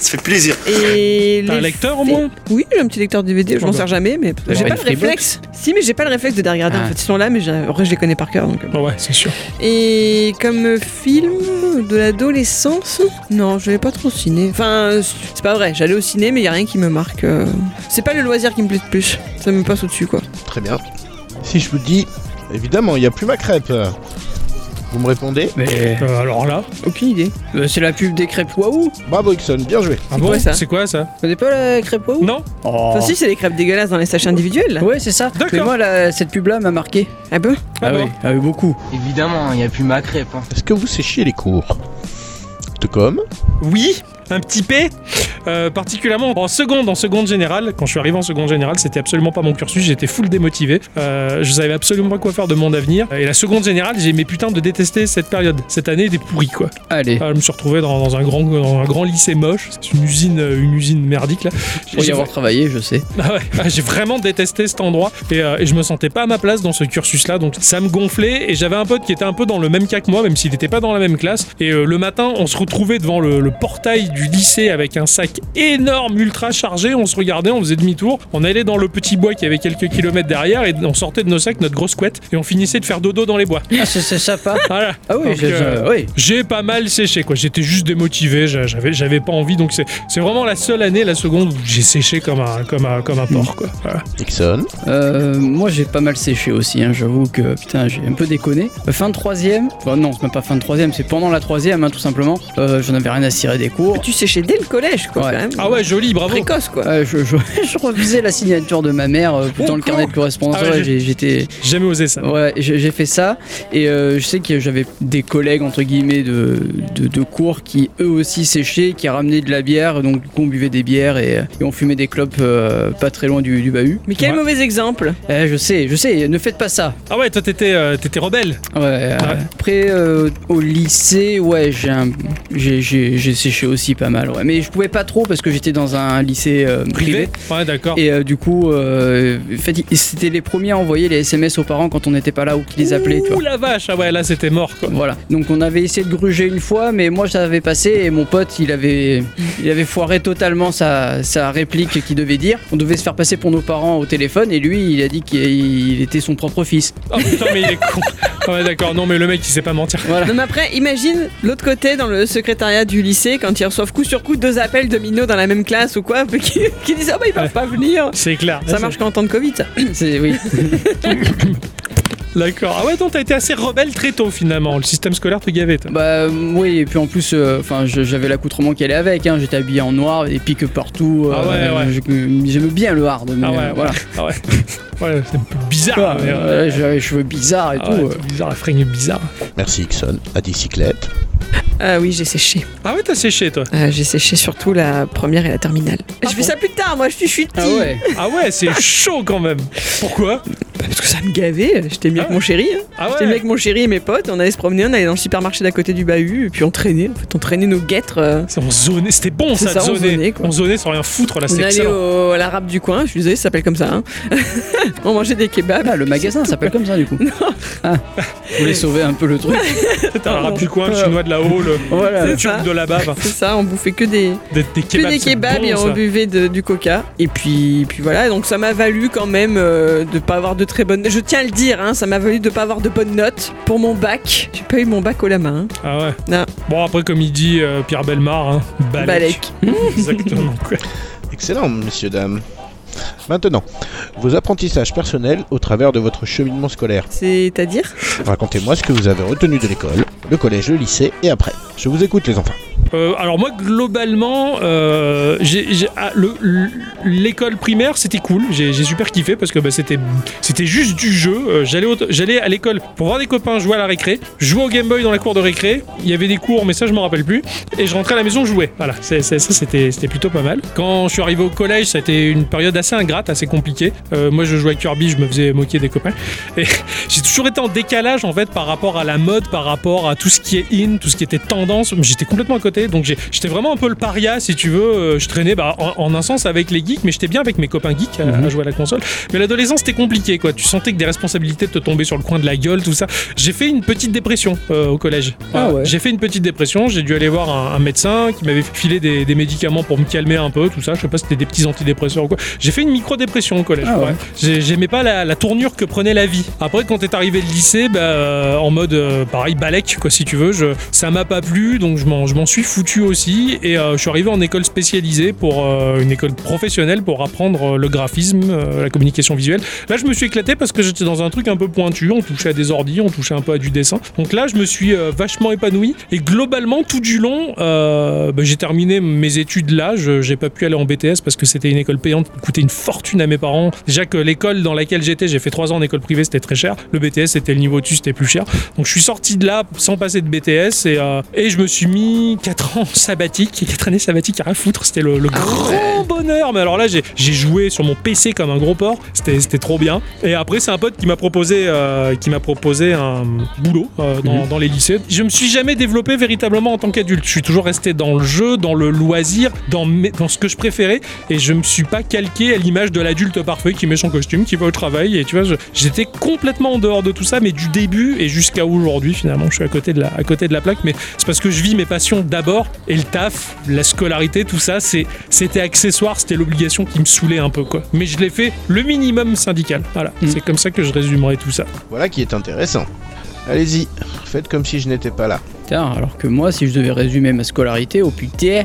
[SPEAKER 7] Ça fait plaisir.
[SPEAKER 3] Et
[SPEAKER 1] T'as un
[SPEAKER 3] les
[SPEAKER 1] lecteur au moins
[SPEAKER 3] Oui, j'ai un petit lecteur DVD, je m'en
[SPEAKER 1] D'accord.
[SPEAKER 3] sers jamais, mais j'ai
[SPEAKER 2] une
[SPEAKER 3] pas le réflexe. Si, mais j'ai pas le réflexe de les regarder en
[SPEAKER 2] Ah.
[SPEAKER 3] fait. Ils sont là, mais j'ai- en vrai, je les connais par cœur. Donc... euh.
[SPEAKER 1] Ah Ouais, c'est sûr.
[SPEAKER 3] Et comme film de l'adolescence, non, je vais pas trop au ciné. Enfin, c'est pas vrai, j'allais au ciné, mais y a rien qui me marque. euh. C'est pas le loisir qui me plaît le plus. Ça me passe au-dessus, quoi.
[SPEAKER 4] Très bien. Si je vous dis, évidemment, il n'y a plus ma crêpe. Vous me répondez
[SPEAKER 3] Eh.
[SPEAKER 2] Mais.
[SPEAKER 1] Euh, alors là,
[SPEAKER 3] Aucune idée.
[SPEAKER 2] euh, c'est la pub des crêpes Waouh
[SPEAKER 4] Bravo, Ixon, bien joué.
[SPEAKER 1] ah bon,
[SPEAKER 3] quoi, ça
[SPEAKER 1] c'est quoi ça
[SPEAKER 2] Vous connaissez pas la crêpe Waouh
[SPEAKER 1] Non Oh.
[SPEAKER 2] Oh.
[SPEAKER 3] Enfin, si, c'est les crêpes dégueulasses dans les sachets individuels, là.
[SPEAKER 2] Ouais, c'est ça.
[SPEAKER 1] D'accord.
[SPEAKER 2] Mais moi, la- cette pub-là m'a marqué.
[SPEAKER 3] Ah bon
[SPEAKER 1] Ah bon
[SPEAKER 2] oui, ah oui, beaucoup.
[SPEAKER 8] Évidemment, il n'y a plus ma crêpe. hein.
[SPEAKER 4] Est-ce que vous séchiez les cours Tout comme
[SPEAKER 1] Oui, un petit P, euh, particulièrement en seconde, en seconde générale. Quand je suis arrivé en seconde générale, c'était absolument pas mon cursus, j'étais full démotivé. Euh, je savais absolument pas quoi faire de mon avenir. Et la seconde générale, j'ai mais putain de détester cette période. Cette année était pourrie quoi.
[SPEAKER 2] Allez.
[SPEAKER 1] Ah, je me suis retrouvé dans, dans un grand, dans un grand lycée moche, c'est une usine, euh, une usine merdique là.
[SPEAKER 2] Pour y
[SPEAKER 1] J'ai-
[SPEAKER 2] avoir travaillé, je sais.
[SPEAKER 1] Ah ouais, ah, j'ai vraiment détesté cet endroit et, euh, et je me sentais pas à ma place dans ce cursus-là, donc ça me gonflait et j'avais un pote qui était un peu dans le même cas que moi, même s'il n'était pas dans la même classe. Et euh, le matin, on se retrouvait devant le, le portail du lycée avec un sac énorme, ultra chargé. On se regardait, on faisait demi-tour, on allait dans le petit bois qui avait quelques kilomètres derrière et on sortait de nos sacs notre grosse couette et on finissait de faire dodo dans les bois.
[SPEAKER 2] Ah, c'est c'est sympa.
[SPEAKER 1] Voilà.
[SPEAKER 2] Ah oui,
[SPEAKER 1] Donc,
[SPEAKER 2] j'ai-
[SPEAKER 1] euh,
[SPEAKER 2] oui.
[SPEAKER 1] j'ai pas mal séché quoi. J'étais juste démotivé, j'a- j'avais j'avais pas envie donc c'est c'est vraiment la seule année la seconde où j'ai séché comme un comme un comme un porc quoi. Voilà.
[SPEAKER 4] Ixon.
[SPEAKER 2] Euh, moi j'ai pas mal séché aussi, hein, j'avoue que putain j'ai un peu déconné. Euh, Fin de troisième, enfin non c'est même pas fin de troisième, c'est pendant la troisième hein, tout simplement. Euh, J'en avais rien à cirer des cours.
[SPEAKER 3] Tu séchais dès le collège, quoi,
[SPEAKER 2] Ouais.
[SPEAKER 3] quand même.
[SPEAKER 1] Ah ouais, joli, bravo.
[SPEAKER 3] Précoce, quoi.
[SPEAKER 2] Euh, je, je, je refaisais la signature de ma mère euh, dans le carnet de correspondance.
[SPEAKER 1] Ah ouais,
[SPEAKER 2] Ouais,
[SPEAKER 1] j'ai-
[SPEAKER 2] j'ai- J'étais,
[SPEAKER 1] J'ai Jamais osé ça.
[SPEAKER 2] ouais, j'ai j'ai fait ça et euh, je sais que j'avais des collègues entre guillemets de, de, de cours qui eux aussi séchaient, qui ramenaient de la bière, donc du coup on buvait des bières et, et on fumait des clopes euh, pas très loin du, du bahut.
[SPEAKER 3] Mais quel
[SPEAKER 1] Ouais.
[SPEAKER 3] mauvais exemple.
[SPEAKER 2] Eh, je sais, je sais, ne faites pas ça.
[SPEAKER 1] Ah ouais, toi t'étais euh, t'étais rebelle.
[SPEAKER 2] Ouais, euh, après euh, au lycée, ouais, j'ai un- j'ai- j'ai j'ai séché aussi pas mal, ouais. Mais je pouvais pas trop parce que j'étais dans un lycée euh, privé.
[SPEAKER 1] Ouais, d'accord.
[SPEAKER 2] Et euh, du coup, euh, en fait, ils- c'était les premiers à envoyer les SMS aux parents quand on n'était pas là ou qu'ils les appelaient, tu
[SPEAKER 1] Ouh
[SPEAKER 2] vois.
[SPEAKER 1] la vache, ah ouais, là c'était mort quoi.
[SPEAKER 2] Voilà. Donc on avait essayé de gruger une fois, mais moi ça avait passé et mon pote il avait, il avait foiré totalement sa, sa réplique qu'il devait dire. On devait se faire passer pour nos parents au téléphone et lui il a dit qu'il était son propre fils.
[SPEAKER 1] Oh putain, mais il est con. Ah ouais, d'accord, non, mais le mec il sait pas mentir.
[SPEAKER 2] Voilà.
[SPEAKER 3] Non mais après, imagine l'autre côté dans le secrétariat du lycée quand ils reçoivent coup sur coup deux appels de minots dans la même classe ou quoi, qui, qui disent oh bah ils peuvent pas venir.
[SPEAKER 1] C'est clair.
[SPEAKER 3] Ça marche qu'en temps de Covid. ça.
[SPEAKER 2] C'est oui.
[SPEAKER 1] D'accord. Ah ouais, donc t'as été assez rebelle très tôt finalement. Le système scolaire te gavait. toi.
[SPEAKER 2] Bah oui, et puis en plus, euh, enfin, je- j'avais l'accoutrement qui allait avec. hein. J'étais habillé en noir, des piques partout. euh,
[SPEAKER 1] Ah ouais, ouais.
[SPEAKER 2] je- J'aime bien le hard. mais,
[SPEAKER 1] Ah ouais,
[SPEAKER 2] euh, voilà.
[SPEAKER 1] Ah ouais. Ouais, c'est bizarre. mais, euh,
[SPEAKER 2] Ouais, J'avais les cheveux bizarres et
[SPEAKER 1] ah
[SPEAKER 2] tout.
[SPEAKER 1] ouais,
[SPEAKER 2] euh.
[SPEAKER 1] c'est bizarre, la fringue est bizarre.
[SPEAKER 4] Merci Ixon, à bicyclette.
[SPEAKER 3] Ah oui, j'ai séché.
[SPEAKER 1] Ah ouais, t'as séché toi.
[SPEAKER 3] Ah, j'ai séché surtout la première et la terminale. je fais
[SPEAKER 1] Ah bon
[SPEAKER 3] ça plus tard, moi je suis, je suis petit.
[SPEAKER 2] Ah ouais.
[SPEAKER 1] Ah ouais, c'est chaud quand même. Pourquoi
[SPEAKER 3] Parce que ça me gavait. J'étais bien
[SPEAKER 1] Ah
[SPEAKER 3] avec mon chéri. hein.
[SPEAKER 1] Ah
[SPEAKER 3] J'étais bien
[SPEAKER 1] ouais.
[SPEAKER 3] avec mon chéri et mes potes. On allait se promener, on allait dans le supermarché d'à côté du bahut et puis on traînait. En fait, on traînait nos guêtres. euh,
[SPEAKER 1] C'est- On zonait, c'était bon
[SPEAKER 3] C'est
[SPEAKER 1] ça, de
[SPEAKER 3] ça, on
[SPEAKER 1] zoner.
[SPEAKER 3] zonait, quoi.
[SPEAKER 1] On zonait sans rien foutre là,
[SPEAKER 3] On
[SPEAKER 1] Ah, c'est
[SPEAKER 3] allait
[SPEAKER 1] excellent.
[SPEAKER 3] au, à l'arabe du coin, je suis désolée, ça s'appelle comme ça. hein. on mangeait des kebabs.
[SPEAKER 2] Ah, le magasin s'appelle comme ça du coup. Ah, vous voulez sauver un peu le truc.
[SPEAKER 1] T'as un rap du coin, le chinois de là-haut, le
[SPEAKER 2] Voilà.
[SPEAKER 1] le
[SPEAKER 3] C'est ça.
[SPEAKER 1] turc de là-bas. enfin,
[SPEAKER 3] C'est ça, on bouffait que des,
[SPEAKER 1] Des, des
[SPEAKER 3] que
[SPEAKER 1] kebabs.
[SPEAKER 3] des
[SPEAKER 1] c'est
[SPEAKER 3] kebabs
[SPEAKER 1] bon,
[SPEAKER 3] et on
[SPEAKER 1] ça.
[SPEAKER 3] buvait de- du coca. Et puis, puis voilà, donc ça m'a valu quand même euh, de pas avoir de très bonnes. Je tiens à le dire, hein, ça m'a valu de pas avoir de bonnes notes pour mon bac. J'ai pas eu mon bac au la main. hein.
[SPEAKER 1] Ah ouais.
[SPEAKER 3] Non.
[SPEAKER 1] Bon, après, comme il dit euh, Pierre Belmar, hein, Balek.
[SPEAKER 3] Balek.
[SPEAKER 1] Exactement. quoi.
[SPEAKER 4] Excellent, messieurs, dames. Maintenant, vos apprentissages personnels au travers de votre cheminement scolaire.
[SPEAKER 3] C'est-à-dire
[SPEAKER 4] Racontez-moi ce que vous avez retenu de l'école, le collège, le lycée et après. Je vous écoute, les enfants.
[SPEAKER 1] Euh, alors, moi, globalement, euh, j'ai- j'ai- ah, le- le- l'école primaire, c'était cool. J'ai j'ai super kiffé parce que bah, c'était c'était juste du jeu. Euh, J'allais au- j'allais à l'école pour voir des copains jouer à la récré. Je jouais au Game Boy dans la cour de récré. Il y avait des cours, mais ça, je m'en rappelle plus. Et je rentrais à la maison jouer. Voilà, C'est- c'est- ça, c'était c'était plutôt pas mal. Quand je suis arrivé au collège, ça a été une période assez ingrate, assez compliquée. Euh, moi, je jouais à Kirby, je me faisais moquer des copains. Et j'ai toujours été en décalage, en fait, par rapport à la mode, par rapport à tout ce qui est in, tout ce qui était tendance. J'étais complètement à côté. Donc, j'ai- j'étais vraiment un peu le paria, si tu veux. Euh, Je traînais, bah, en, en un sens, avec les geeks, mais j'étais bien avec mes copains geeks à-
[SPEAKER 2] Mhm.
[SPEAKER 1] à jouer à la console. Mais l'adolescence, c'était compliqué, quoi. Tu sentais que des responsabilités te tombaient sur le coin de la gueule, tout ça. J'ai fait une petite dépression euh, au collège.
[SPEAKER 2] Ah
[SPEAKER 1] Euh,
[SPEAKER 2] ouais.
[SPEAKER 1] J'ai fait une petite dépression. J'ai dû aller voir un, un médecin qui m'avait filé des, des médicaments pour me calmer un peu, tout ça. Je sais pas si c'était des petits antidépresseurs ou quoi. J'ai fait une micro-dépression au collège.
[SPEAKER 2] Ah ouais.
[SPEAKER 1] ouais. J'ai- J'aimais pas la, la tournure que prenait la vie. Après, quand est arrivé le lycée, bah, euh, en mode euh, pareil, balèque, quoi, si tu veux, je, ça m'a pas plu, donc je m'en je m'en suis foutu aussi. Et euh, je suis arrivé en école spécialisée pour euh, une école professionnelle pour apprendre euh, le graphisme, euh, la communication visuelle. Là, je me suis éclaté parce que j'étais dans un truc un peu pointu. On touchait à des ordi, on touchait un peu à du dessin. Donc là, je me suis euh, vachement épanoui. Et globalement, tout du long, euh, bah, j'ai terminé mes études là. Je j'ai pas pu aller en BTS parce que c'était une école payante qui coûtait une fortune à mes parents. Déjà que l'école dans laquelle j'étais, j'ai fait trois ans en école privée, c'était très cher. Le BTS, c'était le niveau dessus, c'était plus cher. Donc je suis sorti de là sans passer de BTS et, euh, et je me suis mis 4 ans sabbatique, 4 années sabbatiques à rien foutre, c'était le, le grand bonheur. Mais alors là, j'ai j'ai joué sur mon PC comme un gros porc, c'était c'était trop bien. Et après, c'est un pote qui m'a proposé, euh, qui m'a proposé un boulot euh, dans, dans les lycées. Je me suis jamais développé véritablement en tant qu'adulte. Je suis toujours resté dans le jeu, dans le loisir, dans, mes- dans ce que je préférais et je me suis pas calqué à l'image de l'adulte parfait qui met son costume, qui va au travail et tu vois, je- j'étais complètement en dehors de tout ça, mais du début et jusqu'à aujourd'hui finalement, je suis à côté de la, à côté de la plaque, mais c'est parce que je vis mes passions d'abord et le taf, la scolarité, tout ça, c'est, c'était accessoire, c'était l'obligation qui me saoulait un peu quoi. Mais je l'ai fait le minimum syndical. Voilà,
[SPEAKER 2] Mm.
[SPEAKER 1] c'est comme ça que je résumerai tout ça.
[SPEAKER 4] Voilà qui est intéressant. Allez-y, faites comme si je n'étais pas là.
[SPEAKER 2] Putain, alors que moi, si je devais résumer ma scolarité, oh putain.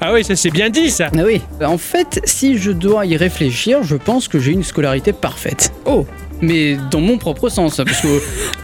[SPEAKER 1] Ah oui, ça c'est bien dit ça.
[SPEAKER 2] Ah oui. Bah, En fait, si je dois y réfléchir, je pense que j'ai une scolarité parfaite. Oh mais dans mon propre sens, hein, parce que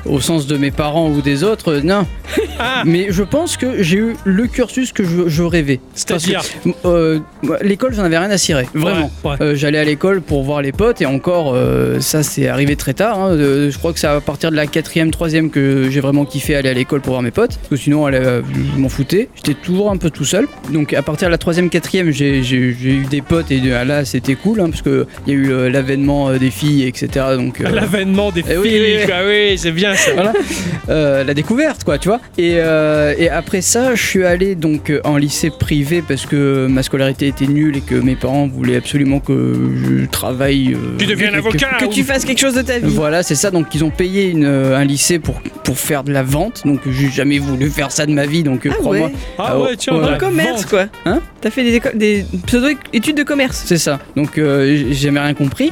[SPEAKER 2] au, au sens de mes parents ou des autres, euh, non.
[SPEAKER 1] Ah.
[SPEAKER 2] Mais je pense que j'ai eu le cursus que je, je rêvais. Parce que,
[SPEAKER 1] C'est-à-dire
[SPEAKER 2] euh, moi, L'école, j'en avais rien à cirer, vraiment.
[SPEAKER 1] Ouais, ouais.
[SPEAKER 2] Euh, J'allais à l'école pour voir les potes et encore, euh, ça c'est arrivé très tard. hein. Euh, je crois que c'est à partir de la quatrième, troisième que j'ai vraiment kiffé aller à l'école pour voir mes potes. Parce que sinon, elle, euh, je m'en foutais. J'étais toujours un peu tout seul. Donc à partir de la troisième, quatrième, j'ai ah, j'ai- j'ai eu des potes et euh, là c'était cool hein, parce que il y a eu euh, l'avènement euh, des filles, etc. Donc euh,
[SPEAKER 1] l'avènement des filles.
[SPEAKER 2] Eh oui, oui, oui.
[SPEAKER 1] quoi. oui c'est bien ça.
[SPEAKER 2] Voilà. Euh, la découverte, quoi, tu vois. Et, euh, et après ça, je suis allé donc euh, en lycée privé parce que ma scolarité était nulle et que mes parents voulaient absolument que je travaille. euh,
[SPEAKER 1] Tu deviens un
[SPEAKER 2] quelque-
[SPEAKER 1] avocat
[SPEAKER 3] Que
[SPEAKER 1] ou-
[SPEAKER 3] tu fasses quelque chose de ta vie.
[SPEAKER 2] Voilà, c'est ça. Donc ils ont payé une, euh, un lycée pour, pour faire de la vente. Donc j'ai jamais voulu faire ça de ma vie. Donc euh,
[SPEAKER 3] Ah
[SPEAKER 2] crois-moi,
[SPEAKER 3] ouais.
[SPEAKER 1] Ah ouais, tiens,
[SPEAKER 2] Ouais.
[SPEAKER 3] Dans
[SPEAKER 1] la
[SPEAKER 3] le commerce,
[SPEAKER 1] vente.
[SPEAKER 3] quoi.
[SPEAKER 2] Hein
[SPEAKER 3] T'as fait des, éco- des pseudo-études de commerce.
[SPEAKER 2] c'est ça. Donc euh, j- j'ai jamais rien compris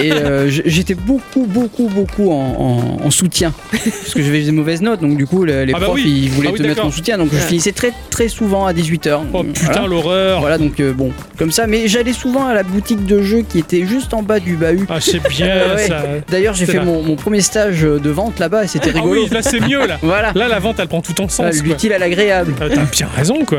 [SPEAKER 2] et euh, j- j'étais beaucoup, beaucoup, beaucoup en, en- en soutien parce que j'avais des mauvaises notes. Donc du coup, le- les
[SPEAKER 1] Ah bah
[SPEAKER 2] profs
[SPEAKER 1] oui.
[SPEAKER 2] ils voulaient
[SPEAKER 1] Ah oui,
[SPEAKER 2] te mettre en
[SPEAKER 1] d'accord.
[SPEAKER 2] soutien. Donc je
[SPEAKER 3] Ouais.
[SPEAKER 2] finissais très, très souvent à 18 h
[SPEAKER 1] Oh putain, l'horreur.
[SPEAKER 2] Mm. Voilà donc euh, bon, comme ça, mais j'allais souvent à la boutique de jeux qui était juste en bas du bahut.
[SPEAKER 1] Ah, c'est bien
[SPEAKER 2] Ah ouais.
[SPEAKER 1] ça.
[SPEAKER 2] D'ailleurs j'ai
[SPEAKER 1] c'est
[SPEAKER 2] fait
[SPEAKER 1] là.
[SPEAKER 2] mon, mon premier stage de vente là-bas et c'était
[SPEAKER 1] Ah
[SPEAKER 2] rigolo.
[SPEAKER 1] oui, là c'est mieux là.
[SPEAKER 2] Voilà,
[SPEAKER 1] Là, la vente, elle prend tout ton
[SPEAKER 2] Ah,
[SPEAKER 1] sens. quoi.
[SPEAKER 2] l'utile à l'agréable.
[SPEAKER 1] Ah, T'as bien raison, quoi.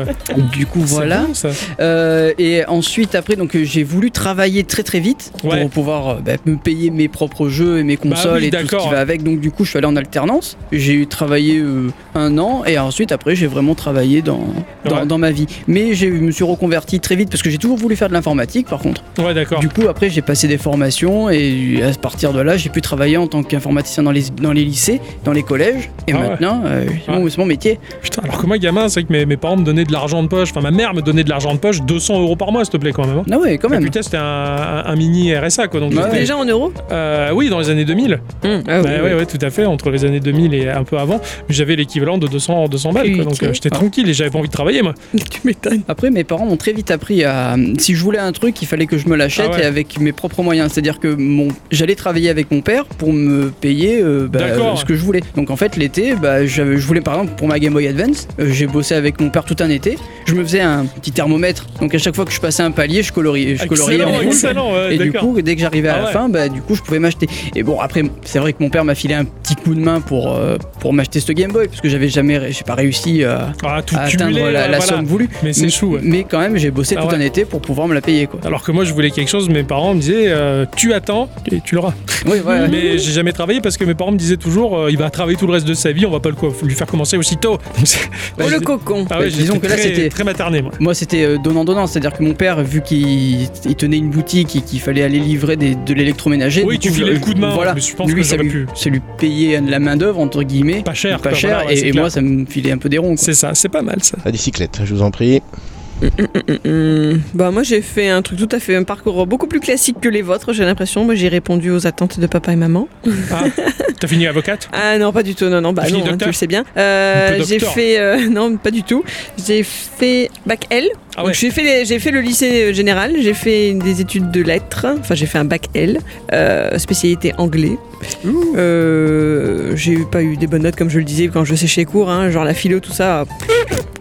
[SPEAKER 2] Du coup voilà.
[SPEAKER 1] C'est bon, ça.
[SPEAKER 2] Euh, et ensuite après donc euh, j'ai voulu travailler très très vite
[SPEAKER 1] Ouais. Bah
[SPEAKER 2] pour pouvoir euh, bah, me payer mes propres jeux et mes consoles
[SPEAKER 1] oui,
[SPEAKER 2] et tout ce
[SPEAKER 1] d'accord.
[SPEAKER 2] qui va avec. Donc du coup je suis allé en alternance. J'ai eu travaillé euh, un an et ensuite après j'ai vraiment travaillé dans, dans,
[SPEAKER 1] Ouais.
[SPEAKER 2] dans ma vie. Mais je me suis reconverti très vite parce que j'ai toujours voulu faire de l'informatique par contre.
[SPEAKER 1] Ouais, d'accord.
[SPEAKER 2] Du coup, après, j'ai passé des formations et à partir de là, j'ai pu travailler en tant qu'informaticien dans les, dans les lycées, dans les collèges. Et
[SPEAKER 1] Ah ouais.
[SPEAKER 2] maintenant, euh, c'est mon-
[SPEAKER 1] Ouais.
[SPEAKER 2] c'est mon métier.
[SPEAKER 1] Putain, alors que moi, gamin, c'est que mes, mes parents me donnaient de l'argent de poche. Enfin, ma mère me donnait de l'argent de poche, 200 euros par mois, s'il te plaît, quand même. hein.
[SPEAKER 2] Ah ouais, quand
[SPEAKER 1] Et
[SPEAKER 2] même. Bah
[SPEAKER 1] putain, c'était un, un- un mini RSA, quoi. Donc,
[SPEAKER 2] Ouais.
[SPEAKER 1] j'étais-
[SPEAKER 3] Déjà en euros
[SPEAKER 1] euh, oui, dans les années 2000.
[SPEAKER 3] Ah
[SPEAKER 1] Bah, ouais, ouais, tout à fait. Entre les années 2000 et un peu avant, j'avais l'équivalent de 200, 200 balles. Quoi. Donc,
[SPEAKER 3] Ok.
[SPEAKER 1] euh, j'étais
[SPEAKER 2] Ah.
[SPEAKER 1] tranquille et j'avais pas envie de travailler, moi.
[SPEAKER 3] Tu m'étonnes.
[SPEAKER 2] Après, mes parents m'ont très vite appris à. Si je voulais un truc, il fallait que je me l'achète
[SPEAKER 1] Ah ouais.
[SPEAKER 2] et avec mes propres moyens. C'est-à-dire que mon... j'allais travailler avec mon père pour me payer euh, bah,
[SPEAKER 1] D'accord.
[SPEAKER 2] ce que je voulais. Donc en fait, l'été, bah, j'avais- je voulais par exemple pour ma Game Boy Advance, euh, j'ai bossé avec mon père tout un été. Je me faisais un petit thermomètre. Donc à chaque fois que je passais un palier, je coloriais, je coloriais en
[SPEAKER 1] Excellent,
[SPEAKER 2] rouge.
[SPEAKER 1] excellent. ouais,
[SPEAKER 2] Et du
[SPEAKER 1] d'accord.
[SPEAKER 2] coup, dès que j'arrivais à
[SPEAKER 1] Ah
[SPEAKER 2] la
[SPEAKER 1] ouais.
[SPEAKER 2] fin, bah, du coup, je pouvais m'acheter. Et bon, après, c'est vrai que mon père m'a filé un petit coup de main pour, euh, pour m'acheter ce Game Boy, parce que j'avais jamais, ré- j'ai pas réussi euh,
[SPEAKER 1] Ah, tout
[SPEAKER 2] à atteindre
[SPEAKER 1] cumulé,
[SPEAKER 2] la, la
[SPEAKER 1] ouais, voilà.
[SPEAKER 2] somme voulue.
[SPEAKER 1] Mais c'est chou, ouais.
[SPEAKER 2] Mais quand même, j'ai bossé
[SPEAKER 1] Ah
[SPEAKER 2] tout
[SPEAKER 1] ouais.
[SPEAKER 2] un été pour pouvoir me la payer, quoi.
[SPEAKER 1] Alors que moi, je voulais quelque chose, mes parents me disaient euh, Tu attends et tu l'auras.
[SPEAKER 2] Oui, voilà.
[SPEAKER 1] Mais j'ai jamais travaillé parce que mes parents me disaient toujours euh, il va travailler tout le reste de sa vie, on va pas le co- lui faire commencer aussitôt. Donc, c'est-
[SPEAKER 3] Oh le cocon.
[SPEAKER 1] ah ouais,
[SPEAKER 2] Disons
[SPEAKER 1] j'étais
[SPEAKER 2] que là,
[SPEAKER 1] très-
[SPEAKER 2] c'était-
[SPEAKER 1] très materné moi.
[SPEAKER 2] Moi, c'était euh, donnant-donnant, c'est-à-dire que mon père, vu qu'il il tenait une boutique et qu'il fallait aller livrer des- de l'électroménager,
[SPEAKER 1] Oui,
[SPEAKER 2] du
[SPEAKER 1] tu
[SPEAKER 2] coup,
[SPEAKER 1] filais
[SPEAKER 2] je-
[SPEAKER 1] le coup de main,
[SPEAKER 2] Voilà,
[SPEAKER 1] mais je pense
[SPEAKER 2] lui,
[SPEAKER 1] que
[SPEAKER 2] ça
[SPEAKER 1] j'aurais
[SPEAKER 2] lui,
[SPEAKER 1] pu.
[SPEAKER 2] ça lui payait de la main-d'œuvre, entre guillemets,
[SPEAKER 1] Pas cher,
[SPEAKER 2] pas
[SPEAKER 1] quoi,
[SPEAKER 2] cher,
[SPEAKER 1] voilà, ouais, c'est
[SPEAKER 2] et, et
[SPEAKER 1] clair.
[SPEAKER 2] moi, ça me filait un peu des ronds, quoi.
[SPEAKER 1] C'est ça, c'est pas mal ça.
[SPEAKER 4] La bicyclette, je vous en prie.
[SPEAKER 3] Mmh, Hum, Bah moi j'ai fait un truc tout à fait un parcours beaucoup plus classique que les vôtres j'ai l'impression moi j'ai répondu aux attentes de papa et maman
[SPEAKER 1] Ah, t'as fini avocate
[SPEAKER 3] ah non pas du tout non non bah
[SPEAKER 1] Fille
[SPEAKER 3] non hein,
[SPEAKER 1] docteur
[SPEAKER 3] tu le sais bien Euh,
[SPEAKER 1] Un peu
[SPEAKER 3] j'ai
[SPEAKER 1] docteur.
[SPEAKER 3] fait euh, non pas du tout j'ai fait bac L
[SPEAKER 1] Ah
[SPEAKER 3] Donc,
[SPEAKER 1] ouais.
[SPEAKER 3] j'ai fait les- j'ai fait le lycée euh, général j'ai fait des études de lettres enfin j'ai fait un bac L euh, spécialité anglais Euh, j'ai eu- pas eu des bonnes notes comme je le disais quand je séchais les cours hein, genre la philo tout
[SPEAKER 1] Ah
[SPEAKER 3] ça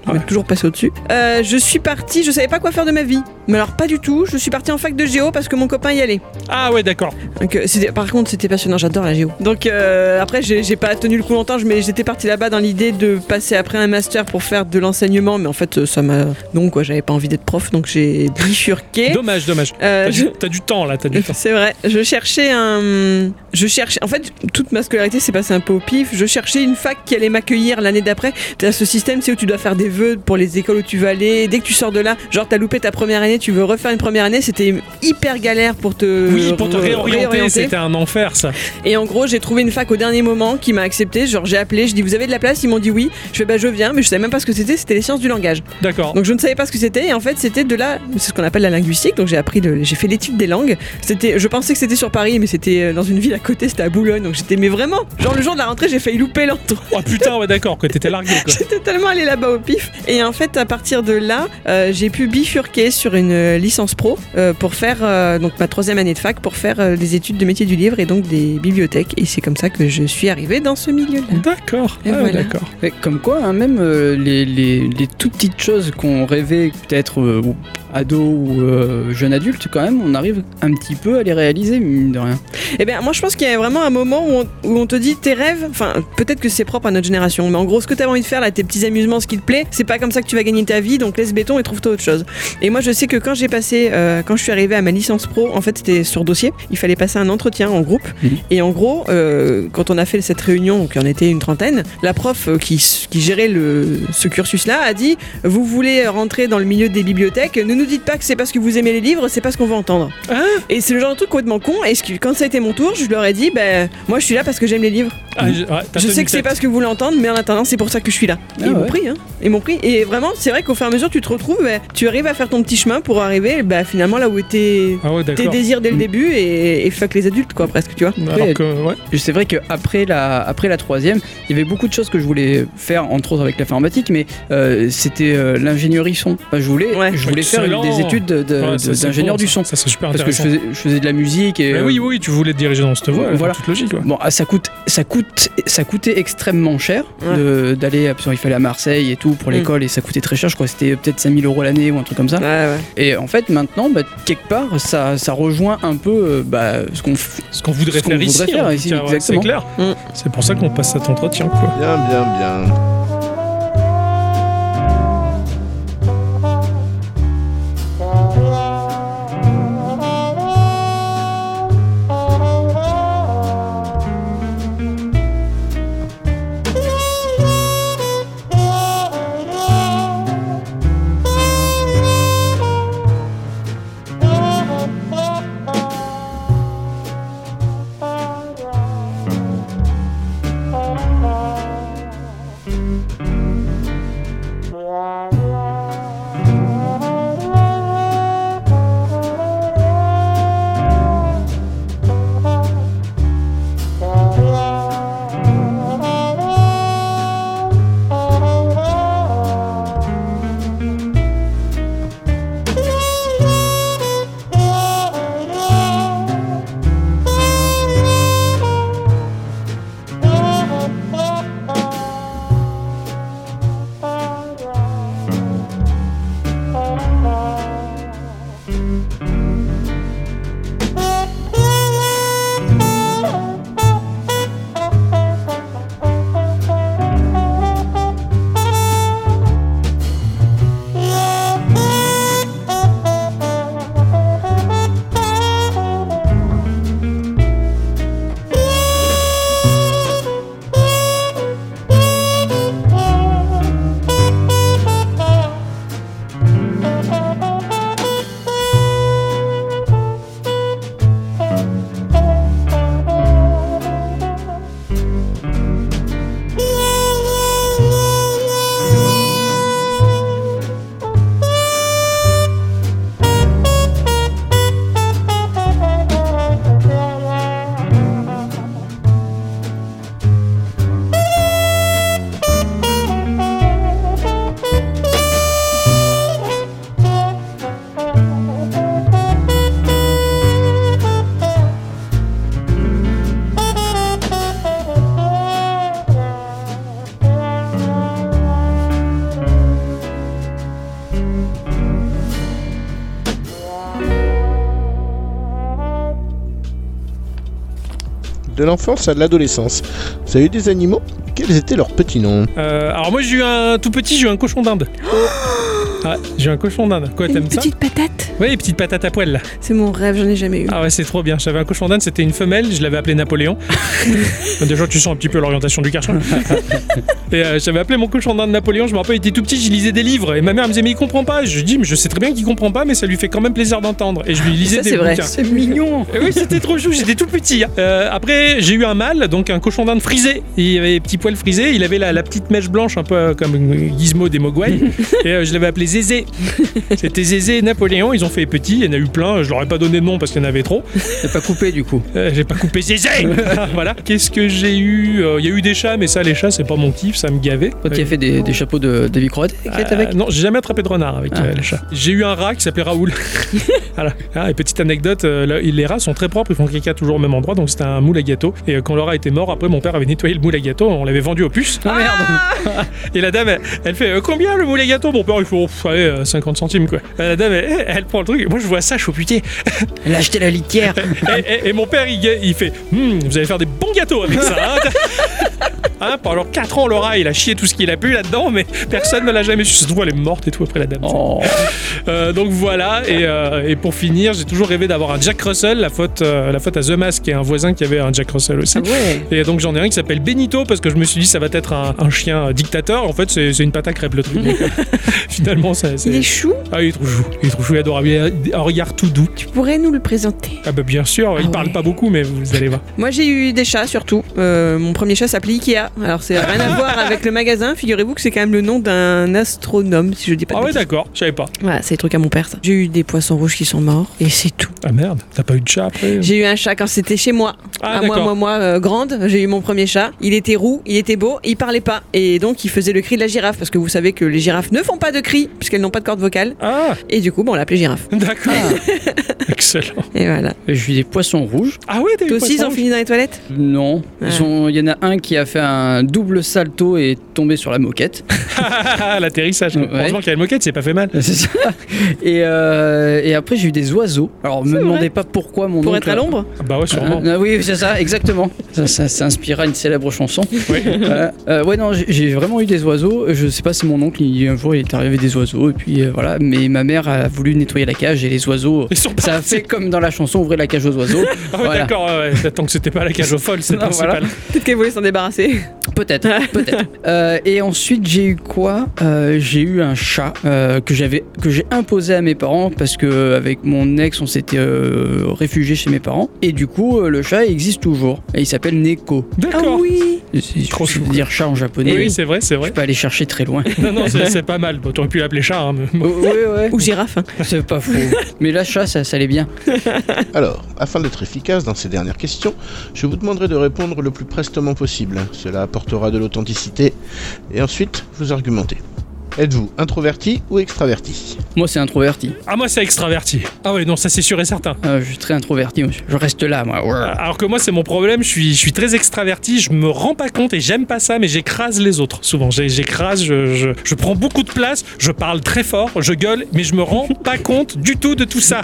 [SPEAKER 3] on est toujours passé au-dessus. Euh, je suis partie, je savais pas quoi faire de ma vie. Mais alors pas du tout, je suis partie en fac de géo parce que mon copain y allait.
[SPEAKER 1] Ah ouais, d'accord.
[SPEAKER 3] Donc, euh, c'était- par contre, c'était passionnant, j'adore la géo. Donc euh, après, j'ai j'ai pas tenu le coup longtemps, je- mais j'étais partie là-bas dans l'idée de passer après un master pour faire de l'enseignement, mais en fait, euh, ça m'a. Non, quoi, j'avais pas envie d'être prof, donc j'ai bifurqué.
[SPEAKER 1] Dommage, dommage.
[SPEAKER 3] Euh,
[SPEAKER 1] T'as
[SPEAKER 3] je-
[SPEAKER 1] du, t'as du temps là, t'as
[SPEAKER 2] Euh,
[SPEAKER 1] du temps.
[SPEAKER 3] c'est vrai. Je cherchais un. Je cherchais. En fait, toute ma scolarité s'est passée un peu au pif. Je cherchais une fac qui allait m'accueillir l'année d'après. T'as ce système, c'est où tu dois faire des vœux pour les écoles où tu vas aller. Dès que tu sors de là, genre t'as loupé ta première année, tu veux refaire une première année. C'était hyper galère pour te.
[SPEAKER 2] euh,
[SPEAKER 1] Oui, pour te
[SPEAKER 3] re-
[SPEAKER 1] réorienter, c'était un enfer ça.
[SPEAKER 3] Et en gros, j'ai trouvé une fac au dernier moment qui m'a accepté. Genre, j'ai appelé, je dis vous avez de la place Ils m'ont dit oui. Je fais bah je viens, mais je savais même pas ce que c'était. C'était les sciences du langage.
[SPEAKER 1] D'accord.
[SPEAKER 3] Donc je ne savais pas ce que c'était et en fait c'était de la, c'est ce qu'on appelle la linguistique. Donc j'ai appris, le- j'ai fait l'étude des langues. C'était, je pensais que c'était sur Paris, mais c'était euh, dans une ville à côté, c'était à Boulogne. Donc j'étais, mais vraiment, genre le jour de la rentrée, j'ai failli louper l'endroit.
[SPEAKER 1] Oh putain, ouais, d'accord, quoi, t'étais largué quoi.
[SPEAKER 3] J'étais tellement allée là-bas au pif. Et en fait, à partir de là, euh, j'ai pu bifurquer sur une euh, licence pro euh, pour faire euh, donc ma troisième année de fac pour faire euh, des études de métier du livre et donc des bibliothèques. Et c'est comme ça que je suis arrivée dans ce milieu-là.
[SPEAKER 1] D'accord,
[SPEAKER 3] Et
[SPEAKER 1] ah ouais,
[SPEAKER 3] voilà.
[SPEAKER 1] d'accord.
[SPEAKER 2] Ouais, Comme quoi, hein, même euh, les, les- les toutes petites choses qu'on rêvait, peut-être euh, ou ado ou euh, jeune adulte, quand même, on arrive un petit peu à les réaliser, mine de rien.
[SPEAKER 3] Eh bien, moi, je pense qu'il y a vraiment un moment où on, où on te dit tes rêves. Enfin, peut-être que c'est propre à notre génération, mais en gros, ce que t'avais envie de faire, là, tes petits amusements, ce qui te plaît, c'est pas comme ça que tu vas gagner ta vie. Donc laisse béton et trouve-toi autre chose. Et moi, je sais que quand j'ai passé, euh, quand je suis arrivée à ma licence pro, en fait, c'était sur dossier. Il fallait passer un entretien en groupe.
[SPEAKER 2] Mhm.
[SPEAKER 3] Et en gros, euh, quand on a fait cette réunion, donc il y en était une trentaine, la prof euh, qui, qui gérait le, ce cursus-là a dit vous voulez rentrer dans le milieu des bibliothèques, nous nous nous dites pas que c'est parce que vous aimez les livres, c'est pas ce qu'on veut entendre.
[SPEAKER 1] Hein
[SPEAKER 3] Et c'est le genre de truc complètement con. Et ce qui- quand ça a été mon tour, je leur ai dit, ben moi je suis là parce que j'aime les livres.
[SPEAKER 1] Ah, je, ouais, t'as
[SPEAKER 3] Je
[SPEAKER 1] tenu
[SPEAKER 3] sais que c'est
[SPEAKER 1] tête.
[SPEAKER 3] pas ce que vous voulez entendre, mais en attendant, c'est pour ça que je suis là. Et
[SPEAKER 2] Ah
[SPEAKER 3] ils m'ont
[SPEAKER 2] ouais.
[SPEAKER 3] pris, hein. Ils m'ont pris. Et vraiment, c'est vrai qu'au fur et à mesure, tu te retrouves, ben, tu arrives à faire ton petit chemin pour arriver, ben, finalement là où était
[SPEAKER 1] Ah ouais,
[SPEAKER 3] tes
[SPEAKER 1] d'accord.
[SPEAKER 3] désirs dès le
[SPEAKER 2] Mm.
[SPEAKER 3] début et, et fuck les adultes, quoi, presque, tu vois.
[SPEAKER 1] Alors que, ouais.
[SPEAKER 2] C'est vrai qu'après la, après la troisième, il y avait beaucoup de choses que je voulais faire, entre autres avec l'informatique, mais euh, c'était euh, l'ingénierie son. Enfin, je voulais,
[SPEAKER 3] Ouais.
[SPEAKER 2] je voulais
[SPEAKER 1] Excellent.
[SPEAKER 2] faire euh, des études de- de-
[SPEAKER 1] Ouais, ça,
[SPEAKER 2] de-
[SPEAKER 1] c'est
[SPEAKER 2] d'ingénieur
[SPEAKER 1] bon,
[SPEAKER 2] du
[SPEAKER 1] ça.
[SPEAKER 2] son.
[SPEAKER 1] Ça, c'est super
[SPEAKER 2] Parce que je
[SPEAKER 1] intéressant.
[SPEAKER 2] faisais, je faisais de la musique et.
[SPEAKER 1] Mais
[SPEAKER 2] euh,
[SPEAKER 1] oui, oui, tu voulais te diriger dans cette voie,
[SPEAKER 2] Voilà.
[SPEAKER 1] voilà. toute logique. ouais.
[SPEAKER 2] Bon, ah, ça coûte, ça coûte, ça coûtait extrêmement cher
[SPEAKER 3] Ouais.
[SPEAKER 2] de- d'aller, parce qu'il fallait à Marseille et tout pour
[SPEAKER 3] Mm.
[SPEAKER 2] l'école et ça coûtait très cher. Je crois que c'était peut-être 5000 euros l'année ou un truc comme ça.
[SPEAKER 1] Ah.
[SPEAKER 3] Ouais, ouais.
[SPEAKER 2] Et en fait, maintenant, bah, quelque part, ça, ça rejoint un peu euh, bah, ce qu'on f-
[SPEAKER 1] Ce qu'on voudrait
[SPEAKER 2] Ce qu'on
[SPEAKER 1] faire
[SPEAKER 2] voudrait
[SPEAKER 1] ici,
[SPEAKER 2] faire
[SPEAKER 1] en
[SPEAKER 2] ici,
[SPEAKER 1] tout cas, ouais, c'est
[SPEAKER 2] exactement.
[SPEAKER 1] clair.
[SPEAKER 3] Mm.
[SPEAKER 1] C'est pour ça qu'on passe cet entretien, quoi.
[SPEAKER 4] Bien, bien, bien. De l'enfance à l'adolescence. Vous avez eu des animaux Quels étaient leurs petits noms
[SPEAKER 1] Euh, alors moi, j'ai eu un tout petit, j'ai eu un cochon d'Inde. Ah, j'ai eu un cochon d'Inde. Quoi,
[SPEAKER 3] Une
[SPEAKER 1] t'aimes ça
[SPEAKER 3] petite patate,
[SPEAKER 1] Oui, petite patate à poil. là.
[SPEAKER 3] c'est mon rêve, j'en ai jamais eu.
[SPEAKER 1] Ah ouais, c'est trop bien. J'avais un cochon d'Inde, c'était une femelle, je l'avais appelé Napoléon. Déjà, tu sens un petit peu l'orientation du garçon. et euh, j'avais appelé mon cochon d'Inde Napoléon, je me rappelle, il était tout petit, je lisais des livres. Et ma mère me disait, mais il comprend pas. Je dis, mais je sais très bien qu'il comprend pas, mais ça lui fait quand même plaisir d'entendre. Et je lui lisais
[SPEAKER 3] Ça,
[SPEAKER 1] des
[SPEAKER 3] c'est vrai.
[SPEAKER 1] bouquins.
[SPEAKER 2] C'est mignon
[SPEAKER 1] Et oui, c'était trop chou, j'étais tout petit. hein. Euh, après, j'ai eu un mâle, donc un cochon d'Inde frisé. Il avait des petits poils frisés, il avait la, la petite mèche blanche, un peu euh, comme euh, Gizmo des Mogwai. et euh, je l'avais appelé Zézé. C'était Zézé et Napoléon, ils ont fait petit, il y en a eu plein, je leur ai pas donné de nom parce qu'il y en avait trop.
[SPEAKER 2] T'as pas coupé du coup.
[SPEAKER 1] Euh, j'ai pas coupé Zézé Voilà. Qu'est-ce que j'ai eu Euh, Il y a eu des chats, mais ça, les chats, c'est pas mon kiff, ça me gavait.
[SPEAKER 2] Toi, tu as fait des, des chapeaux de David Croate qui est
[SPEAKER 1] Euh,
[SPEAKER 2] avec
[SPEAKER 1] Non, j'ai jamais attrapé de renard avec
[SPEAKER 2] Ah.
[SPEAKER 1] euh, les chats. J'ai eu un rat qui s'appelait Raoul. voilà. Ah, et petite anecdote, euh, là, les rats sont très propres, ils font caca toujours au même endroit, donc c'était un moule à gâteau. Et euh, quand le rat était mort, après mon père avait nettoyé le moule à gâteau, on l'avait vendu aux puces.
[SPEAKER 2] Ah merde
[SPEAKER 1] Et la dame, elle, elle fait euh, combien le moule à gâteau Mon père, il faut pff, allez, euh, 50 centimes quoi. Et la dame, elle, elle prend le truc. Et moi, je vois ça, je suis au putain.
[SPEAKER 2] Elle a acheté la litière
[SPEAKER 1] Et, et- et mon père, il, ga- il fait Hum, Vous allez faire des bons gâteaux avec ça. Hein Hein, pendant 4 ans, Laura, il a chié tout ce qu'il a pu là-dedans, mais personne ne l'a jamais su. Surtout, elle est morte et tout après la dame.
[SPEAKER 2] Oh
[SPEAKER 1] Euh, donc voilà, et, euh, et pour finir, j'ai toujours rêvé d'avoir un Jack Russell, la faute, euh, la faute à The Mask, qui est un voisin qui avait un Jack Russell
[SPEAKER 3] Ah
[SPEAKER 1] aussi.
[SPEAKER 2] ouais
[SPEAKER 1] Et donc j'en ai un qui s'appelle Benito parce que je me suis dit ça va être un, un chien euh, dictateur. En fait c'est c'est une pâte à crêpes le truc. Donc, euh, finalement non, ça, c'est-
[SPEAKER 3] Il est chou,
[SPEAKER 1] Ah, il est trop chou. Il est trop chou, il est adorable. Il a un regard tout doux.
[SPEAKER 3] tu pourrais nous le présenter.
[SPEAKER 1] Ah, bah, bien sûr, il
[SPEAKER 3] Ah
[SPEAKER 1] parle
[SPEAKER 3] ouais.
[SPEAKER 1] pas beaucoup, mais vous allez voir.
[SPEAKER 3] Moi j'ai eu des chats surtout. Euh, mon premier chat s'appelait Ikea. Alors c'est rien à voir avec le magasin. Figurez-vous que c'est quand même le nom d'un astronome, si je dis pas. de
[SPEAKER 1] Ah, ouais,
[SPEAKER 3] bêtises.
[SPEAKER 1] d'accord, je savais pas.
[SPEAKER 3] Voilà, c'est les trucs à mon père ça. J'ai eu des poissons rouges qui sont morts et c'est tout.
[SPEAKER 1] Ah, merde, t'as pas eu de chat après
[SPEAKER 3] J'ai eu un chat quand c'était chez moi.
[SPEAKER 1] Ah,
[SPEAKER 3] à moi,
[SPEAKER 1] d'accord.
[SPEAKER 3] moi, moi, euh, grande, j'ai eu mon premier chat. Il était roux, il était beau, il parlait pas. Et donc, il faisait le cri de la girafe. Parce que vous savez que les girafes ne font pas de cri, puisqu'elles n'ont pas de corde vocale.
[SPEAKER 1] Ah,
[SPEAKER 3] Et du coup, bon, on l'appelait girafe.
[SPEAKER 1] d'accord. Excellent.
[SPEAKER 3] Et voilà.
[SPEAKER 2] J'ai eu des poissons rouges.
[SPEAKER 1] Ah, ouais, t'as eu
[SPEAKER 3] Toi aussi, ils
[SPEAKER 1] poisson
[SPEAKER 3] ont fini dans les toilettes
[SPEAKER 2] Non.
[SPEAKER 3] Ouais.
[SPEAKER 2] Ils sont- Il y en a un qui a fait un double salto et est tombé sur la moquette.
[SPEAKER 1] Ah, l'atterrissage.
[SPEAKER 2] Ouais.
[SPEAKER 1] Heureusement qu'il y a une moquette, c'est pas fait mal.
[SPEAKER 2] C'est ça. Et, euh, et après, j'ai eu des oiseaux. Alors, me
[SPEAKER 3] vrai.
[SPEAKER 2] demandez pas pourquoi mon
[SPEAKER 3] Pour
[SPEAKER 2] oncle
[SPEAKER 3] être
[SPEAKER 2] a-
[SPEAKER 3] à l'ombre
[SPEAKER 1] Ah, bah, ouais, sûrement.
[SPEAKER 2] Ah, oui, c'est ça, exactement. Ça, ça, ça inspira une célèbre chanson. Voilà. Euh, ouais, non, j'ai- j'ai vraiment eu des oiseaux. Je sais pas si mon oncle, il- un jour, il est arrivé des oiseaux, et puis euh, voilà. Mais ma mère a voulu nettoyer la cage, et les oiseaux.
[SPEAKER 1] Ils sont
[SPEAKER 2] Ça a
[SPEAKER 1] partis.
[SPEAKER 2] fait comme dans la chanson, ouvrez la cage aux oiseaux.
[SPEAKER 1] Ah, ouais,
[SPEAKER 2] Voilà.
[SPEAKER 1] d'accord, ouais, ouais. tant que c'était pas la cage aux folles, c'est le
[SPEAKER 2] Non, voilà.
[SPEAKER 1] principal.
[SPEAKER 3] Peut-être qu'elle voulait s'en débarrasser.
[SPEAKER 2] Peut-être, peut-être. Euh, et ensuite, j'ai eu quoi Euh, J'ai eu un chat euh, que j'avais, que j'ai imposé à mes parents parce que euh, avec mon ex, on s'était euh, réfugié chez mes parents. Et du coup, euh, le chat existe toujours. Et il s'appelle Neko.
[SPEAKER 1] D'accord.
[SPEAKER 3] Ah oui
[SPEAKER 2] Et c'est-
[SPEAKER 1] Trop
[SPEAKER 2] Je peux
[SPEAKER 1] chou.
[SPEAKER 2] dire chat en japonais.
[SPEAKER 1] Oui, c'est vrai, c'est
[SPEAKER 2] Je
[SPEAKER 1] vrai.
[SPEAKER 2] peux pas aller chercher très loin.
[SPEAKER 1] Non, non, c'est c'est pas mal. Bon, T'aurais pu l'appeler chat, hein, mais bon.
[SPEAKER 2] Oui, ouais.
[SPEAKER 3] Ou girafe. hein.
[SPEAKER 2] C'est pas faux. Mais la chat, ça, ça allait bien.
[SPEAKER 4] Alors, afin d'être efficace dans ces dernières questions, je vous demanderai de répondre le plus prestement possible. Cela apportera de l'authenticité. Et ensuite, vous argumentez. Êtes-vous introverti ou extraverti
[SPEAKER 2] Moi, c'est introverti.
[SPEAKER 1] Ah, moi, c'est extraverti. Ah, ouais, non, ça, c'est sûr et certain.
[SPEAKER 2] Euh, je suis très introverti. monsieur. Je reste là, moi. Ouais.
[SPEAKER 1] Euh, Alors que moi, c'est mon problème, je suis, je suis très extraverti, je me rends pas compte et j'aime pas ça, mais j'écrase les autres souvent. J'ai- J'écrase, je, je- je prends beaucoup de place, je parle très fort, je gueule, mais je me rends pas compte du tout de tout ça.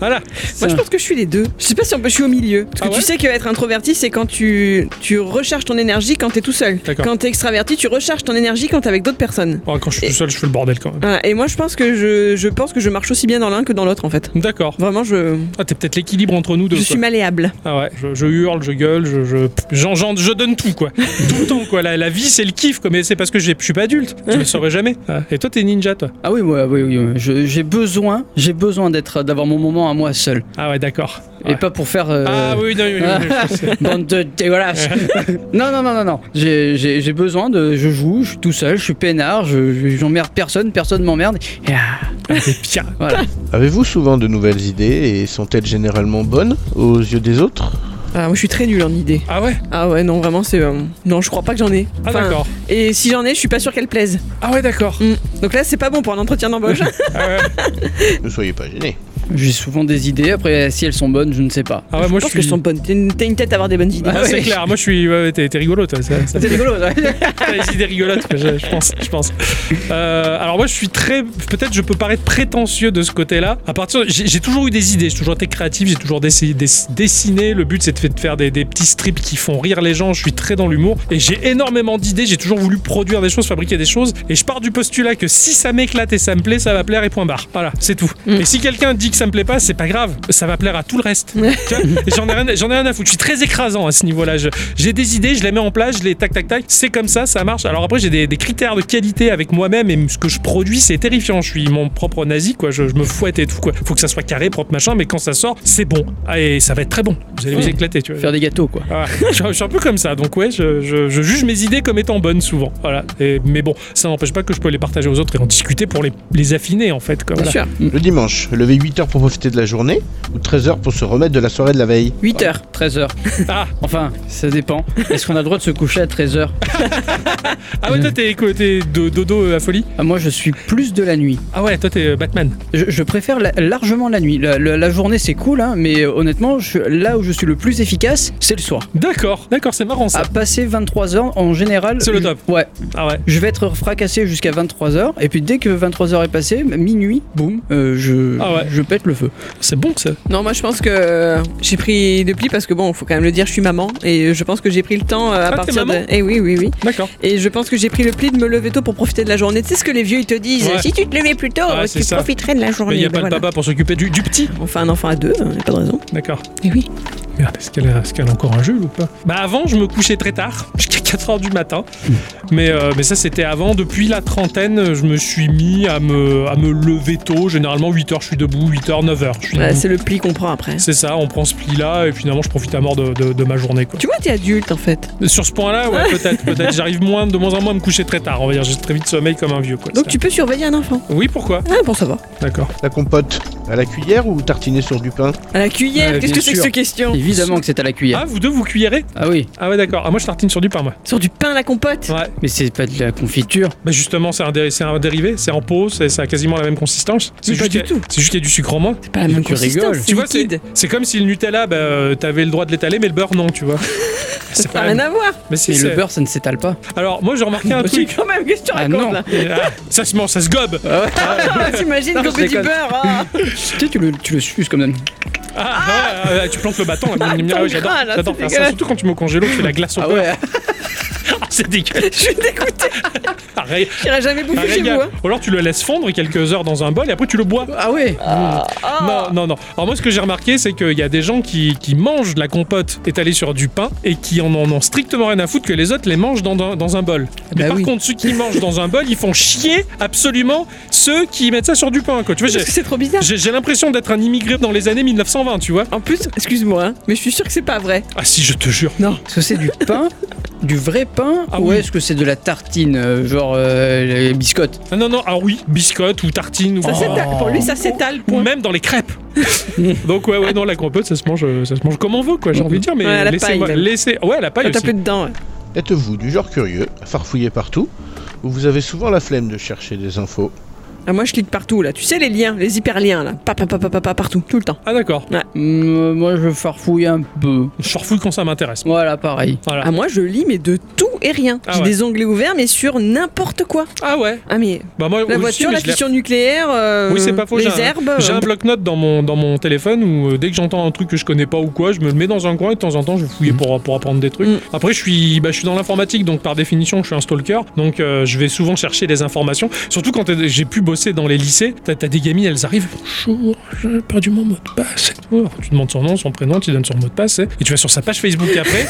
[SPEAKER 1] Voilà.
[SPEAKER 3] Moi, je pense que je suis les deux. Je sais pas si on peut, je suis au milieu. Parce que
[SPEAKER 1] Ah ouais
[SPEAKER 3] tu sais qu'être introverti, c'est quand tu, tu recharges ton énergie quand t'es tout seul.
[SPEAKER 1] D'accord.
[SPEAKER 3] Quand t'es extraverti, tu recharges ton énergie quand t'es avec d'autres personnes.
[SPEAKER 1] Oh, quand je suis tout seul, je fais le bordel quand même.
[SPEAKER 3] Voilà. Et moi, je pense que je, je pense que je marche aussi bien dans l'un que dans l'autre, en fait.
[SPEAKER 1] D'accord.
[SPEAKER 3] Vraiment, je,
[SPEAKER 1] Ah, t'es peut-être l'équilibre entre nous deux.
[SPEAKER 3] je
[SPEAKER 1] quoi.
[SPEAKER 3] suis malléable.
[SPEAKER 1] Ah ouais, je, je hurle, je gueule, je, je, j'engendre, je donne tout quoi. tout le temps quoi. La, la vie c'est le kiff quoi, mais c'est parce que j'ai- je suis pas adulte. Je le saurais jamais. Ah, Et toi t'es ninja toi.
[SPEAKER 2] Ah oui, moi, oui, oui, oui. Je- J'ai besoin, j'ai besoin d'être, d'avoir mon moment à moi seul,
[SPEAKER 1] Ah ouais d'accord.
[SPEAKER 2] et
[SPEAKER 1] Ouais.
[SPEAKER 2] pas pour faire. euh,
[SPEAKER 1] Ah oui, non, oui, oui, oui, je sais.
[SPEAKER 2] Bande de dégueulasse Non, non, non, non, non. J'ai- J'ai j'ai besoin de. Je joue, je suis tout seul, je suis peinard, je- je- j'emmerde personne, personne m'emmerde. Et, ah,
[SPEAKER 1] Ah, c'est pire.
[SPEAKER 2] voilà.
[SPEAKER 4] Avez-vous souvent de nouvelles idées et sont-elles généralement bonnes aux yeux des autres
[SPEAKER 3] Ah, moi, je suis très nulle en idée.
[SPEAKER 1] Ah ouais
[SPEAKER 3] Ah ouais, non, vraiment, c'est. euh, Non, je crois pas que j'en ai.
[SPEAKER 1] Ah
[SPEAKER 3] Enfin,
[SPEAKER 1] d'accord.
[SPEAKER 3] Et si j'en ai, je suis pas sûre qu'elle plaise.
[SPEAKER 1] Ah ouais d'accord.
[SPEAKER 3] Mm. Donc là, c'est pas bon pour un entretien d'embauche.
[SPEAKER 1] Ah ouais,
[SPEAKER 4] Ne soyez pas gênés.
[SPEAKER 2] J'ai souvent des idées, après, si elles sont bonnes, je ne sais pas.
[SPEAKER 1] Ah ouais, moi
[SPEAKER 3] je
[SPEAKER 1] je
[SPEAKER 3] pense que
[SPEAKER 1] suis.
[SPEAKER 3] sont bonnes. T'as une, t'as une tête à avoir des bonnes idées.
[SPEAKER 1] Ah, c'est
[SPEAKER 2] ouais.
[SPEAKER 1] clair, moi je suis. ouais, t'es, t'es Ah, rigolo toi. Ça, ça
[SPEAKER 2] C'est rigolo, ça.
[SPEAKER 1] T'as des idées rigolotes, quoi, je, je pense. Je pense. Euh, alors moi, je suis très, peut-être, je peux paraître prétentieux de ce côté-là. À partir, j'ai j'ai toujours eu des idées. J'ai toujours été créatif. J'ai toujours dessé- dess- dessiné. Le but, c'est de fait- de faire des, des petits strips qui font rire les gens. Je suis très dans l'humour et j'ai énormément d'idées. J'ai toujours voulu produire des choses, fabriquer des choses. Et je pars du postulat que si ça m'éclate et ça me plaît, ça va plaire et point barre. Voilà, c'est tout.
[SPEAKER 3] Mm.
[SPEAKER 1] Et si quelqu'un dit que ça me plaît pas, c'est pas grave. Ça va plaire à tout le reste. Tu vois J'en ai, rien- j'en ai rien à foutre. Je suis très écrasant à ce niveau-là. Je- J'ai des idées, je les mets en place, je les tac tac tac. C'est comme ça, ça marche. Alors après, j'ai des, des critères de qualité avec moi-même et ce que je produis, c'est terrifiant. Je suis mon propre nazi, quoi. Je, je me fouette et tout, quoi. Faut que ça soit carré, propre, machin, mais quand ça sort, c'est bon. Ah, et ça va être très bon. Vous allez vous éclater, tu vois.
[SPEAKER 2] Faire des gâteaux, quoi.
[SPEAKER 1] Ah, je, je suis un peu comme ça, donc ouais, je, je- je juge mes idées comme étant bonnes souvent. Voilà. Et- mais bon, ça n'empêche pas que je peux les partager aux autres et en discuter pour les, les affiner en fait. Quoi,
[SPEAKER 3] Bien
[SPEAKER 1] voilà.
[SPEAKER 3] sûr.
[SPEAKER 4] Le dimanche, levez 8h pour profiter de la journée ou 13h pour se remettre de la soirée de la veille
[SPEAKER 3] 8 heures.
[SPEAKER 2] 13h.
[SPEAKER 1] Ah,
[SPEAKER 2] Enfin, ça dépend. Est-ce qu'on a le droit de se coucher à 13h
[SPEAKER 1] ah ouais, toi t'es quoi, t'es do- dodo à folie
[SPEAKER 2] Ah, Moi, je suis plus de la nuit.
[SPEAKER 1] Ah ouais, toi t'es euh, Batman.
[SPEAKER 2] Je, je préfère la- largement la nuit. La, la- la journée, c'est cool, hein, mais euh, honnêtement, je- là où je suis le plus efficace, c'est le soir.
[SPEAKER 1] D'accord, d'accord, c'est marrant ça.
[SPEAKER 2] À passer 23h, en général.
[SPEAKER 1] C'est le
[SPEAKER 2] je-
[SPEAKER 1] top.
[SPEAKER 2] Ouais.
[SPEAKER 1] Ah ouais.
[SPEAKER 2] Je vais être fracassé jusqu'à 23h, et puis dès que 23h est passé, minuit, boum, euh, je,
[SPEAKER 1] Ah ouais.
[SPEAKER 2] je pète le feu.
[SPEAKER 1] C'est bon ça.
[SPEAKER 3] Non, moi je pense que euh, j'ai pris de pli parce que bon, faut quand même le dire, je suis maman et je pense que j'ai pris le temps euh, à
[SPEAKER 1] Ah, t'es
[SPEAKER 3] partir de.
[SPEAKER 1] maman
[SPEAKER 3] Eh oui, oui, oui.
[SPEAKER 1] D'accord.
[SPEAKER 3] Et je pense que j'ai pris le pli de me lever tôt pour profiter de la journée. Tu sais ce que les vieux ils te disent
[SPEAKER 1] Ouais.
[SPEAKER 3] Si tu te levais plus tôt,
[SPEAKER 1] Ouais, c'est
[SPEAKER 3] tu
[SPEAKER 1] ça.
[SPEAKER 3] profiterais de la journée.
[SPEAKER 1] Mais il n'y a
[SPEAKER 3] Ben
[SPEAKER 1] pas de Mhm.
[SPEAKER 3] voilà.
[SPEAKER 1] papa pour s'occuper du, du petit.
[SPEAKER 3] On fait un enfant à deux, hein, y a pas de raison.
[SPEAKER 1] D'accord.
[SPEAKER 3] Et oui.
[SPEAKER 1] Merde, est-ce qu'elle a, est-ce qu'elle a encore un jeu ou pas Bah avant, je me couchais très tard, jusqu'à 4h du matin. mais, euh, mais ça, c'était avant. Depuis la trentaine, je me suis mis à me, à me lever tôt. Généralement, 8h, je suis debout. 8h, 9h, je suis
[SPEAKER 3] Voilà,
[SPEAKER 1] debout.
[SPEAKER 3] c'est le pli qu'on prend après.
[SPEAKER 1] C'est ça, on prend ce pli-là et finalement, je profite à mort de, de- de ma journée. Quoi.
[SPEAKER 3] Tu vois, t'es adulte en fait.
[SPEAKER 1] Sur ce point-là, ouais, peut-être, peut-être. J'arrive moins, de moins en moins à me coucher très tard. On va dire, j'ai très vite sommeil comme un vieux. Quoi,
[SPEAKER 3] Donc
[SPEAKER 1] Ça-
[SPEAKER 3] tu peux surveiller un enfant.
[SPEAKER 1] Oui, pourquoi
[SPEAKER 3] Ah, bon, ça va.
[SPEAKER 1] D'accord.
[SPEAKER 4] La compote, à la cuillère ou tartinée sur du pain
[SPEAKER 3] À la cuillère,
[SPEAKER 2] Ouais,
[SPEAKER 3] qu'est-ce
[SPEAKER 2] bien
[SPEAKER 3] que c'est que
[SPEAKER 2] sûr.
[SPEAKER 3] cette question
[SPEAKER 2] Évidemment que c'est à la cuillère.
[SPEAKER 1] Ah, vous deux, vous cuillerez
[SPEAKER 2] Ah oui,
[SPEAKER 1] Ah ouais, d'accord. Ah, moi, je tartine sur du pain, moi.
[SPEAKER 3] Sur du pain à la compote
[SPEAKER 1] Ouais.
[SPEAKER 2] mais c'est pas de la confiture.
[SPEAKER 1] Bah justement, c'est un, déri- c'est un dérivé, c'est en pot, c'est- ça a quasiment la même consistance. C'est
[SPEAKER 3] Mais pas
[SPEAKER 1] juste
[SPEAKER 3] du
[SPEAKER 1] qu'il y a-
[SPEAKER 3] tout.
[SPEAKER 1] c'est juste qu'il y a du sucre en moins.
[SPEAKER 3] C'est pas la même
[SPEAKER 2] Tu
[SPEAKER 3] consistance,
[SPEAKER 2] rigoles.
[SPEAKER 3] c'est
[SPEAKER 1] Tu vois, c'est
[SPEAKER 3] liquide.
[SPEAKER 1] c'est comme si le Nutella, bah, euh, t'avais le droit de l'étaler, mais le beurre, non, tu vois. c'est
[SPEAKER 3] Ça
[SPEAKER 1] pas
[SPEAKER 3] n'a
[SPEAKER 1] la
[SPEAKER 3] rien
[SPEAKER 1] même-
[SPEAKER 3] à voir.
[SPEAKER 1] Mais si,
[SPEAKER 2] Mais
[SPEAKER 1] c'est-
[SPEAKER 2] le beurre, ça ne s'étale pas.
[SPEAKER 1] Alors, moi, j'ai remarqué un
[SPEAKER 3] C'est
[SPEAKER 1] truc.
[SPEAKER 3] quand même, qu'est-ce que tu
[SPEAKER 2] Ah,
[SPEAKER 3] racontes
[SPEAKER 2] non.
[SPEAKER 3] là
[SPEAKER 1] Et, ah, ça se mange, ça se gobe.
[SPEAKER 3] Ah, T'imagines
[SPEAKER 2] Non, je
[SPEAKER 3] gober du
[SPEAKER 2] déconne.
[SPEAKER 3] beurre ah.
[SPEAKER 2] Tu sais, tu le, tu le suces comme
[SPEAKER 1] Ah, ouais, ouais, ouais, tu plantes le bâton. là.
[SPEAKER 3] Ah, ton
[SPEAKER 1] Ouais, J'adore
[SPEAKER 3] gras, là,
[SPEAKER 1] j'adore faire
[SPEAKER 3] c'est
[SPEAKER 1] ça,
[SPEAKER 3] dégueulasse.
[SPEAKER 1] surtout quand tu mets au congélo, tu fais la glace au
[SPEAKER 2] Ah
[SPEAKER 1] beurre.
[SPEAKER 2] ouais,
[SPEAKER 1] Ah, c'est dégueulasse.
[SPEAKER 3] Je suis dégoûtée,
[SPEAKER 1] Ah, ré-
[SPEAKER 3] j'irai jamais
[SPEAKER 1] ah,
[SPEAKER 3] bouffer chez
[SPEAKER 1] régal.
[SPEAKER 3] vous. hein.
[SPEAKER 1] Ou alors, tu le laisses fondre quelques heures dans un bol et après, tu le bois. Hmm.
[SPEAKER 2] ah ouais.
[SPEAKER 1] Non, non, non. Alors moi, ce que j'ai remarqué, c'est qu'il y a des gens qui, qui mangent de la compote étalée sur du pain et qui en en ont strictement rien à foutre que les autres les mangent dans, dans- dans un bol.
[SPEAKER 3] Eh
[SPEAKER 1] Mais
[SPEAKER 3] ben
[SPEAKER 2] bah
[SPEAKER 1] par
[SPEAKER 2] oui.
[SPEAKER 1] contre, ceux qui mangent dans un bol, ils font chier absolument ceux qui mettent ça sur du pain. Quoi. Tu vois, j'ai-
[SPEAKER 3] Parce que c'est trop bizarre.
[SPEAKER 1] j'ai j'ai l'impression d'être un immigré dans les années 1920, tu vois.
[SPEAKER 3] En plus, excuse-moi, hein, mais je suis sûre que c'est pas vrai.
[SPEAKER 1] Ah si, je te jure.
[SPEAKER 2] Est-ce que c'est du pain Du vrai pain
[SPEAKER 1] Ah
[SPEAKER 2] Ou
[SPEAKER 1] oui.
[SPEAKER 2] est-ce que c'est de la tartine, euh, genre euh, les biscottes
[SPEAKER 1] Ah non, non, ah oui, biscotte ou tartine ou... oh.
[SPEAKER 3] Ça s'étale, pour lui, ça s'étale,
[SPEAKER 1] Ou
[SPEAKER 3] point.
[SPEAKER 1] même dans les crêpes. Donc ouais, ouais, non, la compote, ça se mange, euh, ça se mange comme on veut, quoi. J'ai envie de dire, mais
[SPEAKER 3] Ouais, à la
[SPEAKER 1] laissez-moi,
[SPEAKER 3] paille, même.
[SPEAKER 1] laissez, ouais, à la paille
[SPEAKER 3] Quand Ah, t'as
[SPEAKER 1] aussi.
[SPEAKER 3] plus dedans. ouais.
[SPEAKER 4] Êtes-vous du genre curieux, farfouillé partout, ou vous avez souvent la flemme de chercher des infos
[SPEAKER 3] Ah, moi, je clique partout là. Tu sais, les liens, les hyperliens là. Papa, papa, papa, partout, tout le temps.
[SPEAKER 1] Ah d'accord.
[SPEAKER 2] Hmm, Moi, je farfouille un peu.
[SPEAKER 1] Je farfouille quand ça m'intéresse.
[SPEAKER 2] Voilà, pareil.
[SPEAKER 1] Voilà.
[SPEAKER 3] Ah, moi, je lis, mais de tout et rien.
[SPEAKER 1] Ah
[SPEAKER 3] J'ai
[SPEAKER 1] ouais.
[SPEAKER 3] des onglets ouverts, mais sur n'importe quoi.
[SPEAKER 1] Ah ouais
[SPEAKER 3] Ah, mais
[SPEAKER 1] Bah moi
[SPEAKER 3] la
[SPEAKER 1] aussi,
[SPEAKER 3] voiture,
[SPEAKER 1] mais
[SPEAKER 3] la
[SPEAKER 1] je l'ai-
[SPEAKER 3] fission nucléaire, euh,
[SPEAKER 1] Oui, c'est pas faux,
[SPEAKER 3] les
[SPEAKER 1] j'ai un-
[SPEAKER 3] herbes.
[SPEAKER 1] J'ai
[SPEAKER 3] euh,
[SPEAKER 1] un bloc-notes dans mon, dans mon téléphone où euh, dès que j'entends un truc que je connais pas ou quoi, je me le mets dans un coin et de temps en temps je vais fouiller pour, pour apprendre des trucs.
[SPEAKER 3] Mm.
[SPEAKER 1] Après, je suis, bah, je suis dans l'informatique donc par définition je suis un stalker donc euh, je vais souvent chercher des informations. Surtout quand t'as- j'ai pu bosser dans les lycées, t'as t'as des gamines, elles arrivent. Bonjour, j'ai perdu mon mot de passe. Oh, tu demandes son nom, son prénom, tu donnes son mot de passe et et tu vas sur sa page Facebook après.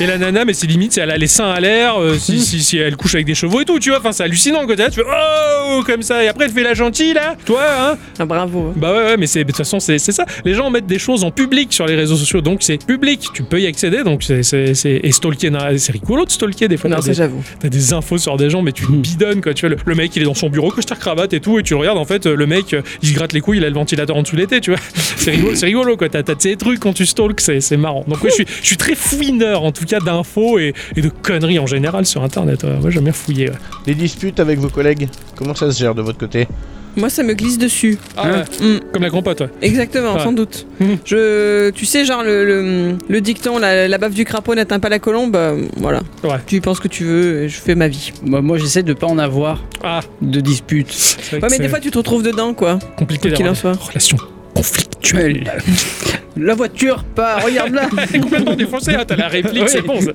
[SPEAKER 1] Et la nana, mais c'est limite, si elle a les seins à l'air, euh, si, si, si elle couche avec des chevaux et tout, tu vois, enfin c'est hallucinant quoi, t'es là, tu fais oh comme ça, et après elle fait la gentille là, toi, hein,
[SPEAKER 3] Ah, bravo.
[SPEAKER 1] bah ouais, ouais mais c'est- de toute façon, c'est c'est ça. Les gens mettent des choses en public sur les réseaux sociaux, donc c'est public. Tu peux y accéder, donc c'est. c'est- c'est- Et stalker, na- c'est rigolo de stalker des fois.
[SPEAKER 3] Non,
[SPEAKER 1] T'as
[SPEAKER 3] ça, Hmm.
[SPEAKER 1] des,
[SPEAKER 3] j'avoue.
[SPEAKER 1] t'as des infos sur des gens, mais tu bidonnes, quoi. Tu vois, le, le mec, il est dans son bureau, costard cravate et tout, et tu le regardes, en fait, euh, le mec, euh, il se gratte les couilles, il a le ventilateur en dessous de l'été, tu vois. C'est rigolo, c'est rigolo, quoi. T'as t'as de ces trucs quand tu stalks, c'est c'est marrant. Donc, ouais, je suis, je suis très fouineur, en tout cas, d'infos et, et de conneries en général sur Internet. ouais. moi, j'aime bien fouiller. ouais.
[SPEAKER 4] Les disputes avec vos collègues, comment ça se gère de votre côté
[SPEAKER 3] Moi, ça me glisse dessus.
[SPEAKER 1] Hein
[SPEAKER 3] Mm.
[SPEAKER 1] Comme la compote, ouais.
[SPEAKER 3] Exactement,
[SPEAKER 1] Ouais.
[SPEAKER 3] sans doute.
[SPEAKER 1] Mhm.
[SPEAKER 3] Je, tu sais, genre le, le, le dicton, la, la baffe du crapaud n'atteint pas la colombe, euh, voilà.
[SPEAKER 1] Ouais.
[SPEAKER 3] Tu penses que tu veux, et je fais ma vie.
[SPEAKER 2] Moi, Bah, moi, j'essaie de pas en avoir
[SPEAKER 1] Ah,
[SPEAKER 2] de dispute.
[SPEAKER 1] c'est vrai
[SPEAKER 3] Ouais,
[SPEAKER 1] que
[SPEAKER 3] mais des
[SPEAKER 1] c'est
[SPEAKER 3] fois, tu te retrouves dedans, quoi.
[SPEAKER 1] compliqué
[SPEAKER 3] quoi qu'il en
[SPEAKER 1] d'avoir
[SPEAKER 3] soit.
[SPEAKER 1] des relations conflictuelles.
[SPEAKER 2] La voiture, pas, regarde-la
[SPEAKER 1] T'es complètement défoncé, hein, t'as la réplique,
[SPEAKER 2] Oui.
[SPEAKER 1] c'est bon. ça.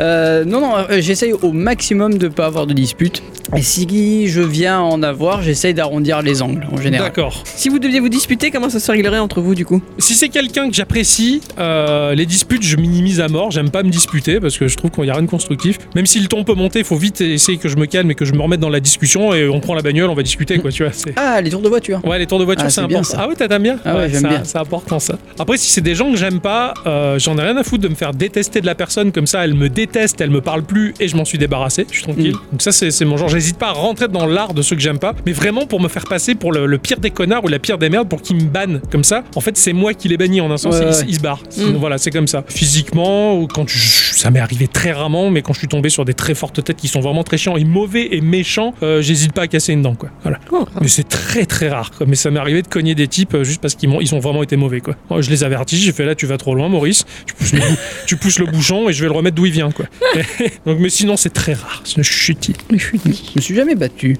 [SPEAKER 2] Euh, non, non, euh, j'essaye au maximum de pas avoir de dispute. Et si je viens en avoir, j'essaye d'arrondir les angles en général.
[SPEAKER 1] D'accord.
[SPEAKER 3] Si vous deviez vous disputer, comment ça se réglerait entre vous, du coup
[SPEAKER 1] Si c'est quelqu'un que j'apprécie, euh, les disputes, je minimise à mort. J'aime pas me disputer parce que je trouve qu'il n'y a rien de constructif. Même si le ton peut monter, faut vite essayer que je me calme et que je me remette dans la discussion. Et on prend la bagnole, on va discuter, quoi, tu vois. c'est-
[SPEAKER 2] Ah, les tours de voiture.
[SPEAKER 1] Ouais, les tours de voiture,
[SPEAKER 2] Ah,
[SPEAKER 1] c'est
[SPEAKER 2] c'est bien,
[SPEAKER 1] important.
[SPEAKER 2] ça.
[SPEAKER 1] Ah ouais, t'aimes bien
[SPEAKER 2] Ah ouais, j'aime
[SPEAKER 1] ça-
[SPEAKER 2] bien.
[SPEAKER 1] C'est important ça. Après, si c'est des gens que j'aime pas, euh, j'en ai rien à foutre de me faire détester de la personne comme ça. Elle me déteste, elle me parle plus et je m'en suis débarrassé. Je suis tranquille.
[SPEAKER 2] Mm.
[SPEAKER 1] Donc ça, c'est c'est mon genre. J'hésite pas à rentrer dans l'art de ceux que j'aime pas, mais vraiment pour me faire passer pour le, le pire des connards ou la pire des merdes pour qu'ils me bannent comme ça. En fait, c'est moi qui les bannis en un sens.
[SPEAKER 2] Ouais,
[SPEAKER 1] ils,
[SPEAKER 2] ouais. Mm.
[SPEAKER 1] ils se barrent. Voilà, c'est comme ça. Physiquement, ou quand je- ça m'est arrivé très rarement, mais quand je suis tombé sur des très fortes têtes qui sont vraiment très chiants et mauvais et méchants, euh, j'hésite pas à casser une dent quoi. Voilà. Mais c'est très très rare. Quoi. Mais ça m'est arrivé de cogner des types euh, juste parce qu'ils m'ont, ils ont vraiment été mauvais. Quoi. Moi, je les avertis, j'ai fait là, tu vas trop loin, Maurice. Tu pousses le, bou- tu pousses le bouchon et je vais le remettre d'où il vient. Quoi. Donc, mais sinon, c'est très rare. C'est une chutille.
[SPEAKER 3] Mais je suis dit.
[SPEAKER 2] Je me suis jamais battu.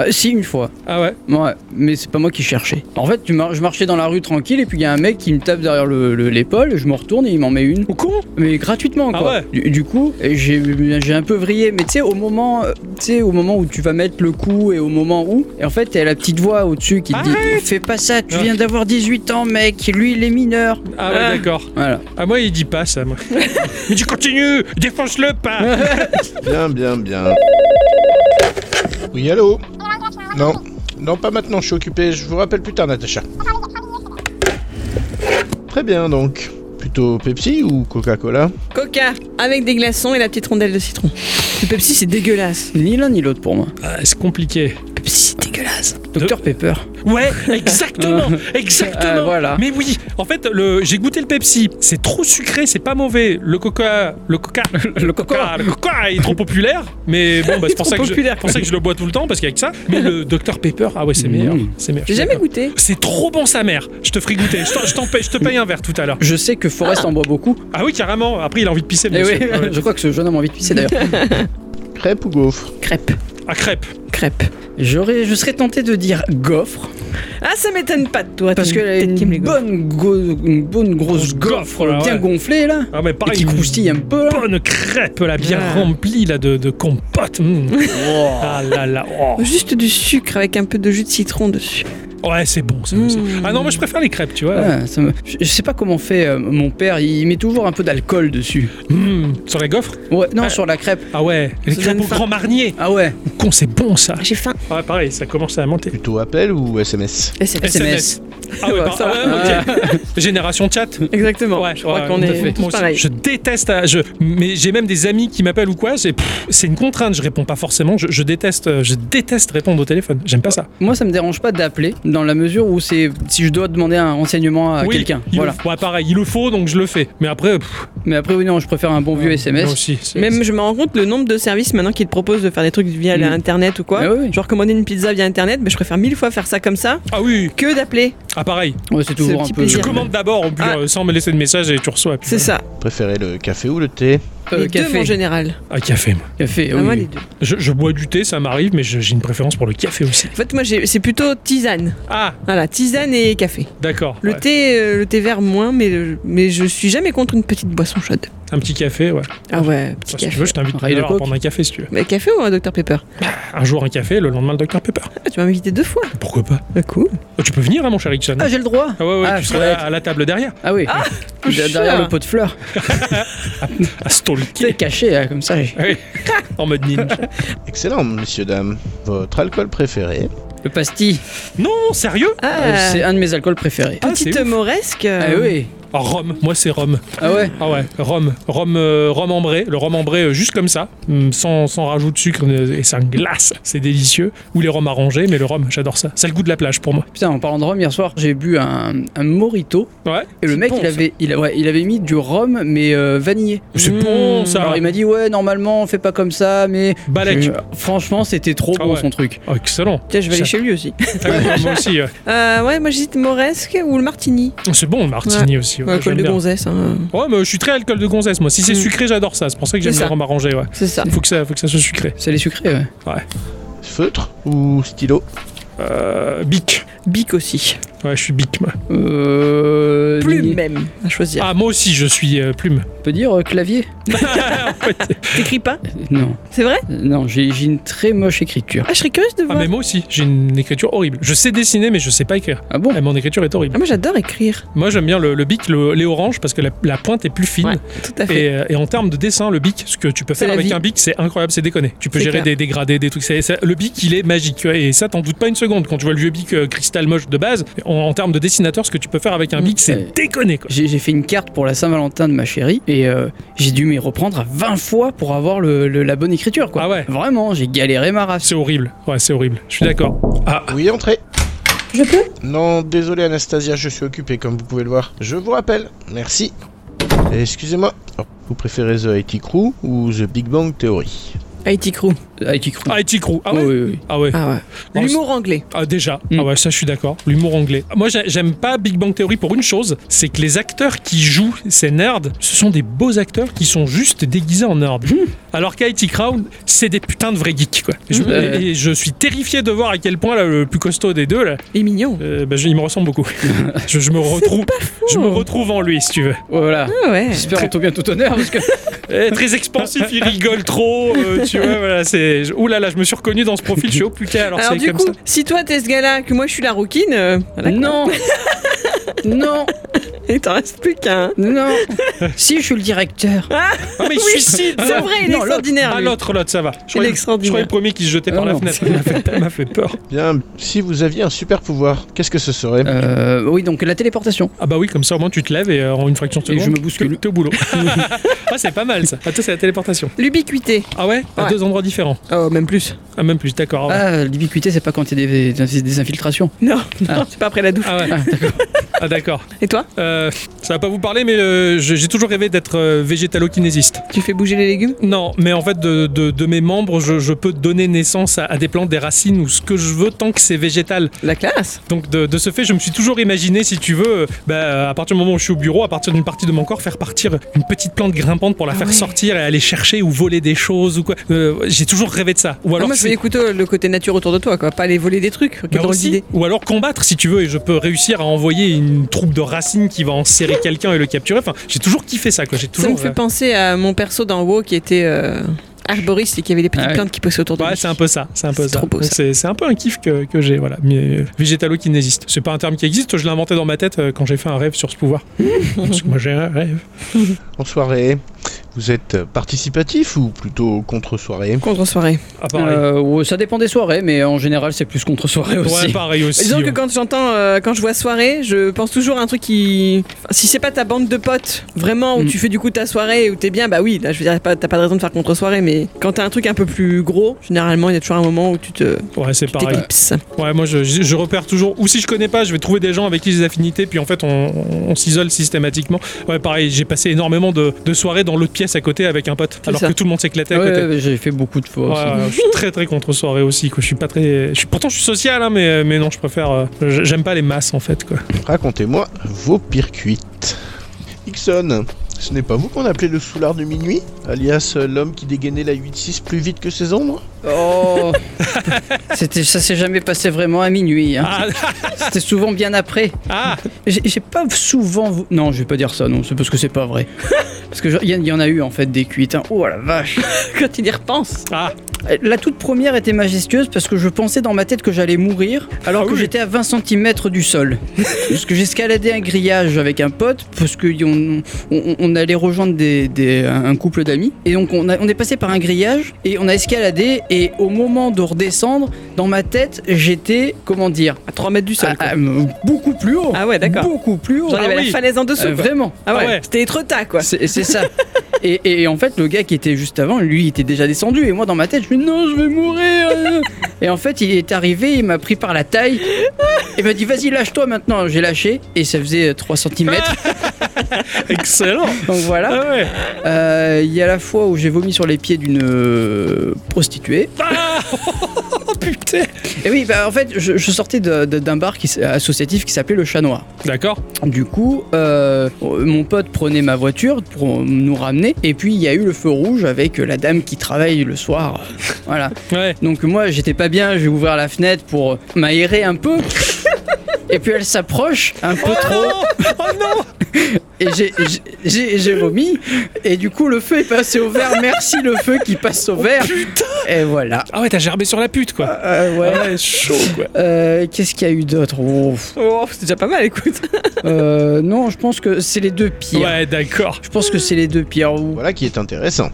[SPEAKER 2] Ah, si, une fois.
[SPEAKER 1] Ah ouais.
[SPEAKER 2] Ouais, mais c'est pas moi qui cherchais. En fait, tu mar- je marchais dans la rue tranquille et puis il y a un mec qui me tape derrière le- le- l'épaule, je me retourne et il m'en met une.
[SPEAKER 1] Au con
[SPEAKER 2] Mais gratuitement
[SPEAKER 1] Ah
[SPEAKER 2] quoi.
[SPEAKER 1] ouais.
[SPEAKER 2] du, du coup, et j'ai j'ai un peu vrillé, mais tu sais au moment euh, tu sais au moment où tu vas mettre le coup et au moment où et en fait, t'as la petite voix au-dessus qui te dit
[SPEAKER 1] Arrête
[SPEAKER 2] fais pas ça, tu
[SPEAKER 1] Ouais.
[SPEAKER 2] viens d'avoir 18 18 ans, mec. Lui, il est mineur.
[SPEAKER 1] Ah ouais, d'accord.
[SPEAKER 2] Voilà.
[SPEAKER 1] Ah moi il dit pas ça moi. Mais tu continues, défonce-le pas.
[SPEAKER 4] Bien, bien, bien. Oui, allô Non. Non, pas maintenant, je suis occupé. Je vous rappelle plus tard, Natacha. Très bien, donc. Plutôt Pepsi ou Coca-Cola
[SPEAKER 3] Coca avec des glaçons et la petite rondelle de citron. Le Pepsi, c'est dégueulasse.
[SPEAKER 2] Ni l'un ni l'autre pour moi.
[SPEAKER 1] Ah, c'est compliqué.
[SPEAKER 3] Pepsi, c'est dégueulasse.
[SPEAKER 2] Dr Pepper.
[SPEAKER 1] Ouais, exactement, exactement.
[SPEAKER 2] Ah, voilà.
[SPEAKER 1] Mais oui, en fait, le, j'ai goûté le Pepsi. C'est trop sucré, c'est pas mauvais. Le Coca, le Coca,
[SPEAKER 2] Le coca.
[SPEAKER 1] le Coca est trop populaire. Mais bon, bah, c'est pour
[SPEAKER 2] Trop
[SPEAKER 1] ça que je,
[SPEAKER 2] populaire.
[SPEAKER 1] c'est pour ça que je le bois tout le temps parce qu'il y a que ça. Mais le Dr Pepper, ah ouais, c'est meilleur,
[SPEAKER 2] Mm.
[SPEAKER 1] c'est meilleur.
[SPEAKER 3] J'ai jamais goûté.
[SPEAKER 1] C'est trop bon sa mère. Je te ferai goûter. Je t'en- Je t'en paye, je te paye un verre tout à l'heure.
[SPEAKER 2] Je sais que Forrest en boit beaucoup.
[SPEAKER 1] Ah oui, carrément. Après, il a envie de pisser.
[SPEAKER 2] Eh
[SPEAKER 1] monsieur.
[SPEAKER 2] oui,
[SPEAKER 1] Ah ouais.
[SPEAKER 2] je crois que ce jeune homme a envie de pisser d'ailleurs.
[SPEAKER 4] Crêpe ou gaufre
[SPEAKER 3] Crêpe.
[SPEAKER 1] À Ah, crêpe.
[SPEAKER 3] Crêpe.
[SPEAKER 2] J'aurais, je serais tenté de dire gaufre
[SPEAKER 3] Ah, ça m'étonne pas de toi.
[SPEAKER 2] parce
[SPEAKER 1] Mmh.
[SPEAKER 3] t'as
[SPEAKER 2] que
[SPEAKER 3] une
[SPEAKER 2] elle a
[SPEAKER 3] tête qui
[SPEAKER 2] une
[SPEAKER 3] aime les gaufres.
[SPEAKER 2] bonne, go- une bonne grosse gaufre
[SPEAKER 1] gaufre, là,
[SPEAKER 2] bien
[SPEAKER 1] ouais.
[SPEAKER 2] gonflée là
[SPEAKER 1] Ah mais
[SPEAKER 2] et
[SPEAKER 1] pareil.
[SPEAKER 2] qui croustille un peu. là.
[SPEAKER 1] bonne crêpe là, bien
[SPEAKER 3] Ah.
[SPEAKER 1] remplie là de, de compote. Mm. Ah là là. oh.
[SPEAKER 3] Juste du sucre avec un peu de jus de citron dessus.
[SPEAKER 1] Ouais, c'est bon. c'est bon, c'est- Ah non, moi je préfère les crêpes, tu vois.
[SPEAKER 2] Ouais, Ah, ça me- je, je sais pas comment fait euh, mon père. Il met toujours un peu d'alcool dessus.
[SPEAKER 1] Mm. Sur les gaufres
[SPEAKER 2] Ouais, non, sur la crêpe.
[SPEAKER 1] Ah ouais. Les
[SPEAKER 3] Ça
[SPEAKER 1] crêpes
[SPEAKER 3] donne
[SPEAKER 1] au
[SPEAKER 3] faim.
[SPEAKER 1] Grand Marnier.
[SPEAKER 2] Ah ouais.
[SPEAKER 1] Con, c'est bon ça.
[SPEAKER 3] J'ai faim.
[SPEAKER 1] Ah pareil, ça commence à monter.
[SPEAKER 4] Plutôt appel ou SMS
[SPEAKER 1] Eh,
[SPEAKER 3] SMS.
[SPEAKER 2] SMS.
[SPEAKER 1] Ah ouais,
[SPEAKER 2] Ouais,
[SPEAKER 1] par-
[SPEAKER 2] ça
[SPEAKER 1] ah ouais, ok. Génération chat.
[SPEAKER 3] Exactement.
[SPEAKER 1] Ouais,
[SPEAKER 3] je crois
[SPEAKER 1] ouais,
[SPEAKER 3] qu'on
[SPEAKER 1] tout à
[SPEAKER 3] est
[SPEAKER 1] fait.
[SPEAKER 3] tous
[SPEAKER 1] Moi aussi,
[SPEAKER 3] pareil.
[SPEAKER 1] Je déteste. euh, Je, mais j'ai même des amis qui m'appellent ou quoi. C'est pff, c'est une contrainte. Je réponds pas forcément. Je, je déteste. euh, Je déteste répondre au téléphone. J'aime pas ça.
[SPEAKER 2] Moi, ça me dérange pas d'appeler dans la mesure où c'est si je dois demander un renseignement à
[SPEAKER 1] Oui,
[SPEAKER 2] Ah, quelqu'un.
[SPEAKER 1] il le-
[SPEAKER 2] Voilà.
[SPEAKER 1] ouais, pareil. Il le faut donc je le fais. Mais après. pff,
[SPEAKER 2] Mais après, oui, non, je préfère un bon
[SPEAKER 3] Ah,
[SPEAKER 2] vieux
[SPEAKER 1] moi
[SPEAKER 2] SMS.
[SPEAKER 1] aussi, c'est-
[SPEAKER 3] Même je me rends compte le nombre de services maintenant qu'ils te proposent de faire des trucs via
[SPEAKER 2] Mm.
[SPEAKER 3] l'internet ou quoi.
[SPEAKER 2] Ah oui, oui.
[SPEAKER 3] Genre commander une pizza via internet, mais je préfère mille fois faire ça comme ça
[SPEAKER 1] Ah oui.
[SPEAKER 3] que d'appeler.
[SPEAKER 1] Ah pareil.
[SPEAKER 2] Ouais, c'est toujours
[SPEAKER 3] un
[SPEAKER 2] un
[SPEAKER 3] petit
[SPEAKER 2] peu. euh,
[SPEAKER 3] plaisir.
[SPEAKER 1] Tu commandes d'abord au pire,
[SPEAKER 3] Ah.
[SPEAKER 1] euh, sans me laisser de message et tu reçois. puis
[SPEAKER 3] C'est
[SPEAKER 1] voilà.
[SPEAKER 3] ça.
[SPEAKER 4] Préférez le café ou le thé
[SPEAKER 2] Euh,
[SPEAKER 3] les deux
[SPEAKER 2] café.
[SPEAKER 3] en général.
[SPEAKER 1] Ah café. moi.
[SPEAKER 2] Café.
[SPEAKER 3] Ah,
[SPEAKER 2] oui.
[SPEAKER 3] moi, les deux.
[SPEAKER 1] Je, je bois du thé, ça m'arrive, mais je- j'ai une préférence pour le café aussi.
[SPEAKER 3] En fait, moi, j'ai- c'est plutôt tisane.
[SPEAKER 1] Ah
[SPEAKER 3] Voilà, tisane et café.
[SPEAKER 1] d'accord.
[SPEAKER 3] Le
[SPEAKER 1] Ouais.
[SPEAKER 3] thé, euh, le thé vert moins, mais euh, mais je suis jamais contre une petite boisson chaude.
[SPEAKER 1] Un petit café. Ouais. Bah,
[SPEAKER 3] Ah ouais, petit
[SPEAKER 1] si
[SPEAKER 3] café.
[SPEAKER 1] tu veux, je t'invite tout à
[SPEAKER 2] Rail de
[SPEAKER 1] l'heure à
[SPEAKER 2] coke.
[SPEAKER 1] prendre un café si tu veux.
[SPEAKER 3] Mais café ou un Dr Pepper
[SPEAKER 1] Un jour un café, le lendemain le Dr Pepper.
[SPEAKER 3] Ah, Tu m'as invité deux fois.
[SPEAKER 1] Pourquoi pas
[SPEAKER 3] Ah, cool.
[SPEAKER 1] Oh, Tu peux venir, hein, mon cher Ixon.
[SPEAKER 2] Ah, j'ai le droit.
[SPEAKER 1] Ah ouais, ouais,
[SPEAKER 2] Ah,
[SPEAKER 1] tu seras
[SPEAKER 2] chouette.
[SPEAKER 1] à, à la table derrière.
[SPEAKER 2] Ah oui. Derrière
[SPEAKER 3] cher.
[SPEAKER 2] le pot de fleurs.
[SPEAKER 1] À
[SPEAKER 2] C'est
[SPEAKER 1] stalker.
[SPEAKER 2] caché là, comme ça. j'ai-
[SPEAKER 1] Ah oui, en mode ninja.
[SPEAKER 4] Excellent, messieurs, dames. Votre alcool préféré
[SPEAKER 2] Le pastille,
[SPEAKER 1] Non, sérieux
[SPEAKER 2] euh,
[SPEAKER 3] Ah,
[SPEAKER 2] c'est un de mes alcools préférés.
[SPEAKER 1] Ah,
[SPEAKER 3] petite
[SPEAKER 1] c'est ouf.
[SPEAKER 3] moresque. euh,
[SPEAKER 2] Ah oui.
[SPEAKER 1] Ah, Rome, moi c'est Rome.
[SPEAKER 2] Ah ouais.
[SPEAKER 1] Ah ouais, Rome. Rome, euh, Rome ambré. Le Rome ambré euh, juste comme ça, hum, sans, sans rajout de sucre euh, et sans glace. C'est délicieux. Ou les Roms arrangés, mais le Rome, j'adore ça. C'est le goût de la plage pour moi.
[SPEAKER 2] Putain, en parlant de rhum, hier soir, j'ai bu un, un morito.
[SPEAKER 1] Ouais.
[SPEAKER 2] Et le
[SPEAKER 1] C'est
[SPEAKER 2] mec,
[SPEAKER 1] bon,
[SPEAKER 2] il, avait, il, a- ouais, il avait mis du rhum, mais euh, vanillé.
[SPEAKER 1] C'est bon ça.
[SPEAKER 2] Alors il m'a dit, ouais, normalement, on fait pas comme ça, mais.
[SPEAKER 1] Balek.
[SPEAKER 2] J'ai- Franchement, c'était trop
[SPEAKER 1] Ah
[SPEAKER 2] bon
[SPEAKER 1] ouais.
[SPEAKER 2] son truc.
[SPEAKER 1] Oh, excellent.
[SPEAKER 3] Tiens, je vais aller chez lui aussi.
[SPEAKER 1] Ah oui, moi aussi. ouais.
[SPEAKER 3] Euh, ouais, moi j'hésite Moresque ou le Martini.
[SPEAKER 1] C'est bon le martini aussi. Ouais,
[SPEAKER 3] Ouais,
[SPEAKER 1] j'aime
[SPEAKER 3] col de
[SPEAKER 1] bien.
[SPEAKER 3] gonzesse, hein.
[SPEAKER 1] Ouais, mais je suis très alcool de gonzesse moi. Si c'est
[SPEAKER 3] Mm.
[SPEAKER 1] sucré, j'adore ça. C'est pour ça que j'aime
[SPEAKER 3] C'est
[SPEAKER 1] le
[SPEAKER 3] ça.
[SPEAKER 1] Rome arrangé. Ouais.
[SPEAKER 3] c'est ça.
[SPEAKER 1] Faut que ça, faut que ça soit sucré.
[SPEAKER 2] Ça les sucré, ouais.
[SPEAKER 4] Feutre ou stylo
[SPEAKER 1] Euh, bic.
[SPEAKER 3] Bic aussi.
[SPEAKER 1] Ouais, je suis bic moi.
[SPEAKER 2] Euh.
[SPEAKER 3] Plume
[SPEAKER 2] Nini,
[SPEAKER 3] même à choisir.
[SPEAKER 1] Ah moi aussi je suis euh, plume. Ah,
[SPEAKER 2] On peut dire euh, clavier
[SPEAKER 3] T'écris pas
[SPEAKER 2] Euh, Non.
[SPEAKER 3] C'est vrai
[SPEAKER 2] Euh, Non, j'ai j'ai une très moche écriture.
[SPEAKER 3] Ah, je serais curieuse de
[SPEAKER 1] Ah
[SPEAKER 3] voir.
[SPEAKER 1] mais moi aussi, j'ai une écriture horrible. Je sais dessiner mais je sais pas écrire.
[SPEAKER 2] Ah bon
[SPEAKER 1] Ah, mon écriture est horrible.
[SPEAKER 3] Ah, moi j'adore écrire.
[SPEAKER 1] Moi j'aime bien le, le bic, le- les oranges parce que la, la pointe est plus fine.
[SPEAKER 3] Ouais, tout à fait.
[SPEAKER 1] Et, euh, et en termes de dessin, le bic, ce que tu peux
[SPEAKER 3] C'est
[SPEAKER 1] faire
[SPEAKER 3] la
[SPEAKER 1] avec
[SPEAKER 3] vie.
[SPEAKER 1] un bic, c'est incroyable, c'est déconné. Tu peux
[SPEAKER 3] C'est
[SPEAKER 1] gérer
[SPEAKER 3] clair.
[SPEAKER 1] des dégradés, des trucs. c'est- ça- le bic, il est magique. ouais, Et ça, t'en doutes pas une seconde. Quand tu vois le vieux bic euh, cristal moche de base, en, en termes de dessinateur, ce que tu peux faire avec un bic, c'est
[SPEAKER 2] Ouais.
[SPEAKER 1] déconné. Quoi.
[SPEAKER 2] J'ai j'ai fait une carte pour la Saint-Valentin de ma chérie et euh, j'ai dû m'y reprendre à 20 fois pour avoir le, le- la bonne écriture, quoi.
[SPEAKER 1] Ah ouais.
[SPEAKER 2] Vraiment, j'ai galéré ma race.
[SPEAKER 1] C'est horrible. Ouais, c'est horrible. Je suis d'accord. Ah,
[SPEAKER 4] Oui, entrez.
[SPEAKER 3] Je peux
[SPEAKER 4] Non, désolé Anastasia, je suis occupé comme vous pouvez le voir. Je vous rappelle, merci. Et Excusez-moi. Alors, Vous préférez The IT Crew ou The Big Bang Theory
[SPEAKER 3] Haiti Crew.
[SPEAKER 2] Haïti Crew.
[SPEAKER 1] ah, et t'y crois. Ah ouais.
[SPEAKER 2] Oui, oui, oui.
[SPEAKER 1] Ah ouais.
[SPEAKER 3] Ah ouais.
[SPEAKER 1] Oh,
[SPEAKER 3] L'humour anglais.
[SPEAKER 1] Ah déjà,
[SPEAKER 2] Mm.
[SPEAKER 1] ah ouais, ça je suis d'accord. L'humour anglais. Moi j'ai- j'aime pas Big Bang Theory pour une chose, c'est que les acteurs qui jouent ces nerds, ce sont des beaux acteurs qui sont juste déguisés en nerds.
[SPEAKER 3] Mm.
[SPEAKER 1] Alors qu'IT Crowd, c'est des putains de vrais geeks quoi. Et je,
[SPEAKER 2] Mm.
[SPEAKER 1] et- et je suis terrifié de voir à quel point là, le plus costaud des deux, là,
[SPEAKER 3] Et mignon.
[SPEAKER 1] euh, bah, je- il me ressemble beaucoup. je, je me retrouve, je me retrouve en lui si tu veux.
[SPEAKER 2] Voilà.
[SPEAKER 3] Ah ouais.
[SPEAKER 2] J'espère en tout bien tout honneur parce que
[SPEAKER 1] Eh, très expansif, il rigole trop, euh, tu vois. Voilà, c'est. je- Ouh là là, je me suis reconnu dans ce profil. Je suis au putain alors,
[SPEAKER 3] Alors
[SPEAKER 1] c'est
[SPEAKER 3] du
[SPEAKER 1] comme
[SPEAKER 3] coup,
[SPEAKER 1] ça.
[SPEAKER 3] Ah, si toi t'es ce gars-là, que moi je suis la rouquine, euh, voilà.
[SPEAKER 2] non. Non,
[SPEAKER 3] Il t'en reste plus qu'un.
[SPEAKER 2] non. si je suis le directeur.
[SPEAKER 1] Ah, mais il se
[SPEAKER 3] Oui,
[SPEAKER 1] suicide
[SPEAKER 3] C'est vrai, il est
[SPEAKER 2] non, l'autre.
[SPEAKER 3] extraordinaire.
[SPEAKER 1] Ah,
[SPEAKER 3] lui.
[SPEAKER 1] l'autre, l'autre, ça va. Je
[SPEAKER 3] Il est
[SPEAKER 1] croyais- Je croyais
[SPEAKER 3] extraordinaire.
[SPEAKER 1] le premier qui se jetait par
[SPEAKER 2] Ah
[SPEAKER 1] la
[SPEAKER 2] non.
[SPEAKER 1] fenêtre. Il m'a fait- il m'a fait peur.
[SPEAKER 4] Bien, si vous aviez un super pouvoir, qu'est-ce que ce serait
[SPEAKER 2] Euh, oui, donc la téléportation.
[SPEAKER 1] Ah bah oui, comme ça au moins tu te lèves et euh, en une fraction de
[SPEAKER 2] Et
[SPEAKER 1] seconde,
[SPEAKER 2] je me bouscule.
[SPEAKER 1] T'es au boulot. ah c'est pas mal ça. Ah, toi c'est la téléportation.
[SPEAKER 3] L'ubiquité.
[SPEAKER 1] Ah ouais, à
[SPEAKER 3] Ouais.
[SPEAKER 1] deux endroits différents.
[SPEAKER 3] Oh, même plus.
[SPEAKER 1] Ah même plus, d'accord. Ah, ouais.
[SPEAKER 2] Ah, l'ubiquité, c'est pas quand il y a des, des- des infiltrations.
[SPEAKER 3] Non, non, c'est pas après la douche.
[SPEAKER 1] Ah ouais.
[SPEAKER 2] Ah, d'accord.
[SPEAKER 1] Ah d'accord.
[SPEAKER 3] Et toi
[SPEAKER 1] Euh, ça va pas vous parler, mais euh, je- j'ai toujours rêvé d'être euh, végétalokinésiste.
[SPEAKER 3] Tu fais bouger les légumes
[SPEAKER 1] Non, mais en fait de, de- de mes membres, je, je peux donner naissance à, à des plantes, des racines ou ce que je veux tant que c'est végétal.
[SPEAKER 3] La classe.
[SPEAKER 1] Donc de, de ce fait, je me suis toujours imaginé, si tu veux, euh, bah, à partir du moment où je suis au bureau, à partir d'une partie de mon corps, faire partir une petite plante grimpante pour la faire
[SPEAKER 3] Ah ouais.
[SPEAKER 1] sortir et aller chercher ou voler des choses ou quoi. Euh, J'ai toujours rêvé de ça. Ou
[SPEAKER 3] Ah,
[SPEAKER 1] alors
[SPEAKER 3] moi, je
[SPEAKER 1] c'est-
[SPEAKER 3] voyais plutôt le côté nature autour de toi, quoi. Pas les voler des trucs. Quelle
[SPEAKER 1] bah
[SPEAKER 3] drôle
[SPEAKER 1] aussi.
[SPEAKER 3] d'idée.
[SPEAKER 1] ou alors combattre si tu veux et je peux réussir à envoyer une troupe de racines qui va enserrer quelqu'un et le capturer. Enfin, j'ai toujours kiffé ça quoi. J'ai
[SPEAKER 3] Ça
[SPEAKER 1] toujours.
[SPEAKER 3] me fait
[SPEAKER 1] euh,
[SPEAKER 3] penser à mon perso dans WoW qui était euh, arboriste et qui avait des petites
[SPEAKER 2] Ah ouais.
[SPEAKER 3] plantes qui poussaient autour de
[SPEAKER 1] Ouais,
[SPEAKER 3] lui.
[SPEAKER 1] c'est un peu ça. C'est un peu
[SPEAKER 3] C'est
[SPEAKER 1] ça.
[SPEAKER 3] trop beau,
[SPEAKER 1] Donc,
[SPEAKER 3] ça.
[SPEAKER 1] C'est c'est un peu un kiff que, que j'ai, voilà. Mais euh, végétalo-kinésiste. C'est pas un terme qui existe, je l'ai inventé dans ma tête euh, quand j'ai fait un rêve sur ce pouvoir. Parce que moi j'ai un rêve.
[SPEAKER 4] En soirée, vous êtes participatif ou plutôt contre-soirée
[SPEAKER 3] Contre-soirée.
[SPEAKER 1] Ah, pareil.
[SPEAKER 2] Euh, ouais, ça dépend des soirées, mais en général, c'est plus contre soirée aussi.
[SPEAKER 1] Ouais, pareil aussi.
[SPEAKER 3] Bah,
[SPEAKER 1] hein.
[SPEAKER 3] Disons que
[SPEAKER 1] ouais.
[SPEAKER 3] quand j'entends, euh, quand je vois soirée, je pense toujours à un truc qui. enfin, si c'est pas ta bande de potes, vraiment, où
[SPEAKER 2] Mm.
[SPEAKER 3] tu fais du coup ta soirée et où t'es bien, bah oui, là je veux dire, pas- t'as pas de raison de faire contre-soirée, mais quand t'as un truc un peu plus gros, généralement il y a toujours un moment où tu te
[SPEAKER 1] Ouais, c'est pareil.
[SPEAKER 3] t'éclipses.
[SPEAKER 1] Ouais, moi je, je- je repère toujours. Ou si je connais pas, je vais trouver des gens avec qui j'ai des affinités, puis en fait on, on- on s'isole systématiquement. Ouais, pareil, j'ai passé énormément de, de soirées dans l'autre pièce à côté avec un pote, alors
[SPEAKER 3] ça.
[SPEAKER 1] que tout le monde s'éclatait à
[SPEAKER 2] Ouais,
[SPEAKER 1] côté.
[SPEAKER 2] ouais, j'ai fait beaucoup de fois.
[SPEAKER 1] Ouais,
[SPEAKER 2] aussi.
[SPEAKER 1] ouais, je suis très très contre soirée aussi quoi. Je suis pas très. Je suis, pourtant je suis social hein, mais mais non je préfère. euh, je- J'aime pas les masses en fait quoi.
[SPEAKER 4] Racontez-moi vos pires cuites. Ixon, ce n'est pas vous qu'on appelait le soulard de minuit, alias euh, l'homme qui dégainait la 8-6 plus vite que ses ombres
[SPEAKER 2] Oh C'était, Ça s'est jamais passé vraiment à minuit. hein.
[SPEAKER 1] Ah,
[SPEAKER 2] C'était souvent bien après.
[SPEAKER 1] ah,
[SPEAKER 2] J'ai j'ai pas souvent. vou- Non, je vais pas dire ça, non, c'est parce que c'est pas vrai. Parce que je- il y, en- il y en a eu en fait des cuites. hein. Oh la vache
[SPEAKER 3] quand il y repense.
[SPEAKER 1] ah.
[SPEAKER 2] La toute première était majestueuse parce que je pensais dans ma tête que j'allais mourir alors
[SPEAKER 1] Ah
[SPEAKER 2] que
[SPEAKER 1] oui.
[SPEAKER 2] j'étais à 20 cm du sol. parce que j'escaladais un grillage avec un pote parce que y- on, on- on allait rejoindre des, des- un un couple d'amis. Et donc on, a- on est passé par un grillage et on a escaladé et au moment de redescendre, dans ma tête, j'étais, comment dire,
[SPEAKER 3] À 3 mètres du sol. quoi.
[SPEAKER 2] à- à- beaucoup plus haut.
[SPEAKER 3] Ah ouais, d'accord.
[SPEAKER 2] Beaucoup plus haut.
[SPEAKER 3] Genre il y
[SPEAKER 1] Ah
[SPEAKER 3] avait
[SPEAKER 1] oui.
[SPEAKER 3] la falaise en dessous.
[SPEAKER 2] Euh,
[SPEAKER 3] quoi.
[SPEAKER 2] vraiment.
[SPEAKER 3] Ah ouais,
[SPEAKER 1] Ah ouais.
[SPEAKER 3] c'était Etretat quoi.
[SPEAKER 2] C'est c'est ça. et, et- et en fait, le gars qui était juste avant, lui, il était déjà descendu. Et moi, dans ma tête, je me dis non, je vais mourir. et en fait, il est arrivé, il m'a pris par la taille. Et m'a dit vas-y, lâche-toi maintenant. J'ai lâché. Et ça faisait 3 cm.
[SPEAKER 1] excellent.
[SPEAKER 2] Donc voilà.
[SPEAKER 1] Ah ouais.
[SPEAKER 2] Euh, Il y a la fois où j'ai vomi sur les pieds d'une euh, prostituée.
[SPEAKER 1] Ah, oh putain.
[SPEAKER 2] Et oui, bah, en fait, je, je sortais de- de- d'un bar qui s- associatif qui s'appelait Le Chat Noir.
[SPEAKER 1] D'accord.
[SPEAKER 2] Du coup, euh, mon pote prenait ma voiture pour nous ramener. Et puis, il y a eu le feu rouge avec la dame qui travaille le soir. Voilà.
[SPEAKER 1] Ouais.
[SPEAKER 2] Donc, moi, j'étais pas bien. J'ai ouvert la fenêtre pour m'aérer un peu. Et puis, elle s'approche un peu trop.
[SPEAKER 1] Oh non.
[SPEAKER 2] Et j'ai- j'ai- j'ai j'ai vomi. Et du coup, le feu est passé au vert. Merci, le feu qui passe
[SPEAKER 1] Oh
[SPEAKER 2] au vert. Et voilà.
[SPEAKER 1] Ah ouais, t'as gerbé sur la pute quoi.
[SPEAKER 2] Euh, ouais.
[SPEAKER 1] Ouais, chaud quoi.
[SPEAKER 2] Euh, Qu'est-ce qu'il y a eu d'autre Ouf.
[SPEAKER 3] Oh, c'est déjà pas mal, écoute.
[SPEAKER 2] Euh, Non, je pense que c'est les deux pires.
[SPEAKER 1] Ouais, d'accord.
[SPEAKER 2] Je pense que c'est les deux pires. Ou-
[SPEAKER 4] Voilà qui est intéressant.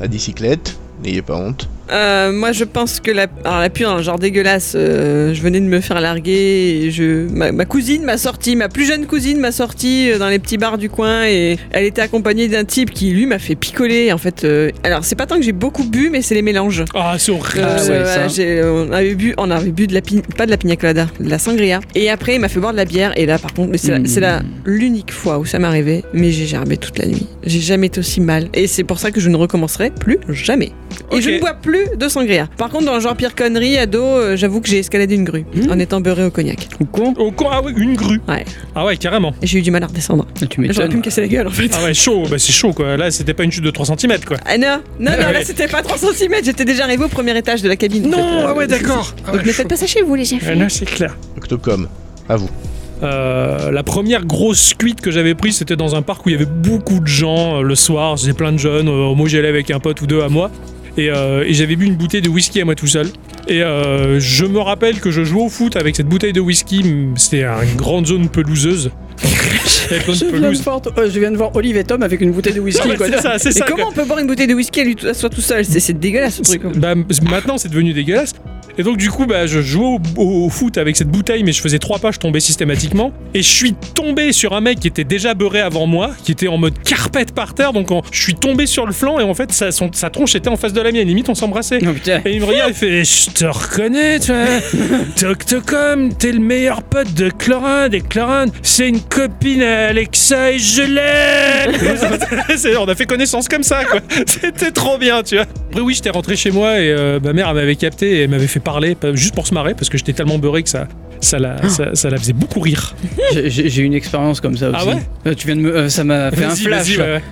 [SPEAKER 4] La bicyclette, n'ayez pas honte.
[SPEAKER 3] Euh, moi, je pense que la, alors, la pure, hein, genre dégueulasse, euh, je venais de me faire larguer. Et je... ma, ma cousine m'a sorti, ma plus jeune cousine m'a sorti euh, dans les petits bars du coin et elle était accompagnée d'un type qui, lui, m'a fait picoler. En fait, euh, alors, c'est pas tant que j'ai beaucoup bu, mais c'est les mélanges.
[SPEAKER 1] Ah, c'est
[SPEAKER 3] Euh,
[SPEAKER 1] horrible.
[SPEAKER 2] Ah ouais, ça.
[SPEAKER 3] j'ai- on avait bu, on avait bu de la pi- pas de la pina colada, de la sangria. Et après, il m'a fait boire de la bière. Et là, par contre, mais c'est
[SPEAKER 1] Hmm.
[SPEAKER 3] la-
[SPEAKER 2] Mm.
[SPEAKER 3] c'est la l'unique fois où ça m'est arrivé. Mais j'ai gerbé toute la nuit. J'ai jamais été aussi mal. Et c'est pour ça que je ne recommencerai plus jamais. Et
[SPEAKER 1] Ok.
[SPEAKER 3] je ne bois plus de sangria. Par contre, dans le genre pire connerie, ado, euh, j'avoue que j'ai escaladé une grue
[SPEAKER 1] Hmm.
[SPEAKER 2] Mm.
[SPEAKER 3] en étant beurré au cognac.
[SPEAKER 2] Ou con
[SPEAKER 1] Au con, ah ouais, une grue.
[SPEAKER 3] Ouais.
[SPEAKER 1] Ah ouais, carrément.
[SPEAKER 3] Et j'ai eu du mal à redescendre.
[SPEAKER 2] Tu
[SPEAKER 3] J'aurais pu me
[SPEAKER 2] m'étonnes.
[SPEAKER 3] casser la gueule en fait.
[SPEAKER 1] Ah ouais, chaud, bah c'est chaud quoi. Là, c'était pas une chute de 3 cm quoi.
[SPEAKER 3] Ah non, non, non,
[SPEAKER 1] Ouais.
[SPEAKER 3] là c'était pas 3 cm, j'étais déjà arrivé au premier étage de la cabine. en fait.
[SPEAKER 1] Non, ah ouais, d'accord. Ah
[SPEAKER 3] Donc
[SPEAKER 1] ouais,
[SPEAKER 3] ne faites pas ça chez vous, les chefs.
[SPEAKER 1] chaud. Ah non, c'est clair.
[SPEAKER 4] Octocom, à vous.
[SPEAKER 1] Euh, la première grosse cuite que j'avais prise, c'était dans un parc où il y avait beaucoup de gens euh, le soir. C'était plein de jeunes. euh, moi, j'y allais avec un pote ou deux à moi. Et, euh, et j'avais bu une bouteille de whisky à moi tout seul. Et euh, je me rappelle que je jouais au foot avec cette bouteille de whisky. C'était une grande zone pelouseuse. Avec
[SPEAKER 2] Je
[SPEAKER 1] Lone
[SPEAKER 2] viens, de
[SPEAKER 1] Pelouse.
[SPEAKER 2] voir, euh, je viens de voir Olive et Tom avec une bouteille de whisky.
[SPEAKER 1] Ouais,
[SPEAKER 2] quoi.
[SPEAKER 1] c'est ça, c'est
[SPEAKER 3] Et
[SPEAKER 1] ça.
[SPEAKER 3] comment on peut boire une bouteille de whisky à lui à soi tout seul C'est c'est dégueulasse ce
[SPEAKER 1] C'est-
[SPEAKER 3] truc. hein.
[SPEAKER 1] bah, m- maintenant c'est devenu dégueulasse. Et donc du coup bah, je jouais au, au- au foot avec cette bouteille mais je faisais trois pas, je tombais systématiquement. Et je suis tombé sur un mec qui était déjà beurré avant moi, qui était en mode carpette par terre. Donc en- je suis tombé sur le flanc et en fait sa, son- sa tronche était en face de la mienne, limite on s'embrassait.
[SPEAKER 2] Non, putain.
[SPEAKER 1] Et il me regarde et fait Je te reconnais, toi Toctocom, t'es le meilleur pote de Chlorinde et Chlorinde, c'est une copine à Alexa et je l'aime C'est- On a fait connaissance comme ça, quoi C'était trop bien, tu vois Après, oui, j'étais rentré chez moi et euh, ma mère elle m'avait capté et elle m'avait fait parler, pas- juste pour se marrer, parce que j'étais tellement beurré que ça. Ça
[SPEAKER 2] Ah.
[SPEAKER 1] la, ça, ça la faisait beaucoup rire.
[SPEAKER 2] J'ai- J'ai j'ai eu une expérience comme ça aussi.
[SPEAKER 1] Ah ouais
[SPEAKER 2] Euh, Tu viens de me. euh, ça m'a fait un
[SPEAKER 1] Vas-y,
[SPEAKER 2] flash.
[SPEAKER 1] vas-y, ouais, ouais.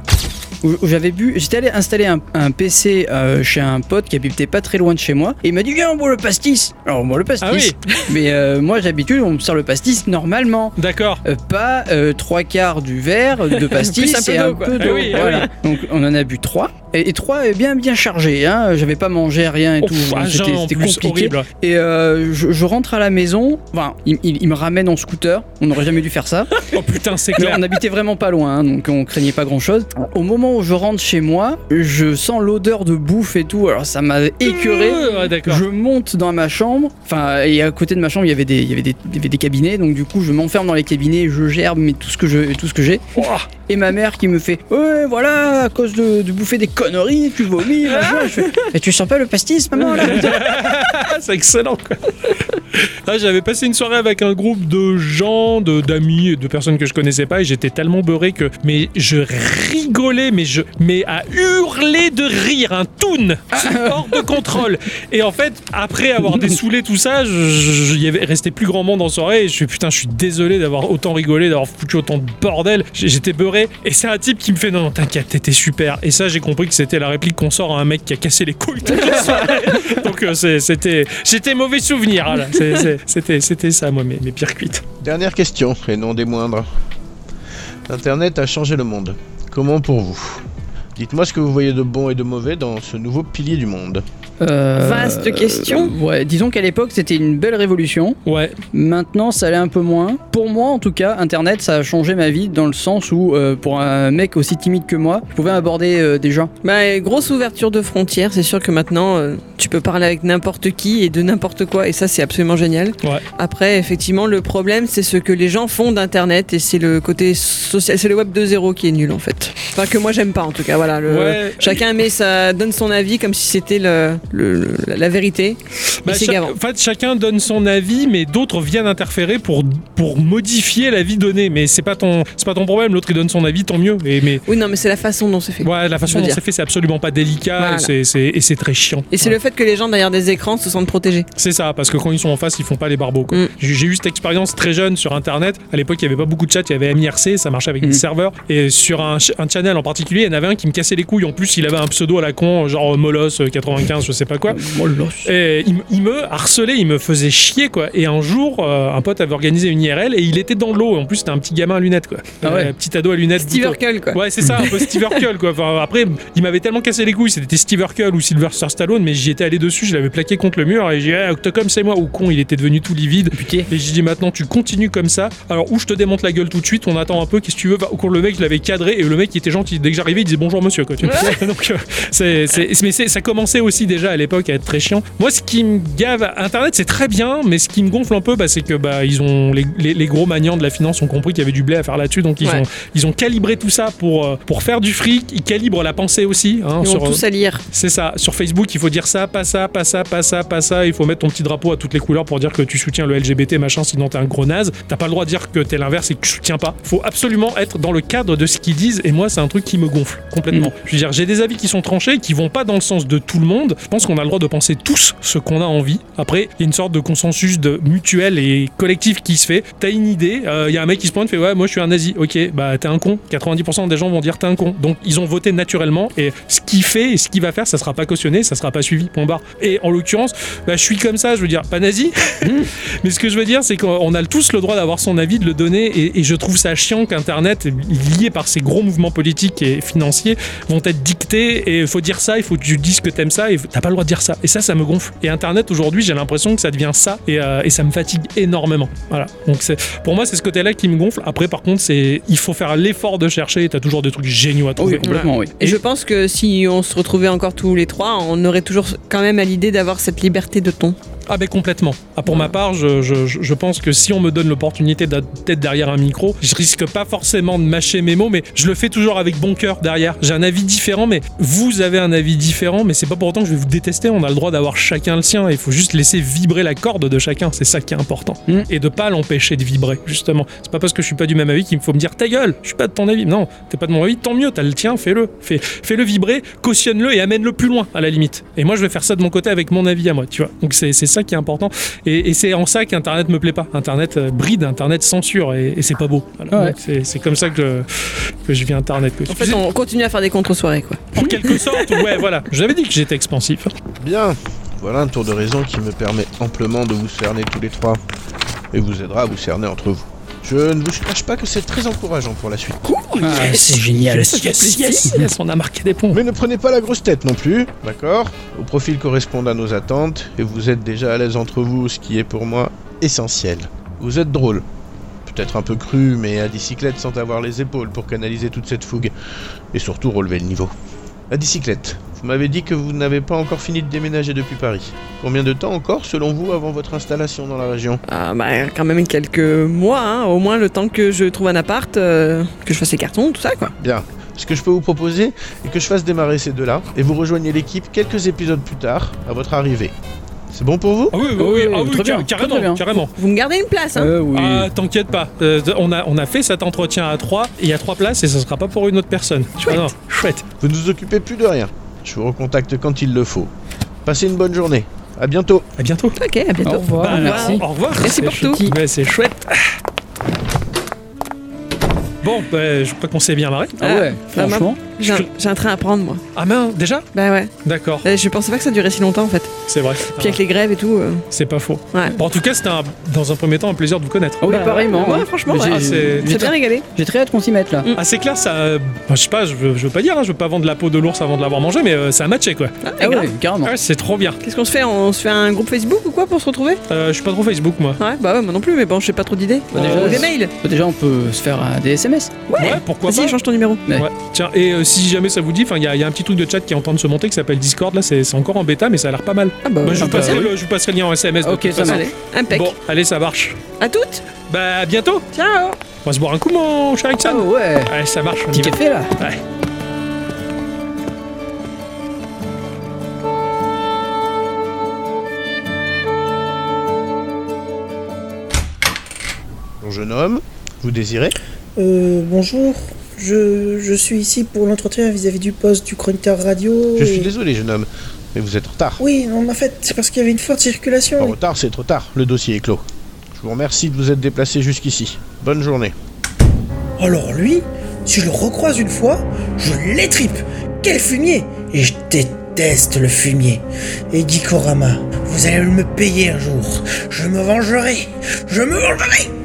[SPEAKER 2] où, où j'avais bu. J'étais allé installer un, un PC euh, chez un pote qui habitait pas très loin de chez moi. Et il m'a dit Viens, on boit le pastis. Alors, on boit le pastis.
[SPEAKER 1] Ah oui.
[SPEAKER 2] Mais euh, moi, d'habitude, on me sert le pastis normalement.
[SPEAKER 1] D'accord.
[SPEAKER 2] Euh, pas euh, trois quarts du verre de pastis
[SPEAKER 3] Plus un peu
[SPEAKER 2] et
[SPEAKER 3] d'eau,
[SPEAKER 2] un
[SPEAKER 3] quoi.
[SPEAKER 2] peu
[SPEAKER 1] Ah
[SPEAKER 2] d'eau.
[SPEAKER 1] oui, ah
[SPEAKER 2] voilà. Donc on en a bu trois et, et trois euh, bien bien chargés. Hein. J'avais pas mangé rien et tout.
[SPEAKER 1] Ouf,
[SPEAKER 2] Donc,
[SPEAKER 1] à jeun,
[SPEAKER 2] C'était
[SPEAKER 1] en
[SPEAKER 2] c'était
[SPEAKER 1] plus,
[SPEAKER 2] compliqué.
[SPEAKER 1] horrible.
[SPEAKER 2] Et euh, je, je rentre à la maison. Enfin, il, il- il me ramène en scooter. On n'aurait jamais dû faire ça.
[SPEAKER 1] Oh putain, c'est
[SPEAKER 2] Mais
[SPEAKER 1] clair.
[SPEAKER 2] on habitait vraiment pas loin, hein, donc on craignait pas grand chose. Au moment où je rentre chez moi, je sens l'odeur de bouffe et tout. Alors ça m'a écœuré.
[SPEAKER 1] Ouais, D'accord.
[SPEAKER 2] Je monte dans ma chambre, enfin, et à côté de ma chambre, il y avait des, il y avait des, il y avait des cabinets, donc du coup, je m'enferme dans les cabinets, je gerbe, mais tout ce que je, tout ce que j'ai.
[SPEAKER 1] Ouah.
[SPEAKER 2] Et ma mère qui me fait, ouais, voilà, à cause de, de bouffer des conneries, tu vomis, machin. Je fais, mais tu sens pas le pastis, maman là
[SPEAKER 1] Ah, c'est excellent quoi. Ah, j'avais passé une soirée avec un groupe de gens, de- d'amis et de personnes que je connaissais pas et j'étais tellement beurré que mais je rigolais mais je mais à hurler de rire un toon hors de contrôle. Et en fait, après avoir dessoulé tout ça, je- je- il y avait restait plus grand monde en soirée et je suis putain, je suis désolé d'avoir autant rigolé, d'avoir foutu autant de bordel. J- J'étais beurré et c'est un type qui me fait non, non, t'inquiète, t'étais super. Et ça, j'ai compris que c'était la réplique qu'on sort à un mec qui a cassé les couilles toute la soirée. Donc euh, c'est- c'était c'était mauvais souvenir. hein, là. C'est- c'est- C'était c'était ça moi mes, mes pires cuites.
[SPEAKER 4] Dernière question, et non des moindres. Internet a changé le monde. Comment pour vous Dites-moi ce que vous voyez de bon et de mauvais dans ce nouveau pilier du monde.
[SPEAKER 2] Euh,
[SPEAKER 3] Vaste question.
[SPEAKER 2] euh, ouais, disons qu'à l'époque, c'était une belle révolution.
[SPEAKER 1] Ouais.
[SPEAKER 2] Maintenant, ça allait un peu moins. Pour moi, en tout cas, Internet, ça a changé ma vie dans le sens où, euh, pour un mec aussi timide que moi, je pouvais aborder euh, des gens.
[SPEAKER 3] Bah, grosse ouverture de frontières, c'est sûr que maintenant euh, tu peux parler avec n'importe qui et de n'importe quoi, et ça c'est absolument génial.
[SPEAKER 1] Ouais.
[SPEAKER 3] Après, effectivement, le problème c'est ce que les gens font d'internet, et c'est le côté social, c'est le web 2.0 qui est nul en fait. Enfin, que moi j'aime pas en tout cas, voilà. le-
[SPEAKER 1] Ouais.
[SPEAKER 3] Chacun met ça, donne son avis comme si c'était le, le- le- la- la vérité.
[SPEAKER 1] Bah,
[SPEAKER 3] Et c'est
[SPEAKER 1] cha-
[SPEAKER 3] gavant.
[SPEAKER 1] en fait, chacun donne son avis, mais d'autres viennent interférer pour pour modifier l'avis donné. Mais c'est pas ton c'est pas ton problème. L'autre il donne son avis, tant mieux. Et mais
[SPEAKER 3] Oui, non, mais c'est la façon dont c'est fait.
[SPEAKER 1] ouais, la façon
[SPEAKER 3] veux
[SPEAKER 1] dont
[SPEAKER 3] dire.
[SPEAKER 1] c'est fait, c'est absolument pas délicat.
[SPEAKER 3] Voilà.
[SPEAKER 1] et c'est- c'est- Et c'est très chiant.
[SPEAKER 3] Et c'est
[SPEAKER 1] Ouais.
[SPEAKER 3] le fait que les gens derrière des écrans se sentent protégés.
[SPEAKER 1] C'est ça, parce que quand ils sont en face, ils font pas les barbeaux. quoi.
[SPEAKER 3] Mm.
[SPEAKER 1] J'ai j'ai eu cette expérience très jeune sur Internet. À l'époque, il y avait pas beaucoup de chat, il y avait MIRC, ça marchait avec
[SPEAKER 2] Mm.
[SPEAKER 1] des serveurs. Et sur un, ch- un channel en particulier, il y en avait un qui me cassait les couilles. En plus, il avait un pseudo à la con, genre Molos95, je sais pas quoi.
[SPEAKER 2] Euh,
[SPEAKER 1] Et il, me- il me harcelait, il me faisait chier, quoi. Et un jour, euh, un pote avait organisé une IRL et il était dans l'eau. Et en plus, c'était un petit gamin à lunettes, quoi.
[SPEAKER 2] Ah ouais.
[SPEAKER 1] Euh, petit ado à lunettes.
[SPEAKER 3] Steve
[SPEAKER 1] plutôt.
[SPEAKER 3] Urkel, quoi.
[SPEAKER 1] Ouais, c'est ça, un peu Steve Urkel quoi. Enfin, après, il m'avait tellement cassé les couilles, c'était Steve Urkel ou Sylvester Stallone, mais j'y étais allé dessus, je l'avais plaqué contre le mur et j'ai dit, eh, Octocom, c'est moi, ou con, il était devenu tout livide.
[SPEAKER 2] Putain.
[SPEAKER 1] Et j'ai dit maintenant tu continues comme ça. Alors ou je te démonte la gueule tout de suite, on attend un peu, qu'est-ce que tu veux va- Au cours le mec je l'avais cadré et le mec il était gentil. Dès que j'arrivais il disait bonjour monsieur quoi. tu vois. Donc euh, c'est, c'est- mais c'est- ça commençait aussi déjà à l'époque à être très chiant. Moi ce qui me gave, Internet c'est très bien, mais ce qui me gonfle un peu bah, c'est que bah ils ont les, les- les gros maniants de la finance ont compris qu'il y avait du blé à faire là-dessus, donc ils
[SPEAKER 3] Ouais.
[SPEAKER 1] ont ils ont calibré tout ça pour euh, pour faire du fric. Ils calibrent la pensée aussi. hein,
[SPEAKER 3] Ils
[SPEAKER 1] sur,
[SPEAKER 3] vont tous à lire.
[SPEAKER 1] c'est ça. Sur Facebook, il faut dire ça, pas ça, pas ça, pas ça, pas ça. Il faut mettre ton petit drapeau à toutes les couleurs pour dire que tu soutiens le LGBT, machin, sinon t'es un gros naze. T'as pas le droit de dire que t'es l'inverse et que tu soutiens pas. Faut absolument être dans le cadre de ce qu'ils disent. Et moi, c'est un truc qui me gonfle complètement.
[SPEAKER 2] Mm.
[SPEAKER 1] Je veux dire, j'ai des avis qui sont tranchés, qui vont pas dans le sens de tout le monde. Je pense qu'on a le droit de penser tous ce qu'on a envie. Après, il y a une sorte de consensus de mutuel et collectif qui se fait. T'as une idée, euh, il y a un mec qui se pointe, fait ouais, moi je suis un nazi. Ok, bah t'es un con. 90% des gens vont dire t'es un con. Donc ils ont voté naturellement et ce qu'il fait et ce qu'il va faire, ça sera pas cautionné, ça sera pas suivi. Point barre. Et en l'occurrence, bah, je suis comme ça, je veux dire pas nazi. Mais ce que je veux dire, c'est qu'on a tous le droit d'avoir son avis, de le donner. Et, et je trouve ça chiant qu'Internet, lié par ces gros mouvements politiques et financiers, vont être dictés et faut dire ça, il faut que tu dises que t'aimes ça et t'as T'as pas le droit de dire ça. Et ça, ça me gonfle. Et Internet aujourd'hui, j'ai l'impression que ça devient ça et, euh, et ça me fatigue énormément. Voilà. Donc c'est pour moi, c'est ce côté-là qui me gonfle. Après, par contre, c'est il faut faire l'effort de chercher. et T'as toujours des trucs géniaux à
[SPEAKER 2] Oh
[SPEAKER 1] trouver.
[SPEAKER 2] oui, complètement, oui.
[SPEAKER 3] Et je pense que si on se retrouvait encore tous les trois, on aurait toujours quand même à l'idée d'avoir cette liberté de ton.
[SPEAKER 1] Ah ben complètement. Ah, pour ma part, je, je- je- je pense que si on me donne l'opportunité d'être d'être derrière un micro, je risque pas forcément de mâcher mes mots, mais je le fais toujours avec bon cœur derrière. J'ai un avis différent, mais vous avez un avis différent, mais c'est pas pour autant que je vais vous détester. On a le droit d'avoir chacun le sien. Il faut juste laisser vibrer la corde de chacun. C'est ça qui est important.
[SPEAKER 2] Mm.
[SPEAKER 1] Et de pas l'empêcher de vibrer, justement. C'est pas parce que je suis pas du même avis qu'il faut me dire ta gueule, je suis pas de ton avis. Non, t'es pas de mon avis, tant mieux, t'as le tien, fais-le. Fais- Fais-le vibrer, cautionne-le et amène-le plus loin, à la limite. Et moi, je vais faire ça de mon côté avec mon avis à moi, tu vois. Donc c'est c'est ça qui est important. Et, et c'est en ça qu'Internet me plaît pas. Internet euh, bride, Internet censure, et, et c'est pas beau. Voilà.
[SPEAKER 2] Ouais.
[SPEAKER 1] Donc, C'est c'est comme ça que, que je vis Internet. que-
[SPEAKER 3] En fait, on continue à faire des contre-soirées, quoi.
[SPEAKER 1] En quelque sorte, Ah, ouais, voilà. J'avais dit que j'étais expansif.
[SPEAKER 4] Bien, voilà un tour de raison qui me permet amplement de vous cerner tous les trois et vous aidera à vous cerner entre vous. Je ne vous cache pas que c'est très encourageant pour la suite.
[SPEAKER 2] Ah,
[SPEAKER 1] c'est génial. Yes, yes, yes, yes, on a marqué des points.
[SPEAKER 4] Mais ne prenez pas la grosse tête non plus, d'accord Vos profils correspondent à nos attentes et vous êtes déjà à l'aise entre vous, ce qui est pour moi essentiel. Vous êtes drôle. Peut-être un peu cru, mais à bicyclette sans avoir les épaules pour canaliser toute cette fougue. Et surtout relever le niveau. La bicyclette, vous m'avez dit que vous n'avez pas encore fini de déménager depuis Paris. Combien de temps encore, selon vous, avant votre installation dans la région
[SPEAKER 3] Ah, bah, quand même quelques mois, hein, au moins le temps que je trouve un appart, euh, que je fasse les cartons, tout ça, quoi.
[SPEAKER 4] Bien. Ce que je peux vous proposer est que je fasse démarrer ces deux-là et vous rejoignez l'équipe quelques épisodes plus tard, à votre arrivée. C'est bon pour vous
[SPEAKER 1] Ah oui, oui,
[SPEAKER 2] Oui,
[SPEAKER 1] oui,
[SPEAKER 2] oui,
[SPEAKER 1] ah oui,
[SPEAKER 2] très
[SPEAKER 1] car-
[SPEAKER 2] bien,
[SPEAKER 1] carrément,
[SPEAKER 2] très bien.
[SPEAKER 1] carrément.
[SPEAKER 3] Vous me gardez une place, hein
[SPEAKER 2] euh, oui.
[SPEAKER 1] Ah, t'inquiète pas, Euh, on, a, on a fait cet entretien à 3, il y a 3 places et ça sera pas pour une autre personne. Chouette. chouette.
[SPEAKER 4] Vous ne vous occupez plus de rien. Je vous recontacte quand il le faut. Passez une bonne journée. À bientôt.
[SPEAKER 1] À bientôt.
[SPEAKER 3] Ok, à bientôt.
[SPEAKER 2] Au revoir,
[SPEAKER 1] Bah,
[SPEAKER 2] Ah, merci.
[SPEAKER 1] Au revoir.
[SPEAKER 3] Merci
[SPEAKER 1] C'est
[SPEAKER 3] pour
[SPEAKER 1] chouette.
[SPEAKER 3] tout.
[SPEAKER 1] Ouais, c'est chouette. Bon, bah, je crois qu'on s'est bien marré.
[SPEAKER 2] Ah ouais,
[SPEAKER 3] Ah,
[SPEAKER 2] franchement.
[SPEAKER 3] J'ai un, j'ai un train à prendre, moi.
[SPEAKER 1] Ah mince, déjà
[SPEAKER 3] Bah ouais.
[SPEAKER 1] D'accord,
[SPEAKER 3] Euh, Je pensais pas que ça durait si longtemps, en fait.
[SPEAKER 1] c'est vrai. Ah,
[SPEAKER 3] Puis avec les grèves et tout. euh,
[SPEAKER 1] C'est pas faux.
[SPEAKER 3] Ouais.
[SPEAKER 1] Bon, en tout cas, c'était un- dans un premier temps un plaisir de vous connaître.
[SPEAKER 2] Ah oui,
[SPEAKER 3] Bah,
[SPEAKER 2] pareillement.
[SPEAKER 3] ouais,
[SPEAKER 2] hein.
[SPEAKER 3] franchement,
[SPEAKER 2] Mais
[SPEAKER 3] ouais.
[SPEAKER 2] j'ai-
[SPEAKER 1] Ah, c'est-
[SPEAKER 3] J'ai
[SPEAKER 2] J'ai
[SPEAKER 3] bien
[SPEAKER 2] très,
[SPEAKER 3] régalé.
[SPEAKER 2] j'ai très hâte qu'on s'y mette là.
[SPEAKER 3] Mm.
[SPEAKER 1] Ah, c'est clair, ça. euh, bah, je sais pas, je veux, je veux pas dire, hein, je veux pas vendre la peau de l'ours avant de l'avoir mangé, mais euh, ça a matché quoi.
[SPEAKER 3] Ah,
[SPEAKER 2] Ah
[SPEAKER 3] grave.
[SPEAKER 2] ouais, carrément.
[SPEAKER 1] Ah ouais, c'est trop bien.
[SPEAKER 3] Qu'est-ce qu'on se fait On se fait un groupe Facebook ou quoi pour se retrouver
[SPEAKER 1] Euh, je suis pas trop Facebook moi.
[SPEAKER 3] Ouais, bah ouais, moi non plus, mais bon, j'ai pas trop d'idées.
[SPEAKER 2] Bah,
[SPEAKER 3] Ou
[SPEAKER 2] déjà,
[SPEAKER 3] des
[SPEAKER 2] c'est-
[SPEAKER 3] mails
[SPEAKER 2] Déjà, on peut se faire euh, des SMS.
[SPEAKER 1] Ouais, pourquoi
[SPEAKER 3] Vas-y,
[SPEAKER 1] pas.
[SPEAKER 3] change ton numéro.
[SPEAKER 2] Ouais.
[SPEAKER 1] Ouais. Tiens, et euh, si jamais ça vous dit, enfin, il y, a- il y a un petit truc de chat qui est en train de se monter qui s'appelle Discord. Là, c'est c'est encore en bêta, mais ça a l'air pas mal.
[SPEAKER 3] Ah bah,
[SPEAKER 1] Bah, je, vous
[SPEAKER 2] bah,
[SPEAKER 1] passerai
[SPEAKER 2] oui.
[SPEAKER 1] le, je vous passerai le lien en SMS. de
[SPEAKER 2] Ok,
[SPEAKER 1] toute
[SPEAKER 2] ça
[SPEAKER 1] façon.
[SPEAKER 2] marche.
[SPEAKER 3] allez, impec.
[SPEAKER 1] Bon, allez, ça marche.
[SPEAKER 3] À toutes
[SPEAKER 1] Bah, à bientôt.
[SPEAKER 3] Ciao
[SPEAKER 1] On va se boire un coup, mon cher
[SPEAKER 2] Ah
[SPEAKER 1] Alexandre.
[SPEAKER 2] ouais,
[SPEAKER 1] Allez, ça marche. On y
[SPEAKER 2] petit
[SPEAKER 1] va.
[SPEAKER 2] café là.
[SPEAKER 1] Ouais.
[SPEAKER 4] Mon jeune homme, vous désirez
[SPEAKER 7] Euh, bonjour, je, je suis ici pour l'entretien vis-à-vis du poste du chroniqueur radio.
[SPEAKER 4] Je suis
[SPEAKER 7] et-
[SPEAKER 4] désolé, jeune homme, mais vous êtes en retard.
[SPEAKER 7] Oui, non, en fait, c'est parce qu'il y avait une forte
[SPEAKER 4] En
[SPEAKER 7] circulation.
[SPEAKER 4] retard, c'est trop tard. Le dossier est clos. Je vous remercie de vous être déplacé jusqu'ici. Bonne journée.
[SPEAKER 7] Alors lui, si je le recroise une fois, je l'étripe. Quel fumier Et je déteste le fumier. Et Gikorama, vous allez me payer un jour. Je me vengerai. Je me vengerai